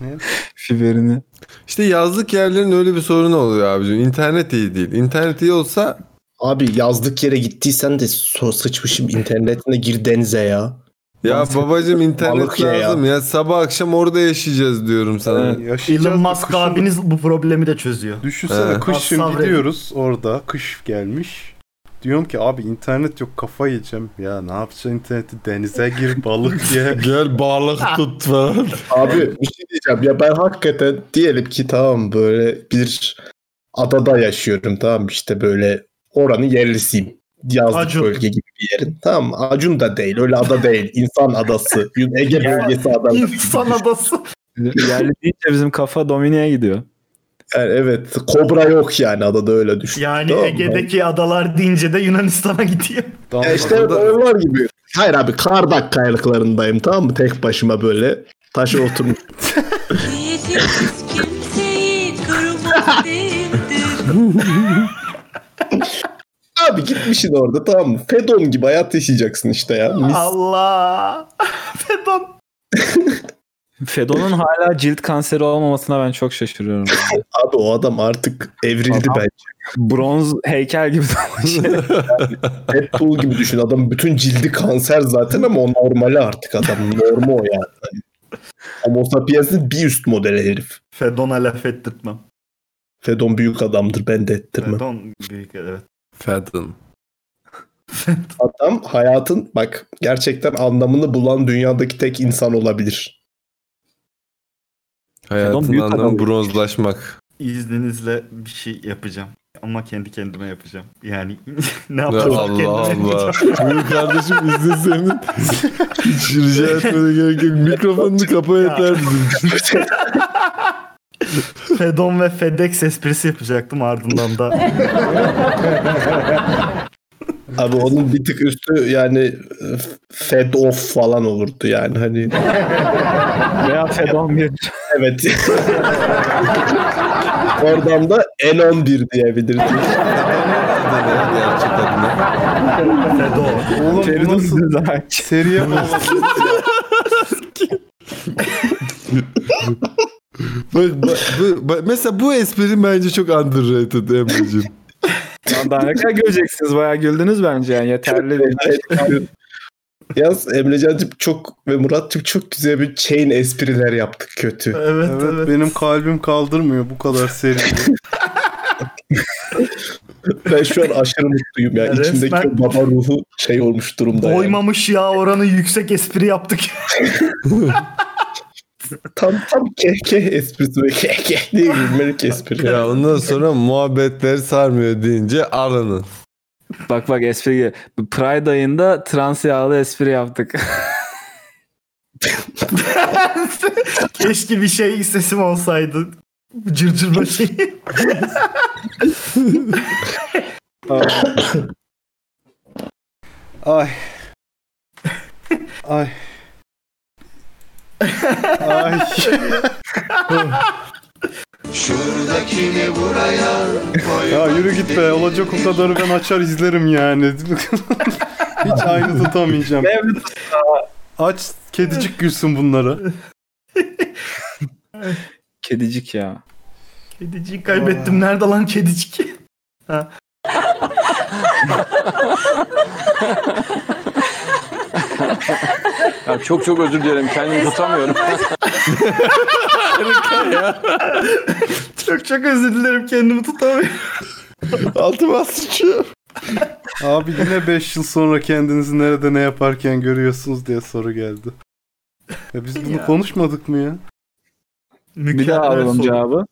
Ne?
fiberini.
İşte yazlık yerlerin öyle bir sorunu oluyor abicim. İnternet iyi değil. İnternet iyi olsa
Abi yazlık yere gittiysen de so sıçmışım internetine gir denize ya.
ya babacım internet
Balık ya ya.
lazım ya. sabah akşam orada yaşayacağız diyorum sana.
Evet.
Şey
Elon Musk abiniz bu problemi de çözüyor.
Düşünsene
Ee.
kış
Az
şimdi
sabredin.
gidiyoruz orada. Kış gelmiş. Diyorum ki abi internet yok kafa yiyeceğim. Ya ne yapacaksın interneti denize gir balık ye.
Gel balık tut falan.
Abi bir şey diyeceğim ya ben hakikaten diyelim ki tamam böyle bir adada yaşıyorum tamam işte böyle oranın yerlisiyim. Yazlık
Acun.
bölge gibi bir yerin. Tamam mı? Acun da değil öyle ada değil. İnsan adası. Ege bölgesi adası.
İnsan adası.
Yerli deyince bizim kafa Domine'ye gidiyor.
Yani evet kobra yok yani adada öyle düşün.
Yani
Tamam mı?
Ege'deki adalar deyince de Yunanistan'a gidiyor.
Ya işte onlar gibi. Hayır abi Kardak kayalıklarındayım tamam mı? Tek başıma böyle taşa oturmuş. abi gitmişsin orada tamam mı? Fedon gibi hayat yaşayacaksın işte ya. Mis.
Allah. Fedon.
Fedon'un hala cilt kanseri olmamasına ben çok şaşırıyorum.
Abi o adam artık evrildi
Adam-
bence.
Bronz heykel gibi dolaşıyor.
Deadpool gibi düşün. Adam bütün cildi kanser zaten ama o normali artık adam. Normu o yani. Hani Homo sapiens'in bir üst modeli herif.
Fedon'a laf ettirtmem.
Fedon büyük adamdır ben de ettirmem.
Fedon büyük evet.
Fedon.
Adam hayatın bak gerçekten anlamını bulan dünyadaki tek insan olabilir.
Adam
Hayatın
büyük adam
anlamı
ya.
bronzlaşmak.
İzninizle bir şey yapacağım. Ama kendi kendime yapacağım. Yani ne
Ya
yaparsam kendime
Allah Allah.
yapacağım.
Buyur kardeşim izle senin. Hiç rica etmene gerek yok. Mikrofonunu kapa yeter bizim.
Fedon ve FedEx esprisi yapacaktım ardından da.
Abi onun bir tık üstü yani e, fed off falan olurdu yani hani.
Veya Fedon bir.
evet. Oradan da N11 diyebilirdi.
Gerçek adına.
Fedon.
Oğlum bu
Fedon
nasıl
Zizak.
seriye bağlasın?
Bak, bak, bu, bak, mesela bu espri bence çok underrated Emre'cim.
Lan Daha ne kadar göreceksiniz bayağı güldünüz bence yani yeterli. değil.
Yaz Emrecan'cım çok ve Murat'cım çok güzel bir chain espriler yaptık kötü.
Evet
evet,
evet.
benim kalbim kaldırmıyor bu kadar seri.
Ben şu an aşırı mutluyum ya.
Ya
İçimdeki
resmen-
o baba ruhu şey olmuş durumda. yani.
Doymamış ya oranı yüksek espri yaptık.
Tam tam kehkeh esprisi ve kehkeh diye gülmelik espri.
ya ondan sonra muhabbetler sarmıyor deyince aranın.
Bak bak espri. Pride ayında trans yağlı espri yaptık.
Keşke bir şey sesim olsaydı. Cırcırma şey. şeyi.
Ay. Ay. Ay.
Şuradakini buraya koy.
Ya yürü git be. Olacak o kadarı ben açar izlerim yani. Hiç aynı tutamayacağım. Aç kedicik gülsün bunlara.
Kedicik ya.
Kediciyi kaybettim. Nerede lan kedicik?
Ya çok çok özür dilerim. Kendimi tutamıyorum.
çok çok özür dilerim kendimi tutamıyorum.
Altıma sıçıyor. Abi yine 5 yıl sonra kendinizi nerede ne yaparken görüyorsunuz diye soru geldi. Ya biz bunu
Ya.
konuşmadık mı ya?
Bir daha
alalım
cevabı.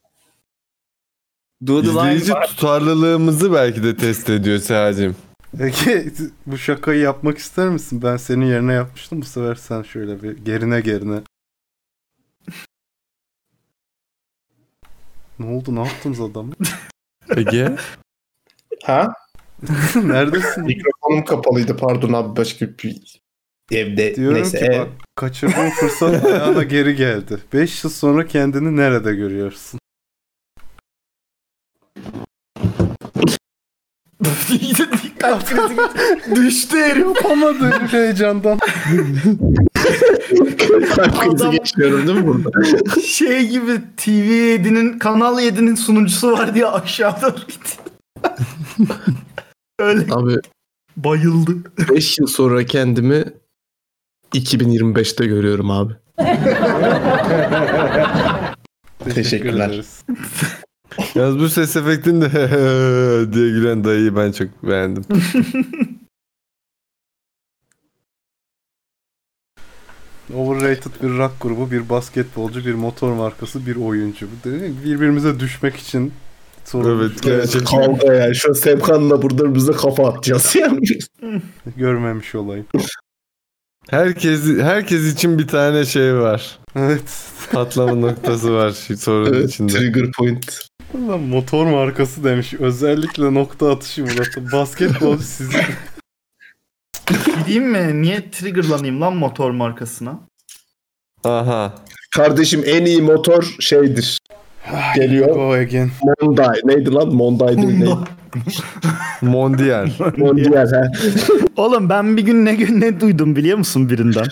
İzleyici tutarlılığımızı belki de test ediyor Seha'cığım.
Peki bu şakayı yapmak ister misin? Ben senin yerine yapmıştım. Bu sefer sen şöyle bir gerine gerine. ne oldu? Ne yaptınız adamı?
Ege?
Ha?
Neredesin?
Mikrofonum kapalıydı pardon abi başka bir evde.
Diyorum
Neyse. e-
ki
ev.
bak kaçırdığın fırsat ayağına geri geldi. 5 yıl sonra kendini nerede görüyorsun?
Düştü herif.
Yapamadı herif heyecandan.
Kalp krizi
geçiyorum değil mi burada?
şey gibi TV 7'nin Kanal 7'nin sunucusu var diye aşağı doğru gitti. Öyle.
Abi
bayıldı.
5 yıl sonra kendimi 2025'te görüyorum abi.
Teşekkürler. Yalnız bu ses efektini de diye gülen dayıyı ben çok beğendim.
Overrated bir rock grubu, bir basketbolcu, bir motor markası, bir oyuncu. Bu değil mi? Birbirimize düşmek için soru
Evet, gerçekten.
Kavga yani. Şu Sevkan'la burada bize kafa atacağız yani.
Görmemiş olayım.
Herkes herkes için bir tane şey var.
Evet.
Patlama noktası var şu sorunun
Evet,
içinde. Trigger point.
Ulan motor markası demiş. Özellikle nokta atışı burası. Basketbol sizin.
Gideyim mi? Niye triggerlanayım lan motor markasına?
Aha.
Kardeşim en iyi motor şeydir. Geliyor. Monday. Neydi lan? Monday değil. neydi?
Mondial.
Mondial ha.
Oğlum ben bir gün ne gün ne duydum biliyor musun birinden?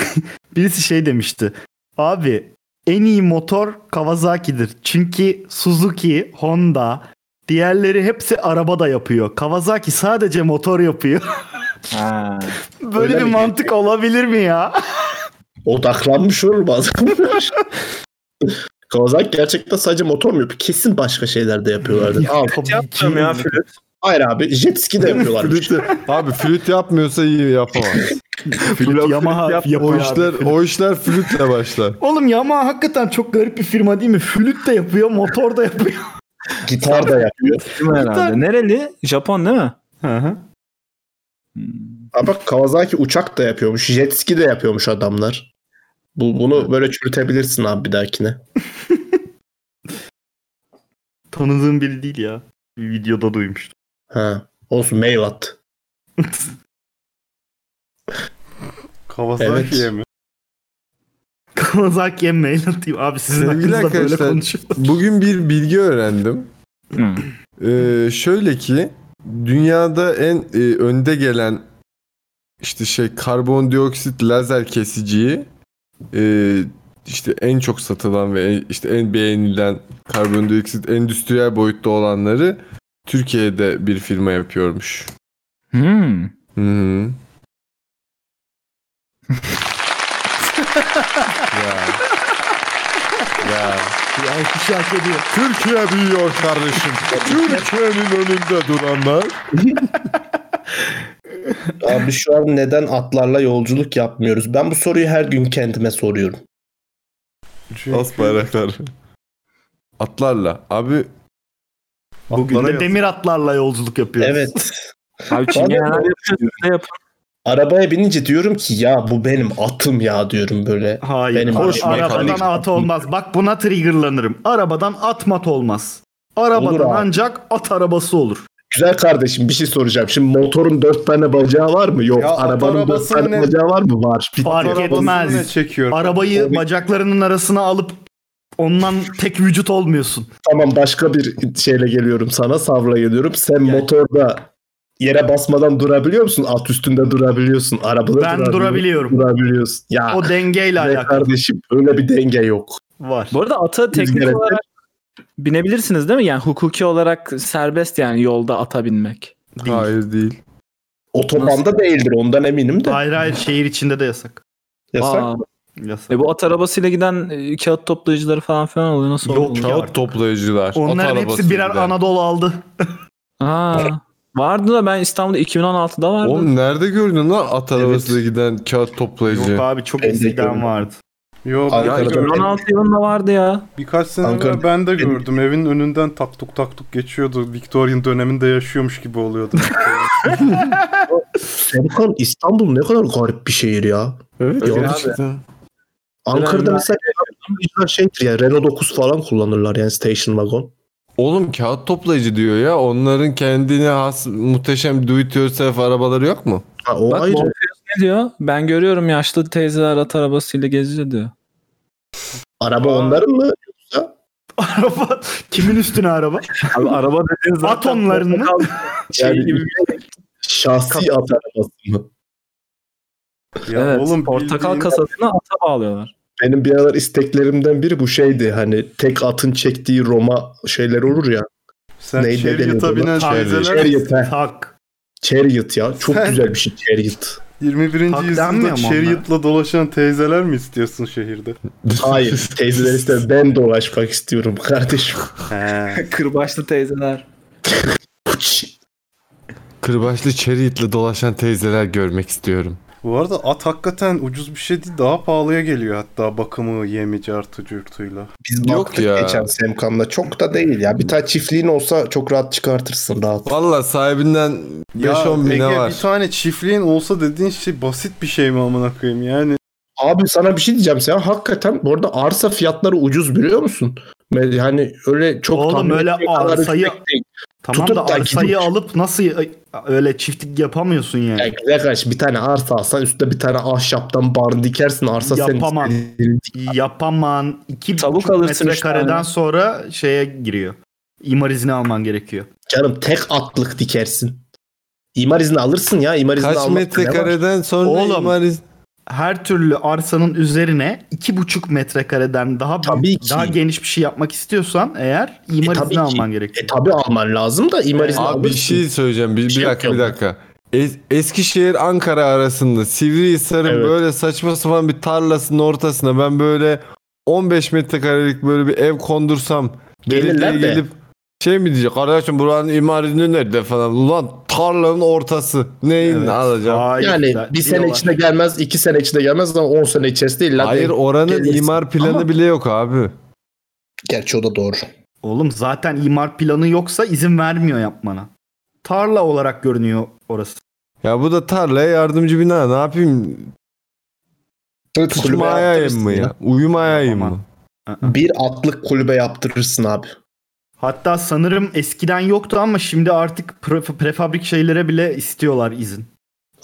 Birisi şey demişti. Abi en iyi motor Kawasaki'dir. Çünkü Suzuki, Honda, diğerleri hepsi araba da yapıyor. Kawasaki sadece motor yapıyor. Böyle
Öyle
bir
mi?
mantık olabilir mi ya?
Odaklanmış olur bazen. Kawasaki gerçekten sadece motor mu yapıyor? Kesin başka şeyler de yapıyorlardı. Al.
Yapmıyorum ya flüt.
Hayır abi jet ski de yapıyorlarmış.
Flütü- abi flüt yapmıyorsa iyi yapamaz. flüt
Yamaha
o
yapıyor
işler,
abi.
o işler flütle başlar.
Oğlum Yamaha hakikaten çok garip bir firma değil mi? Flüt de yapıyor, motor da yapıyor.
Gitar da yapıyor.
herhalde. Nereli? Japon değil mi?
Ama bak Kawasaki uçak da yapıyormuş. Jet ski de yapıyormuş adamlar. Bu, bunu böyle çürütebilirsin abi bir dahakine.
Tanıdığım biri değil ya. Bir videoda duymuştum.
Ha. Olsun Meyvat.
Kawasaki'ye
Evet.
mi?
Kawasaki'ye mail atayım. Abi sizin
Sevgili
hakkınızda böyle
arkadaşlar,
konuşuyor.
bugün bir bilgi öğrendim.
Hmm.
Ee, şöyle ki dünyada en e, önde gelen işte şey karbondioksit lazer kesiciyi e, işte en çok satılan ve en- işte en beğenilen karbondioksit endüstriyel boyutta olanları Türkiye'de bir firma yapıyormuş.
Hmm.
Hı hı. Ya.
Bir alkış hak ediyor.
Türkiye büyüyor kardeşim. Türkiye'nin önünde duranlar.
Abi şu an neden atlarla yolculuk yapmıyoruz? Ben bu soruyu her gün kendime soruyorum.
As bayraklar. Atlarla. Abi
Bugün de demir atlarla yolculuk yapıyoruz.
Evet.
Abi çingeneler yapıyorsun. yapın.
Arabaya binince diyorum ki ya bu benim atım ya diyorum böyle.
Hayır.
Benim
Hoş
arabam
arabadan
mekanik.
at olmaz. Bak buna triggerlanırım. Arabadan at mat olmaz. Arabadan
Olur abi.
ancak at arabası olur.
Güzel kardeşim bir şey soracağım. Şimdi motorun dört tane bacağı var mı? Yok.
Ya at
arabanın dört
arabası
tane
ne?
bacağı var mı? Var. Bitti.
Fark etmez. Arabayı bacaklarının arasına alıp ondan tek vücut olmuyorsun.
Tamam başka bir şeyle geliyorum sana. Savla geliyorum. Sen motorda yere basmadan durabiliyor musun? At üstünde durabiliyorsun. Arabada
Ben
durabili-
durabiliyorum.
Durabiliyorsun. Ya.
O dengeyle
be
alakalı.
Kardeşim öyle bir denge yok.
Var.
Bu arada ata teknik
Rüzgar
olarak binebilirsiniz değil mi? Yani hukuki olarak serbest yani yolda ata binmek.
Hayır değil.
Otobanda değildir ondan eminim de.
Hayır hayır şehir içinde de yasak.
Yasak
Aa.
mı?
Yasak.
E bu at arabasıyla giden e, kağıt toplayıcıları falan filan oluyor nasıl
Yok
oluyor?
ya. Kağıt
toplayıcılar.
Onların hepsi birer Anadolu aldı.
Ha. Vardı da ben İstanbul'da 2016'da vardı.
Oğlum nerede gördün lan at arabasıyla giden kağıt toplayıcı?
Yok abi çok eskiden vardı.
Yok
Abi,
ben de
ben-
gördüm.
16 yılında vardı ya.
Birkaç sene
Ankara'da-
evvel ben de gördüm. Evin önünden taktuk taktuk geçiyordu. Victorian döneminde yaşıyormuş gibi oluyordu.
Serkan İstanbul ne kadar garip bir şehir ya.
Evet.
Gerçekten. Ankara'da
Trenler-
mesela toplayıcılar şeydir ya Renault 9 falan kullanırlar yani station wagon.
Oğlum kağıt toplayıcı diyor ya. Onların kendine has muhteşem do it yourself arabaları yok mu?
Ha, o
Bak Morpheus ne diyor? Ben görüyorum yaşlı teyzeler at arabasıyla geziyor diyor.
Araba onların mı?
Araba kimin üstüne araba?
Abi araba dediğin zaten
At onların mı?
Şey gibi. Şahsi at arabası mı?
evet, oğlum
portakal
bildiğin-
kasasına ata bağlıyorlar.
Benim bir aralar isteklerimden biri bu şeydi hani tek atın çektiği Roma şeyler olur ya.
Sen
deniyordu
Chariot'a
ona?
binen teyzeler
Chariot, he.
Tak.
Chariot ya. Çok
Sen-
güzel bir şey Chariot.
21.
Tak denmiyor
yüzyılda
mu
şeriatla dolaşan teyzeler mi istiyorsun şehirde?
Hayır teyzeler işte ben dolaşmak istiyorum kardeşim.
Kırbaçlı teyzeler.
Kırbaçlı chariot'la dolaşan teyzeler görmek istiyorum.
Bu arada at hakikaten ucuz bir şey değil. Daha pahalıya geliyor hatta bakımı, yemi, cartı, curtuyla.
Biz baktık
ya.
geçen Semkan'la çok da değil ya. Bir tane çiftliğin olsa çok rahat çıkartırsın rahat.
Valla sahibinden
Ya
5-10 bine
Ege,
var.
bir tane çiftliğin olsa dediğin şey basit bir şey mi amına koyayım yani.
Abi sana bir şey diyeceğim sen hakikaten bu arada arsa fiyatları ucuz biliyor musun? Yani öyle çok
Oğlum
tahmin
öyle
ettiğin kadar
arsayı
yüksek değil.
Tamam
Tutup
da
da
arsayı
gidip-
alıp nasıl öyle çiftlik yapamıyorsun yani.
Ya güzel kardeş bir tane arsa alsan üstüne bir tane ahşaptan barın dikersin arsa
Yapamam.
senin istediğin
Yapaman. İki
Tavuk
buçuk
alırsın üç
metrekareden
tane.
sonra şeye giriyor. İmar izni alman gerekiyor.
Canım tek atlık dikersin. İmar izni alırsın ya. İmar izni
Kaç metrekareden sonra
Oğlum
imar iz-
her türlü arsanın üzerine iki buçuk metrekareden daha büyük, daha geniş bir şey yapmak istiyorsan eğer imar
E, tabii
izni
ki.
alman gerekiyor.
E tabi alman lazım da imar izni
Abi bir
alırsın.
şey söyleyeceğim. Bir, bir
şey
dakika bir
yok.
dakika. Es- Eskişehir Ankara arasında Sivrihisar'ın böyle saçma sapan bir tarlasının ortasına ben böyle 15 metrekarelik böyle bir ev kondursam belediye
Gelirler de.
gelip şey mi diyecek kardeşim buranın imar izni nerede falan ulan tarlanın ortası neyin alacağım
yani bir sene içinde gelmez, iki sene içinde gelmez ama on sene içerisinde illa
hayır
denk
oranın
gelirsin.
imar planı
Ama
bile yok abi
Gerçi o da doğru.
Oğlum zaten imar planı yoksa izin vermiyor yapmana. Tarla olarak görünüyor orası.
ya bu da tarlaya yardımcı bina ne yapayım
Evet, kulübe
tutmayayım
yaptırırsın
mı ya
ya.
uyumayayım mı
Bir atlık kulübe yaptırırsın abi.
Hatta sanırım eskiden yoktu ama şimdi artık pre- prefabrik şeylere bile istiyorlar izin.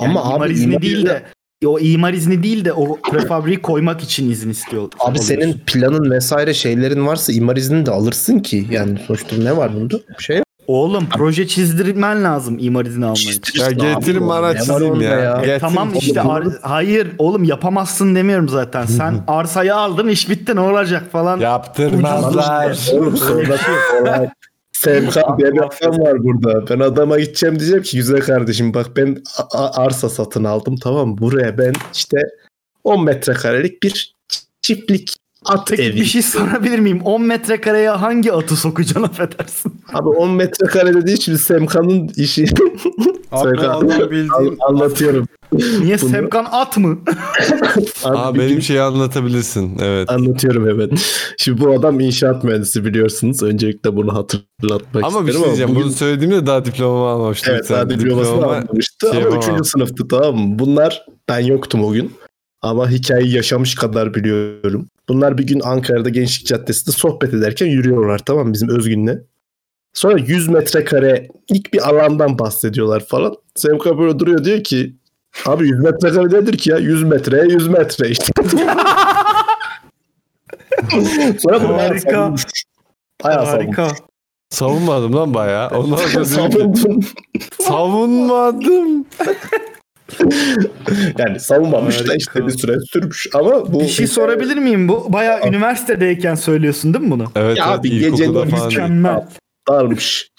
Yani
Ama
imar
abi
izni
imar
değil de o imar izni değil de o prefabriği koymak için izin istiyor.
Abi
alıyorsun.
senin planın vesaire şeylerin varsa imar iznini de alırsın ki. Yani sonuçta ne var bunda? Bir şey yok.
Oğlum proje çizdirmen lazım imar izni alman için.
ya getirin bana çizeyim ya,
E,
Getirin.
tamam işte ar- hayır oğlum yapamazsın demiyorum zaten. Sen arsayı aldın iş bitti ne olacak falan.
Yaptırmazlar.
Oğlum sonra olay. Semkan diye bir adam var burada. Ben adama gideceğim diyeceğim ki güzel kardeşim bak ben a- a- arsa satın aldım tamam mı? buraya ben işte 10 metrekarelik bir ç- çiftlik at evi.
Bir şey sorabilir miyim? 10 metrekareye hangi atı sokacaksın affedersin?
Abi 10 metrekare dediği şimdi Semkan'ın işi.
Abi
Semkan,
adam bildiğin
an- anlatıyorum.
Niye
Bunu-
Semkan at mı?
Abi
Aa,
bir
benim
gün-
şeyi anlatabilirsin. Evet.
Anlatıyorum hemen. Şimdi bu adam inşaat mühendisi biliyorsunuz. Öncelikle bunu hatırlatmak
Ama bir
isterim
şey diyeceğim.
bugün-
Bunu söylediğimde daha diplomamı almamıştım.
Evet
Sen
daha diplomasını
diploma
almamıştı
şey
ama
yapamam.
3. sınıftı tamam mı? Bunlar ben yoktum o gün ama hikayeyi yaşamış kadar biliyorum. Bunlar bir gün Ankara'da Gençlik Caddesi'nde sohbet ederken yürüyorlar tamam mı bizim Özgün'le. Sonra 100 metrekare ilk bir alandan bahsediyorlar falan. Semka böyle duruyor diyor ki abi 100 metrekare nedir ki ya 100 metreye 100 metre işte. Sonra bunu bayağı
Harika.
savunmuş. Bayağı savunmuş.
Harika.
Savunmadım lan bayağı. Ondan sonra dedim ki,
Savundun.
savunmadım.
Yani savunmamış da işte bir süre sürmüş ama bu
Bir şey sorabilir miyim? Bu bayağı üniversitedeyken söylüyorsun değil mi bunu?
Evet,
Ya
evet
abi
ilkokulda
gecenin
falan.
mükemmel
Mükemmel.
darmış.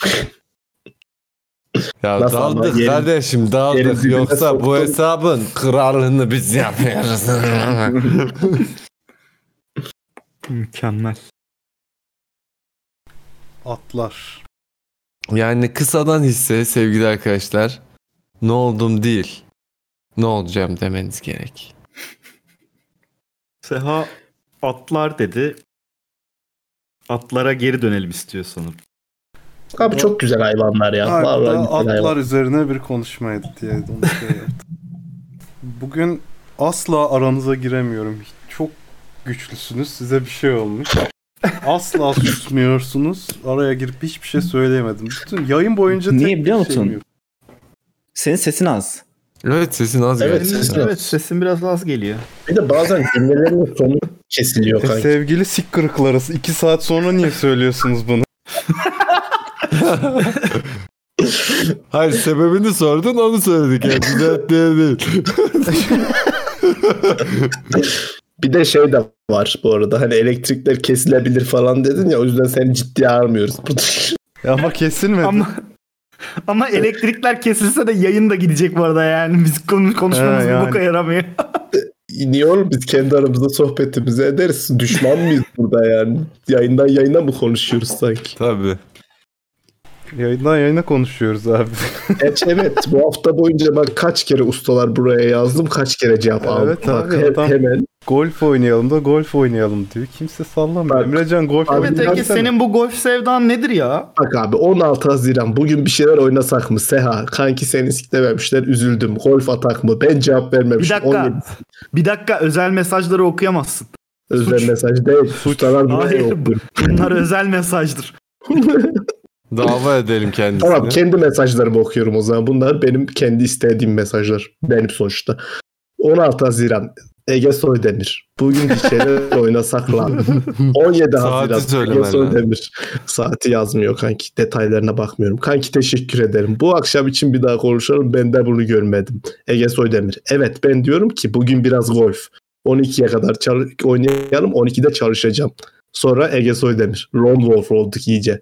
Ya
Nasıl ama?
daldık
Yerin-
kardeşim
yerin
daldık.
dibine
Yoksa bu
soktum.
hesabın kralını biz yapıyoruz.
Mükemmel.
Atlar.
yani kısadan hisse sevgili arkadaşlar. Ne oldum değil. Ne olacağım demeniz gerek.
Seha atlar dedi. Atlara geri dönelim istiyor sanırım.
Abi çok
güzel hayvanlar
Hatta
şey
atlar üzerine bir konuşmaydı diye. onu şey yaptım. Bugün asla aranıza giremiyorum. Çok güçlüsünüz. Size bir şey olmuş. Asla susmuyorsunuz. Araya girip hiçbir şey söyleyemedim. Bütün yayın boyunca tek
Niye biliyor
bir şeyim
musun?
yok.
Senin sesin az.
Evet sesin az
Evet,
Senin-
sesin az.
evet sesin biraz az geliyor.
Bir de bazen cümlelerin sonu kesiliyor
E, sevgili sik kırıklarız. iki saat sonra niye söylüyorsunuz bunu?
Hayır sebebini sordun onu söyledik. Yani düzeltmeye değil.
Bir de şey de var bu arada hani elektrikler kesilebilir falan dedin ya o yüzden seni ciddiye almıyoruz.
Ama kesilmedi.
Ama, ama elektrikler kesilse de yayın da gidecek bu arada yani. Biz konu- konuşmamız
He,
bir
yani.
boka yaramıyor.
Niye oğlum biz kendi aramızda sohbetimizi ederiz. Düşman mıyız burada yani? Yayından yayına mı konuşuyoruz sanki?
Tabii.
Yayından yayına konuşuyoruz abi.
Evet, evet bu hafta boyunca ben kaç kere ustalar buraya yazdım kaç kere cevap aldım.
Evet
Bak,
abi
he-
adam
hemen.
golf oynayalım da golf oynayalım diyor. Kimse sallamıyor. Emrecan golf
Evet Ege senin bu golf sevdan nedir ya?
Bak abi 16 Haziran bugün bir şeyler oynasak mı Seha? Kanki seni siklememişler üzüldüm. Golf atak mı? Ben cevap
Bir
vermemişim.
dakika. Bir dakika özel mesajları okuyamazsın.
Özel mesaj değil. Ustalar buraya
Hayır.
yolluyor.
Bunlar özel mesajdır.
Dava edelim kendisine.
Tamam kendi mesajlarımı okuyorum o zaman. Bunlar benim kendi istediğim mesajlar. Benim sonuçta. 16 Haziran Ege Soydemir. Bugün bir şeyler oynasak lan. 17
Saati
Haziran
söylemen
Ege
lazım.
Soydemir. Saati yazmıyor kanki. Detaylarına bakmıyorum. Kanki teşekkür ederim. Bu akşam için bir daha konuşalım. Ben de bunu görmedim. Ege Soydemir. Evet ben diyorum ki bugün biraz golf. 12'ye kadar çal- oynayalım. 12'de çalışacağım. Sonra Ege Soydemir. Lone Wolf olduk iyice.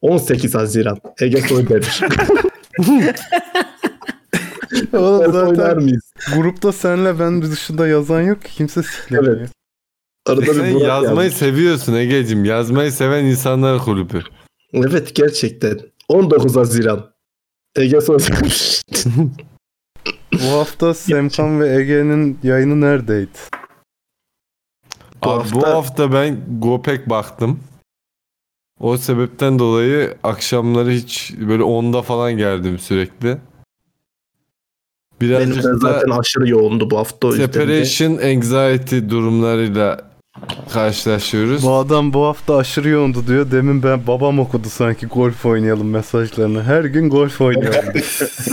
18 Haziran. Ege Soydemir.
Oğlum
oynar
zaten
mıyız?
grupta senle ben dışında yazan yok ki kimse siklemiyor. Evet.
Sen yazmayı seviyorsun Ege'cim. Yazmayı seven insanlar kulübü.
Evet gerçekten. 19 Haziran. Ege Soydemir.
Bu hafta Semkan ve Ege'nin yayını neredeydi?
Bu, Abi, hafta... bu hafta ben Gopek baktım. O sebepten dolayı akşamları hiç böyle 10'da falan geldim sürekli.
Benim
Birazcık
de zaten
da
aşırı yoğundu bu hafta. o yüzden de.
separation anxiety durumlarıyla karşılaşıyoruz.
Bu adam bu hafta aşırı yoğundu diyor. Demin ben babam okudu sanki golf oynayalım mesajlarını. Her gün golf oynayalım.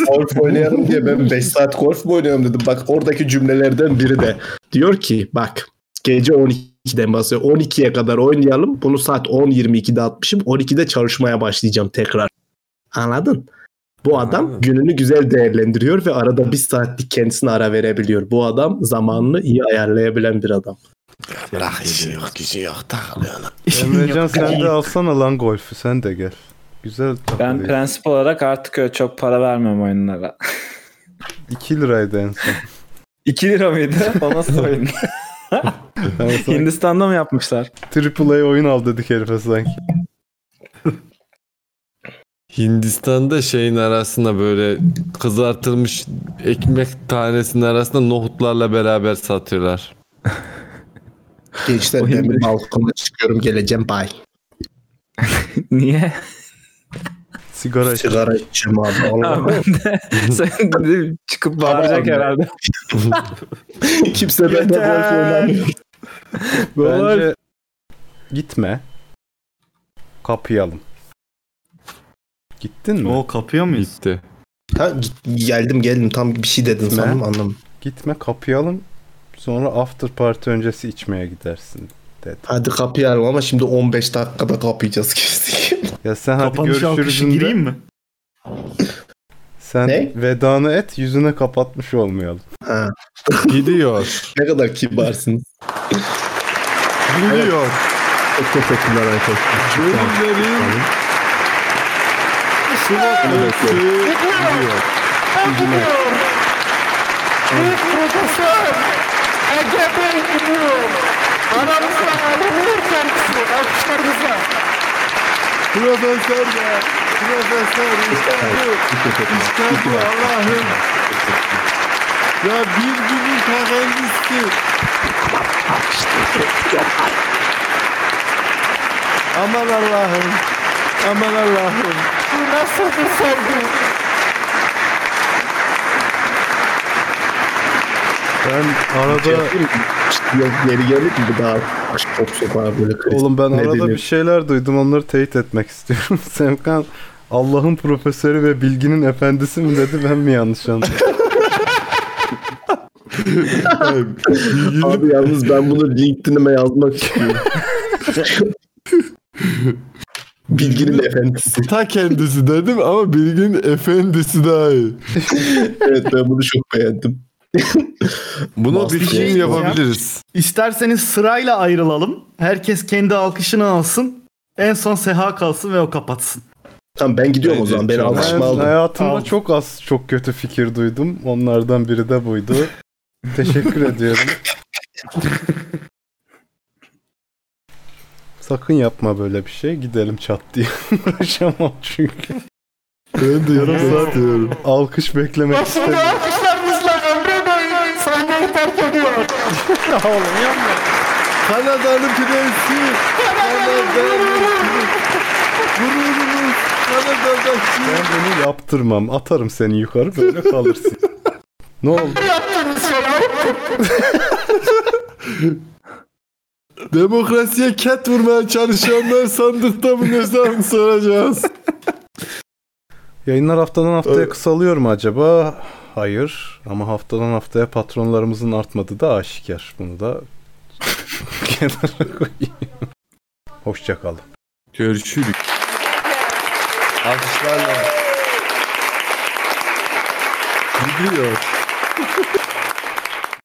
golf oynayalım diye ben 5 saat golf mu oynuyorum dedim. Bak oradaki cümlelerden biri de diyor ki bak gece 12'den bahsediyor. 12'ye kadar oynayalım. Bunu saat 10.22'de atmışım. 12'de çalışmaya başlayacağım tekrar. Anladın? Bu adam gününü güzel değerlendiriyor ve arada bir saatlik kendisine ara verebiliyor. Bu adam zamanını iyi ayarlayabilen bir adam.
Bırak işi yok işi yok
Emrecan sen de alsana lan golfü sen de gel. Güzel
Ben
takılıyor.
prensip olarak artık öyle çok para vermem oyunlara.
2 liraydı en son.
2 lira mıydı? O nasıl oyun? Hindistan'da mı yapmışlar?
Triple A oyun al dedik herife sanki.
Hindistan'da şeyin arasında böyle kızartılmış ekmek tanesinin arasında nohutlarla beraber satıyorlar.
Gençler ben bir balkona çıkıyorum geleceğim bay.
Niye?
Sigara
Sigara içeceğim abi.
Ha,
Allah'ım.
ben de- sen de çıkıp bağıracak herhalde.
Kimse benden golf oynamıyor.
Bence gitme. Kapayalım. Gittin mi?
O kapıyor muyuz?
Gitti.
Ha, git- geldim geldim tam bir şey dedin sandım anlamadım.
Gitme kapayalım. Sonra after party öncesi içmeye gidersin. Dedi.
Hadi kapayalım ama şimdi 15 dakikada kapayacağız kesin.
Ya sen hadi
Kapanış
görüşürüz.
alkışı
de.
gireyim mi?
Sen
Ne?
vedanı et yüzüne kapatmış olmayalım.
Ha.
Gidiyor.
ne kadar kibarsın. Biliyor. Çok teşekkürler arkadaşlar.
Bölümlerin
Bir profesör Ege Bey gidiyor. Aramızda ayrılır kendisi. Alkışlarınızla.
Profesör be. Profesör işte bu. İşte bu Allah'ım. Ya bir günün kahvencisi. Aman Allah'ım. Aman Allah'ım.
Bu nasıl bir sevgi?
Ben arada...
Yok geri gelip mi daha çok sokağa böyle kriz.
Oğlum ben
Ne
arada
deniyor?
bir şeyler duydum onları teyit etmek istiyorum. Semkan Allah'ın profesörü ve bilginin efendisi mi dedi ben mi yanlış anladım?
Abi yalnız ben bunu LinkedIn'ime yazmak istiyorum.
Bilginin efendisi. Ta kendisi dedim ama bilginin efendisi daha iyi. evet ben bunu çok beğendim. Buna bir
Master
film
Chef
yapabiliriz.
İsterseniz sırayla ayrılalım. Herkes kendi alkışını alsın. En son Seha kalsın ve o kapatsın.
Tamam ben gidiyorum o zaman. Beni alkışıma
Ben
aldın.
hayatımda çok az çok kötü fikir duydum. Onlardan biri de buydu. Teşekkür ediyorum. Sakın yapma böyle bir şey. Gidelim çat diye. Uğraşamam çünkü.
Ben de
yarım
saat diyorum.
Alkış beklemek
Başında
istemiyorum.
alkışlarınızla Emre Bey sahneyi terk ediyor. Oğlum yapma.
Kanada'nın prensi. Gururumuz Kanada'daki.
Ben bunu yaptırmam. Atarım seni yukarı böyle kalırsın. ne oldu?
Ne yaptınız ya?
Demokrasiye ket vurmaya çalışanlar sandıkta mı ne soracağız?
Yayınlar haftadan haftaya kısalıyor mu acaba? Hayır. Ama haftadan haftaya patronlarımızın artmadığı da aşikar. Bunu da kenara koyayım. Hoşçakalın.
Görüşürük.
Alkışlarla.
Gidiyor.